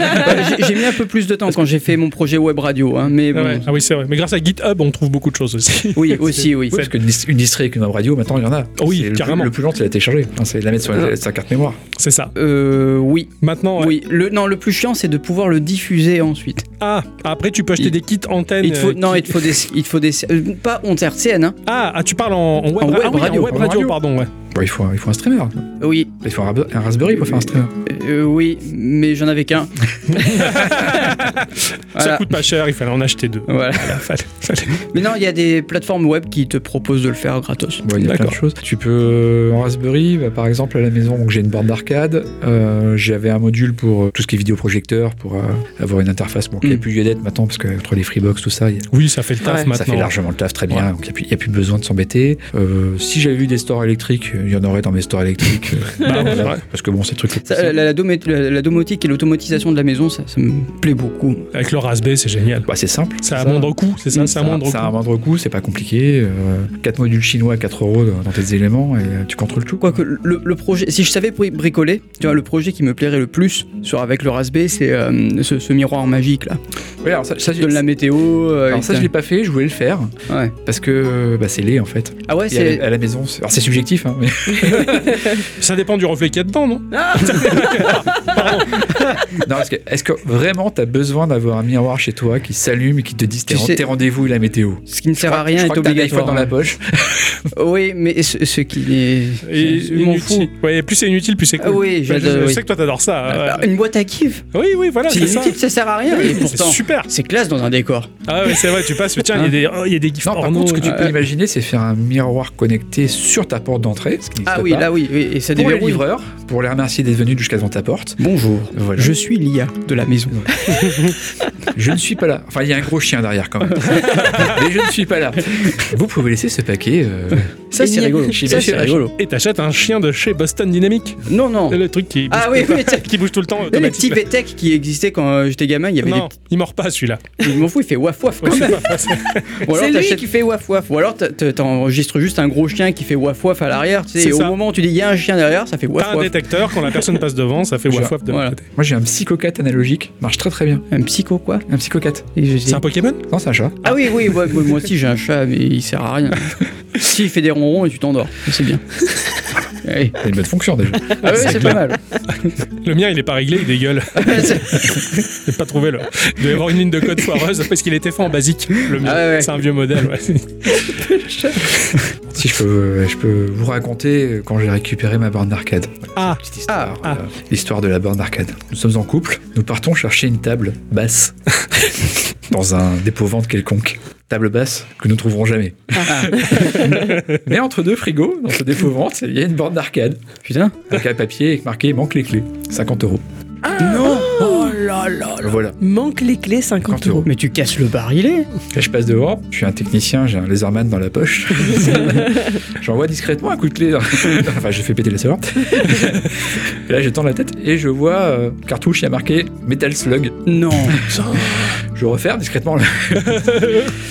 j'ai- J'ai mis un peu plus de temps quand j'ai fait mon projet web radio, hein, mais Ah, bon. ouais. Ah oui, c'est vrai. Mais grâce à GitHub, on trouve beaucoup de choses aussi. Oui, aussi, oui. Oui, parce qu'une dis- une distrait avec une radio, maintenant, il y en a. Oh oui, C'est le plus- carrément. Le plus lent, c'est la télécharger. Hein, c'est de la mettre sur la- sa carte mémoire. C'est ça. Euh, oui, Maintenant, ouais. oui. Le, non, le plus chiant, c'est de pouvoir le diffuser ensuite. ah, après, tu peux acheter Il- des kits antennes. il te faut, euh, non, qui- il te faut des, il te faut des, euh, pas on RCN, hein. Ah, ah, tu parles en, en web, En ra- web ah oui, radio, web en radio, radio. pardon. Ouais. Bon, il, faut, un- il faut un streamer. hein. Oui, Il faut un, un Raspberry pour faire un streamer. euh, oui, mais j'en avais qu'un. Ça Voilà. coûte pas cher, il fallait en acheter deux. Voilà. Voilà, fallait- fallait- Mais non, il y a des plateformes web qui te proposent de le faire gratos. Ouais, il y a plein de D'accord. choses. Tu peux euh, en Raspberry, bah, par exemple à la maison, donc j'ai une borne d'arcade, euh, j'avais un module pour euh, tout ce qui est vidéoprojecteur, pour euh, avoir une interface bon, qui n'a Mm. plus lieu d'être maintenant parce que entre les Freebox tout ça, il y a- Oui, ça fait le taf Ouais, ça maintenant. ça fait largement le taf très bien, Ouais. donc il n'y a, plus- il y a plus besoin de s'embêter. Euh, si j'avais eu des stores électriques, euh, il y en aurait dans mes stores électriques, euh, Bah, voilà, ouais. parce que bon ces trucs. euh, Ça, la, la domé- la- la domotique et l'automatisation de la maison, ça, ça me plaît beaucoup. Avec le Raspberry, c'est génial. Bah, c'est simple. C'est à moindre coût, c'est ça, c'est à un- moindre c'est à coût. moindre coût, c'est pas compliqué. euh, Quatre modules chinois à 4 euros dans dans tes éléments et euh, tu contrôles tout. Quoique le, le projet, si je savais bri- bricoler, tu vois, le projet qui me plairait le plus sur avec le Raspberry, c'est euh, ce, ce miroir magique là. Ouais, alors ça, ça, Qui te donne la météo. euh, alors et ça, t'as- je l'ai pas fait, je voulais le faire Ouais. parce que euh, bah, c'est laid en fait. Ah ouais, Et à, la, c'est. à la maison, c'est alors, c'est subjectif, hein, mais Ça dépend du reflet qu'il y a dedans, non non, parce que- est-ce que vraiment t'as besoin d'avoir un miroir chez toi qui s'allume et qui te dise tes, Tu sais- tes rendez-vous et la météo Ce qui ne sert à Je rien est crois que t'as un iPhone obligatoire. dans la poche. Oui, mais ce, ce qui est. Et je m'en fous. inutile. Ouais, plus c'est inutile, plus c'est cool. Ah oui, je, j'adore, je oui. sais que toi t'adore ça. Bah, ouais. Une boîte à kiff Oui, oui, voilà, C'est c'est ça. inutile, ça sert à rien. et C'est pourtant, super. C'est classe dans un décor. Ah ouais, c'est vrai, tu passes, tiens, il y a des, oh, il y a des gifs euh, Non, par porno. contre, ce que tu ouais. peux imaginer, c'est faire un miroir connecté sur ta porte d'entrée. ce qui n'existe Ah oui, pas, là oui, oui, et ça Pour les déverrouille. livreurs, pour les remercier d'être venus jusqu'à devant ta porte. Bonjour, Voilà. je suis l'IA de la maison. Je ne suis pas là. Enfin, il y a un gros chien derrière quand même. Mais je ne suis pas là. Vous pouvez laisser ce paquet. euh, Ça c'est Génial. rigolo. Chez Ça c'est Bachirach. rigolo. Et t'achètes un chien de chez Boston Dynamics. Non, non. Le truc qui bouge, Ah oui, oui, tiens. qui bouge tout le temps. Les petits automatiquement. VTech qui existaient quand euh, j'étais gamin, il y avait Non, il mord pas celui-là. des. Je m'en fous, il fait waf waf quand Ouais, même. c'est pas- c'est- Ou alors C'est lui t'achètes- qui fait waf waf. Ou alors t'a- t'a- t'enregistres juste un gros chien qui fait waf waf à l'arrière, tu sais, C'est et au ça. moment où tu dis il y a un chien derrière, ça fait T'as waf un waf. détecteur, quand la personne passe devant, ça fait Genre, waf waf de l'autre voilà. côté. Moi, j'ai un psychocat analogique. Marche très très bien. Un psycho quoi Un psychocat. Et je dis- C'est un Pokémon Non, c'est un chat. Ah oui, oui, ouais, moi moi aussi j'ai un chat, mais il sert à rien. S'il fait des ronrons et tu t'endors, c'est bien. Allez. Il a une bonne fonction déjà. Ah ouais, c'est c'est pas clair. mal. Le mien, il est pas réglé, il dégueule. J'ai pas trouvé le. Il doit y avoir une ligne de code foireuse parce qu'il était fait en basique. Le mien, Ah ouais, ouais. c'est un vieux modèle. ouais. Si je peux, je peux vous raconter quand j'ai récupéré ma borne d'arcade. Ah, Petite histoire. Ah, ah. euh, L'histoire de la borne d'arcade. Nous sommes en couple, nous partons chercher une table basse dans un dépôt-vente quelconque. Table basse que nous ne trouverons jamais. Ah. Mais entre deux frigos, dans ce dépôt-vente, il y a une borne d'arcade. Putain. Avec un papier avec marqué manque les clés. 50 euros. Non Oh là là. Voilà. Manque les clés 50 euros. Mais tu casses le barillet Là, je passe dehors, je suis un technicien, j'ai un laserman dans la poche. J'envoie discrètement un coup de clé. dans- enfin, j'ai fait péter la serrure. Et là, je tends la tête et je vois euh, cartouche, il y a marqué Metal Slug. Non Je referme discrètement. le-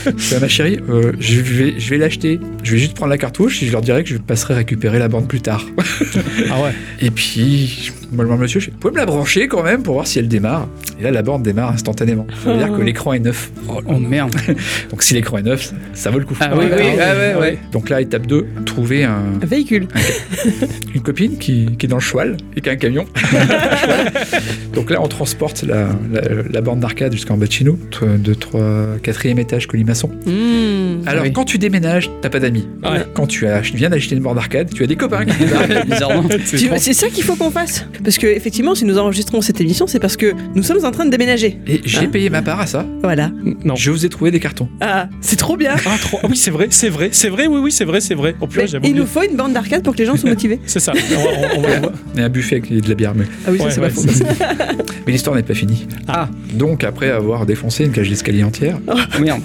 je fais à ma chérie, euh, je vais, je vais l'acheter. Je vais juste prendre la cartouche et je leur dirai que je passerai récupérer la bande plus tard. ah ouais. Et puis, je- moi, le monsieur, je fais, vous pouvez me la brancher quand même pour voir si elle démarre. Et là, la borne démarre instantanément. Ça veut Ah. dire que l'écran est neuf. Oh merde Donc, si l'écran est neuf, ça, ça vaut le coup. Ah oui, oui, ah ouais, ouais. Donc là, étape 2, trouver un- Véhicule. une copine qui, qui est dans le choual et qui a un camion. Donc là, on transporte la, la, la borne d'arcade jusqu'en bas de chez nous, 2, 3, 4 étage, colimaçon. Mmh. Alors, Ah Oui. quand tu déménages, t'as pas d'amis. Ah ouais. Quand tu ach- viens d'acheter une borne d'arcade, tu as des copains qui débarquent. Bizarrement. C'est Tu- bon. C'est ça qu'il faut qu'on fasse. Parce que, effectivement, si nous enregistrons cette émission, c'est parce que nous sommes en train de déménager. Et j'ai Ah. payé ma part à ça. Voilà. Non. Je vous ai trouvé des cartons. Ah, c'est trop bien. Ah, trop- ah oui, c'est vrai, c'est vrai, c'est vrai, oui, oui, c'est vrai, c'est vrai. Oh purée, Mais j'avoue. il nous faut une bande d'arcade pour que les gens soient motivés. C'est ça. On va, on- on va le voir. Et un buffet avec de la bière. Mais, Ah oui, ça Ouais, c'est ouais, pas faux. c'est- c'est- mais l'histoire n'est pas finie. Ah. Donc, après avoir défoncé une cage d'escalier entière, Merde.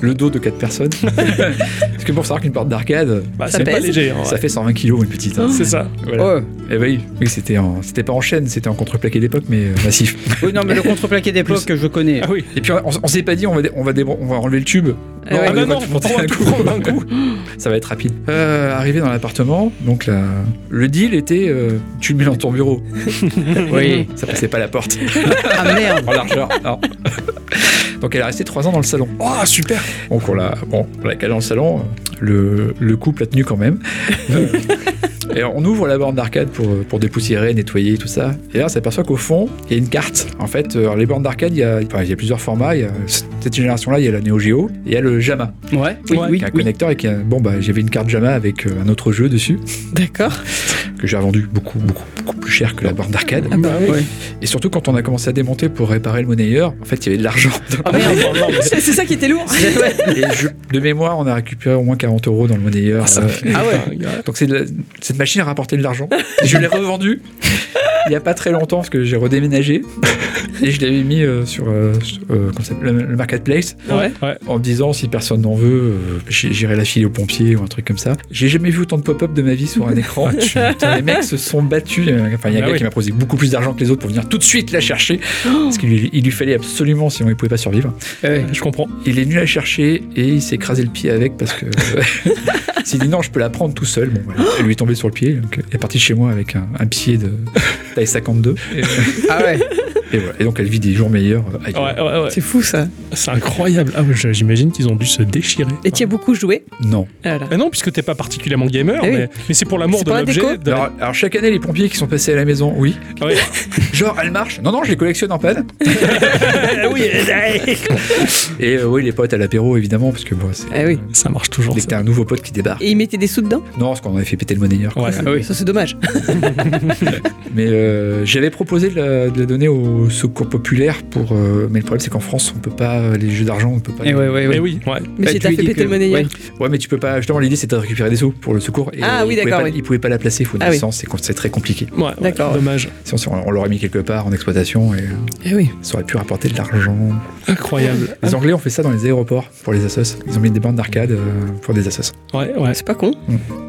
le dos de quatre personnes. Parce que pour savoir qu'une borne d'arcade, bah, Ça c'est pas pèse. léger. hein, ça fait 120 kilos, une petite. hein. ouais. C'est ça. Voilà. Oh. Eh ben oui, oui c'était en- c'était pas en chaîne, c'était en contreplaqué d'époque, mais euh, massif. Oui, non, mais le contreplaqué d'époque, je connais. Ah oui. Et puis on, on s'est pas dit, on va, dé- on, va débran- on va enlever le tube. Ah ouais. Ah on bah va non, tout on monter va d'un tout coup. prendre d'un coup. Ça va être rapide. Euh, arrivé dans l'appartement, donc la- le deal était euh, tu le mets dans ton bureau. Oui. Ça passait pas la porte Ah merde en largeur. non. Donc elle est restée trois ans dans le salon. Oh, super. Donc on l'a bon, on l'a calée dans le salon. Le, le couple a tenu quand même. Euh, et on ouvre la borne d'arcade pour, pour dépoussiérer, nettoyer, tout ça. Et là, on s'aperçoit qu'au fond, il y a une carte. En fait, euh, les bornes d'arcade, il y, a, enfin, il y a plusieurs formats. Il y a- cette génération-là, il y a la Neo Geo et il y a le Jama, Ouais, oui, Ouais. oui. qui est un oui. connecteur. Et qui a, bon, bah, j'avais une carte Jama avec euh, un autre jeu dessus. D'accord. que j'ai vendu beaucoup, beaucoup, beaucoup plus cher que la borne d'arcade. Ah bah oui. Ouais. Et surtout, quand on a commencé à démonter pour réparer le monnayeur, en fait, il y avait de l'argent. Ah merde C'est c'est ça qui était lourd. Et je- de mémoire, on a récupéré au moins 40 euros dans le monnayeur. Euh, Ah ouais donc, c'est de la- cette machine a rapporté de l'argent. Et je l'ai revendue il n'y a pas très longtemps parce que j'ai redéménagé. Et je l'avais mis euh, sur euh, sur, euh, comment ça s'appelle, le, le marketplace Ouais. Ouais. en me disant si personne n'en veut, euh, j- j'irai la filer aux pompiers ou un truc comme ça. J'ai jamais vu autant de pop-up de ma vie sur un écran. Ah, Putain, les mecs se sont battus. Euh, Enfin, il y a un Bah gars oui. qui m'a proposé beaucoup plus d'argent que les autres pour venir tout de suite la chercher Oh. parce qu'il lui, il lui fallait absolument, sinon il pouvait pas survivre. Eh Je comprends. Il est venu la chercher et il s'est écrasé le pied avec parce que. il s'est dit non, je peux la prendre tout seul. Bon, voilà. Elle lui est tombée sur le pied. Donc, elle est partie de chez moi avec un, un pied de taille 52. Et, euh, Ah ouais et voilà. Et donc, elle vit des jours meilleurs. euh, ailleurs. Ouais, ouais, ouais. C'est fou ça. C'est incroyable. Ah, ouais, je- j'imagine qu'ils ont dû se déchirer. Et tu as beaucoup joué. Non. Voilà. Ah non, puisque t'es pas particulièrement gamer, Ah oui. mais, mais c'est pour l'amour C'est de pour la l'objet. déco. de- Alors, alors, chaque année, les pompiers qui sont passés à la maison, oui. Ah ouais. Genre, elle marche. Non, non, je les collectionne en panne. Et euh, oui, les potes à l'apéro, évidemment, parce que bon, c'est. Ah oui. Ça marche toujours. Dès que ça. t'as un nouveau pote qui débarque. Et ils mettaient des sous dedans Non, parce qu'on avait fait péter le monnayeur. Ouais. Ah oui. Ça c'est dommage. Mais euh, j'avais proposé de la, de la donner au, au secours populaire pour. euh, mais le problème, c'est qu'en France, on peut pas. Les jeux d'argent, on peut pas. Et ouais, ouais, ouais. Eh oui, ouais. Mais Bah, si tu t'as lui fait dis péter que- le monnaie hier. ouais. Ouais, mais tu peux pas. Justement, l'idée, c'était de récupérer des sous pour le secours. Et euh, Ah oui, ils pouvaient d'accord, pas- oui. Ils pouvaient pas la placer, il faut une Ah oui. licence, et quand c'est très compliqué. Ouais, ouais, D'accord. dommage. Sinon, si on, on l'aurait mis quelque part en exploitation et euh, Eh oui. ça aurait pu rapporter de l'argent. Incroyable. Les Anglais ont fait ça dans les aéroports pour les assos. Ils ont mis des bandes d'arcade euh, pour des assos. Ouais, ouais. C'est pas con.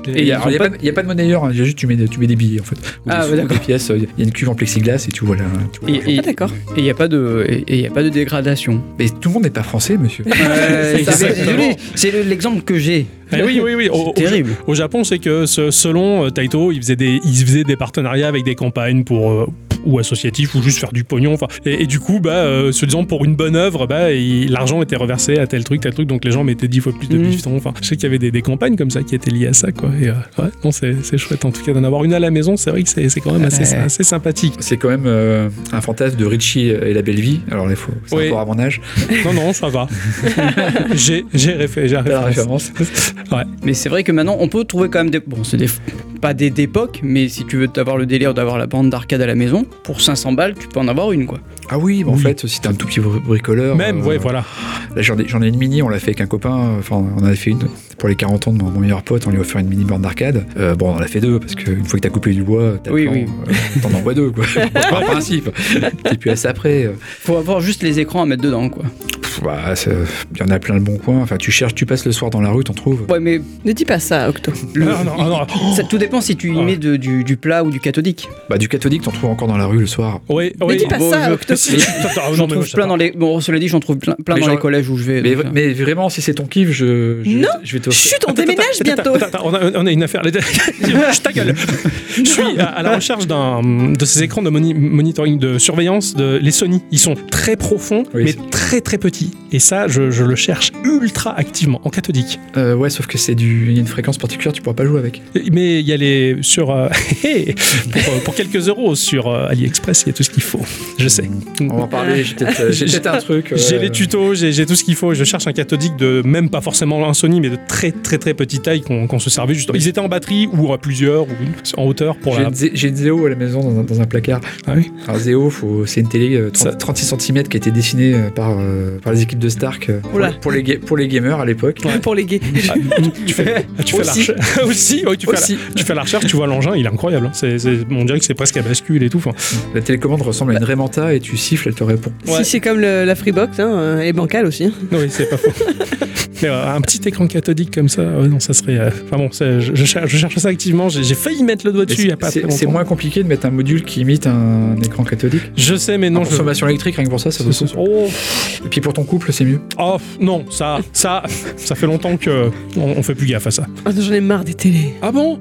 Et il n'y a, Ils ont alors, y a pas- pas, de- y a pas de monnayeur, hein, y a juste tu mets, des- tu mets des billets en fait. Ou des, Ah, ouais, sous, d'accord. des pièces, euh, il y a une cuve en plexiglas et tu vois là. tu vois Et- l'argent. et- Ah d'accord. Et il n'y a, pas de- et- et y a pas de dégradation. Mais tout le monde n'est pas français, monsieur. Euh, ça. c'est- désolé, c'est le- l'exemple que j'ai. Eh oui, oui, oui. Au, C'est terrible. au Japon, c'est que ce- selon euh, Taito, il faisait, des, il faisait des partenariats avec des campagnes pour. euh, ou associatifs ou juste faire du pognon enfin et, et du coup bah euh, se disant pour une bonne œuvre bah il- l'argent était reversé à tel truc tel truc donc les gens mettaient dix fois plus de Mhm. bifton enfin je sais qu'il y avait des, des campagnes comme ça qui étaient liées à ça quoi et euh, ouais non c'est c'est chouette en tout cas d'en avoir une à la maison c'est vrai que c'est c'est quand même assez, Ouais. assez sympathique C'est quand même euh, un fantasme de Richie et la belle vie. Alors, il faut, c'est Oui. encore à mon âge. non non ça va j'ai j'ai réfé- j'ai T'as la référence. référence. Mais c'est vrai que maintenant, on peut trouver quand même des. Bon, c'est des. Pas des d'époque, mais si tu veux avoir le délire d'avoir la bande d'arcade à la maison, pour 500 balles, tu peux en avoir une, quoi. Ah oui, mais en Oui. fait, si t'es un tout petit bri- bricoleur. même euh, ouais voilà Là, j'en ai, j'en ai une mini, on l'a fait avec un copain, euh, enfin, on en a fait une pour les 40 ans de mon, mon meilleur pote, on lui a offert une mini borne d'arcade. Euh, bon, on en a fait deux, parce qu'une fois que t'as coupé du bois, t'as le Oui, plan, oui. euh, t'en envoies deux, quoi. C'est pas un principe. T'es plus à ça après. Faut avoir juste les écrans à mettre dedans, quoi. Pff, bah, c'est- il y en a plein le bon coin. Enfin, tu cherches, tu passes le soir dans la rue, t'en trouves. Ouais, mais Ne dis pas ça, Octo. le- Ah non, ah non. ça, tout dépend si tu y Ouais. mets de- du, du plat ou du cathodique. Bah, du cathodique, t'en trouves encore dans la rue le soir. Oui, Ne oui. dis pas bon, ça, je- Octo. Ah, Si, attends, J'en non, mais trouve je- plein dans les. Bon, cela dit, j'en trouve plein, plein Mais dans genre- les collèges où je vais. Mais, donc, vra- euh, mais vraiment, si c'est ton kiff, je, je, Non. je vais te Chut, on déménage bientôt. Attends, attends, on, a, on a une affaire. Je ta gueule. Je suis à, à la recherche d'un de ces écrans de moni- monitoring de surveillance de les Sony. Ils sont très profonds, Oui, mais c'est- très très petits. Et ça, je, je le cherche ultra activement en cathodique. Euh, ouais, sauf que c'est du, il y a une fréquence particulière, tu pourras pas jouer avec. Mais il y a les sur euh, pour, euh, pour quelques euros sur euh, AliExpress, il y a tout ce qu'il faut. Je sais. On va en parler, j'ai peut-être euh, j'ai J'ai- peut-être un truc. euh, J'ai les tutos, j'ai j'ai tout ce qu'il faut. Je cherche un cathodique de même pas forcément un Sony, mais de très très très petite taille qu'on qu'on se servait justement. Ils étaient en batterie ou à plusieurs ou en hauteur pour J'ai la. une zé- J'ai une Zéo à la maison dans un, dans un placard. Ah oui. Alors Zéo, faut- c'est une télé euh, 30 Ça- 36 cm qui a été dessinée euh, par, euh, par les équipes de Stark euh, pour, Oula. pour les, ga- pour les gamers à l'époque. Pour les gays. Ah, tu fais, ah, tu fais la Aussi. recherche. aussi, ouais, tu, fais Aussi, La, tu fais la recherche, tu vois l'engin, il est incroyable. hein. C'est, c'est- on dirait que c'est presque à bascule et tout. enfin. la télécommande ressemble à une Remanta et tu siffles, elle te répond. Ouais. Si c'est comme le- la Freebox, hein, euh, elle est bancale aussi. hein. Non, oui, c'est pas faux. Mais euh, un petit écran cathodique comme ça, ouais, non, ça serait. euh, Enfin bon, c'est- je, je cherche, je cherche ça activement. J'ai, j'ai failli mettre le doigt Mais dessus il y a pas c'est- très C'est c'est longtemps. moins compliqué de mettre un module qui imite un écran cathodique. Je sais, mais non, en je. consommation électrique, rien que pour ça, ça vaut le coup. Oh, Et puis pour ton couple, c'est mieux. oh, non, ça, ça, ça fait longtemps que on, on fait plus gaffe à ça. Ah, J'en ai marre des télés. Ah bon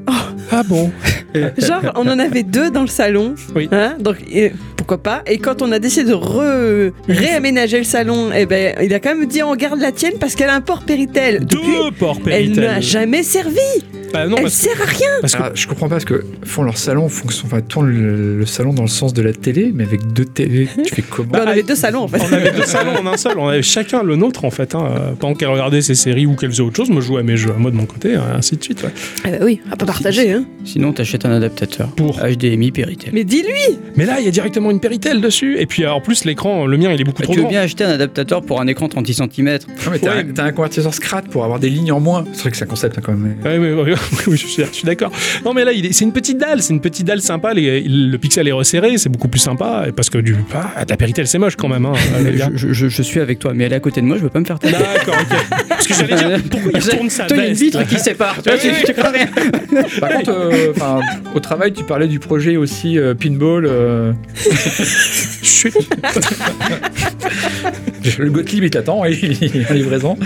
Ah bon Genre, on en avait deux dans le salon. Oui. Hein, donc, et- pourquoi pas Et quand on a décidé de re- réaménager le salon, eh ben, il a quand même dit on garde la tienne parce qu'elle a un port Péritel. Depuis, Deux ports elle Péritel. n'a jamais servi. Bah non, elle parce, sert à rien. parce que Ah, je comprends pas parce que font leur salon, en fonction, enfin, tournent le, le salon dans le sens de la télé, mais avec deux télés, tu fais comment Ben, on avait deux salons en fait. On avait deux salons Bah, en un seul, on avait chacun le nôtre en fait. hein. Euh, Pendant qu'elle regardait ses séries ou qu'elle faisait autre chose, moi je jouais à mes jeux, moi de mon côté, hein, ainsi de suite. ouais. Ah bah oui, à pas partager. Hein. euh, Sinon, t'achètes un adaptateur. Pour. HDMI, Péritel. Mais dis-lui Mais là, il y a directement une péritelle dessus. Et puis euh, en plus, l'écran, le mien, il est beaucoup Bah, trop tu veux grand. bien acheter un adaptateur pour un écran 36 cm Non, mais t'as Ouais, un- t'as un convertisseur Scrat pour avoir des lignes en moins. C'est vrai que c'est un concept hein, quand même. Ouais, mais- ouais, oui, je suis, je suis d'accord. Non, mais là, il est- c'est une petite dalle, c'est une petite dalle sympa. les- le pixel est resserré, c'est beaucoup plus sympa. et Parce que du, ah, de la péritelle, c'est moche quand même. hein, les gars. je, je- je suis avec toi, mais elle est à côté de moi, je veux pas me faire taper. D'accord, ok. Parce que j'allais dire, pourquoi il tourne sa Toi, il y a une veste vitre qui sépare, tu vois, tu, tu crois rien. Par contre, euh, enfin, au travail, tu parlais du projet aussi euh, pinball. euh, Chut. le Gottlieb, il t'attend, hein, il est en livraison. Oh.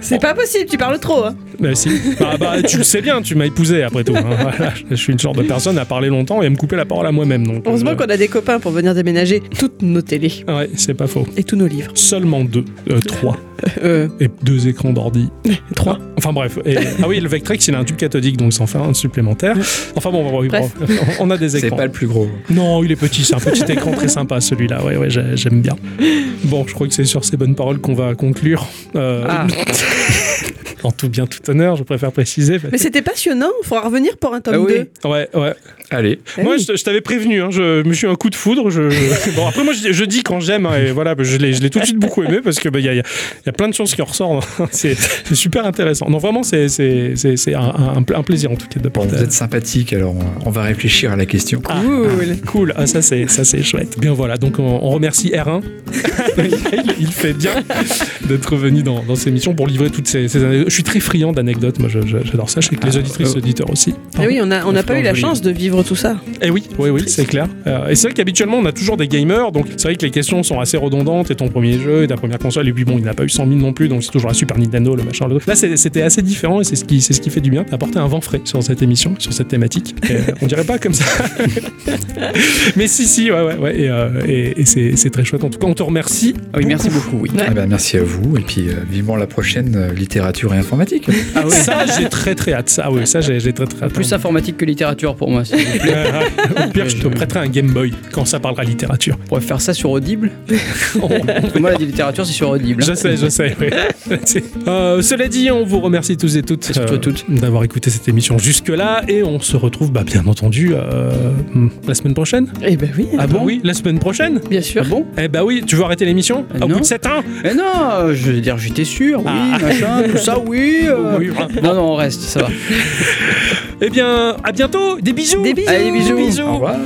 C'est pas possible, tu parles trop. hein. Bah, si. Bah, bah, tu le sais bien, tu m'as épousé après tout. hein. Voilà, je suis une genre de personne à parler longtemps et à me couper la parole à moi-même. Donc, Heureusement euh, qu'on a des copains pour venir déménager toutes nos télés Ouais, c'est pas faux. et tous nos livres. Seulement deux, euh, trois Euh, et deux écrans d'ordi. Trois. Enfin bref. Et- ah oui, le Vectrex, il a un tube cathodique, donc ça en fait un supplémentaire. Enfin bon, on, va- Bref. on a des C'est écrans. pas le plus gros. Non, il est petit, c'est un petit écran très sympa celui-là. Ouais, ouais, j'ai- j'aime bien. Bon, je crois que c'est sur ces bonnes paroles qu'on va conclure. Euh, Ah. En tout bien, tout honneur, je préfère préciser. Mais c'était passionnant, il faudra revenir pour un tome Ah oui. 2. Ouais, ouais. Allez. Eh Moi, oui. je, je t'avais prévenu, hein, je me suis un coup de foudre. Je, je- Bon, après, moi, je, je dis quand j'aime, hein, et voilà, je l'ai je l'ai tout de suite beaucoup aimé parce qu'il bah, il y, a, il y a- il y a plein de choses qui en ressortent. hein. c'est c'est super intéressant. Non, vraiment, c'est c'est- c'est- c'est un, un- un plaisir en tout cas de Bon, vous partager. êtes sympathique, alors on- on va réfléchir à la question. Ah, Cool. ah, cool, Ah, ça c'est ça c'est chouette. Bien voilà, donc on, on remercie R1. il, il fait bien d'être venu dans, dans ces missions pour livrer toutes ces, ces anecdotes. Je suis très friand d'anecdotes, moi je- je- j'adore ça. Je sais que les auditrices, euh, auditeurs aussi. Ah oui, on n'a on n'a pas eu la Joli. chance de vivre tout ça. Eh oui, oui, oui, c'est clair. Euh, et c'est vrai qu'habituellement, on a toujours des gamers, donc c'est vrai que les questions sont assez redondantes. Et ton premier jeu, et ta première console, et puis bon, il n'a pas eu 100 000 non plus, donc c'est toujours la Super Nintendo, le machin, le truc. Là, c'est- c'était assez différent, et c'est ce qui, c'est ce qui fait du bien, d'apporter un vent frais sur cette émission, sur cette thématique. Et, euh, on dirait pas comme ça. Mais si, si, ouais, ouais, ouais. Et, euh, et- et c'est c'est très chouette. En tout cas, on te remercie. Oui, merci beaucoup, oui. Ah ben, merci à vous, et puis euh, vivement la prochaine euh, littérature et informatique. Ah oui. Ça, j'ai très très hâte. Ça, oui, ça, j'ai j'ai très très hâte. Euh, Plus informatique que littérature pour moi. s'il vous plaît. Euh, Au pire, je te prêterai un Game Boy quand ça parlera littérature. On pourrait faire ça sur Audible. Parce que moi, la littérature, c'est sur Audible. hein. Je sais, je sais. oui. C'est- Euh, cela dit, on vous remercie tous et toutes, euh, surtout toutes. d'avoir écouté cette émission jusque-là et on se retrouve bah, bien entendu euh, hmm, la semaine prochaine. Eh ben oui. Ah bon Oui, la semaine prochaine Bien Ah sûr. bon Eh bah oui, tu veux arrêter l'émission Euh, Au non. bout de 7 ans Mais non, je veux dire, j'étais sûr, oui, Ah. machin, tout ça, oui. euh. Oui, voilà. Non, non, on reste, ça va. Eh bien, à bientôt Des bisous Des bisous. Allez, bisous. Des bisous. Au revoir.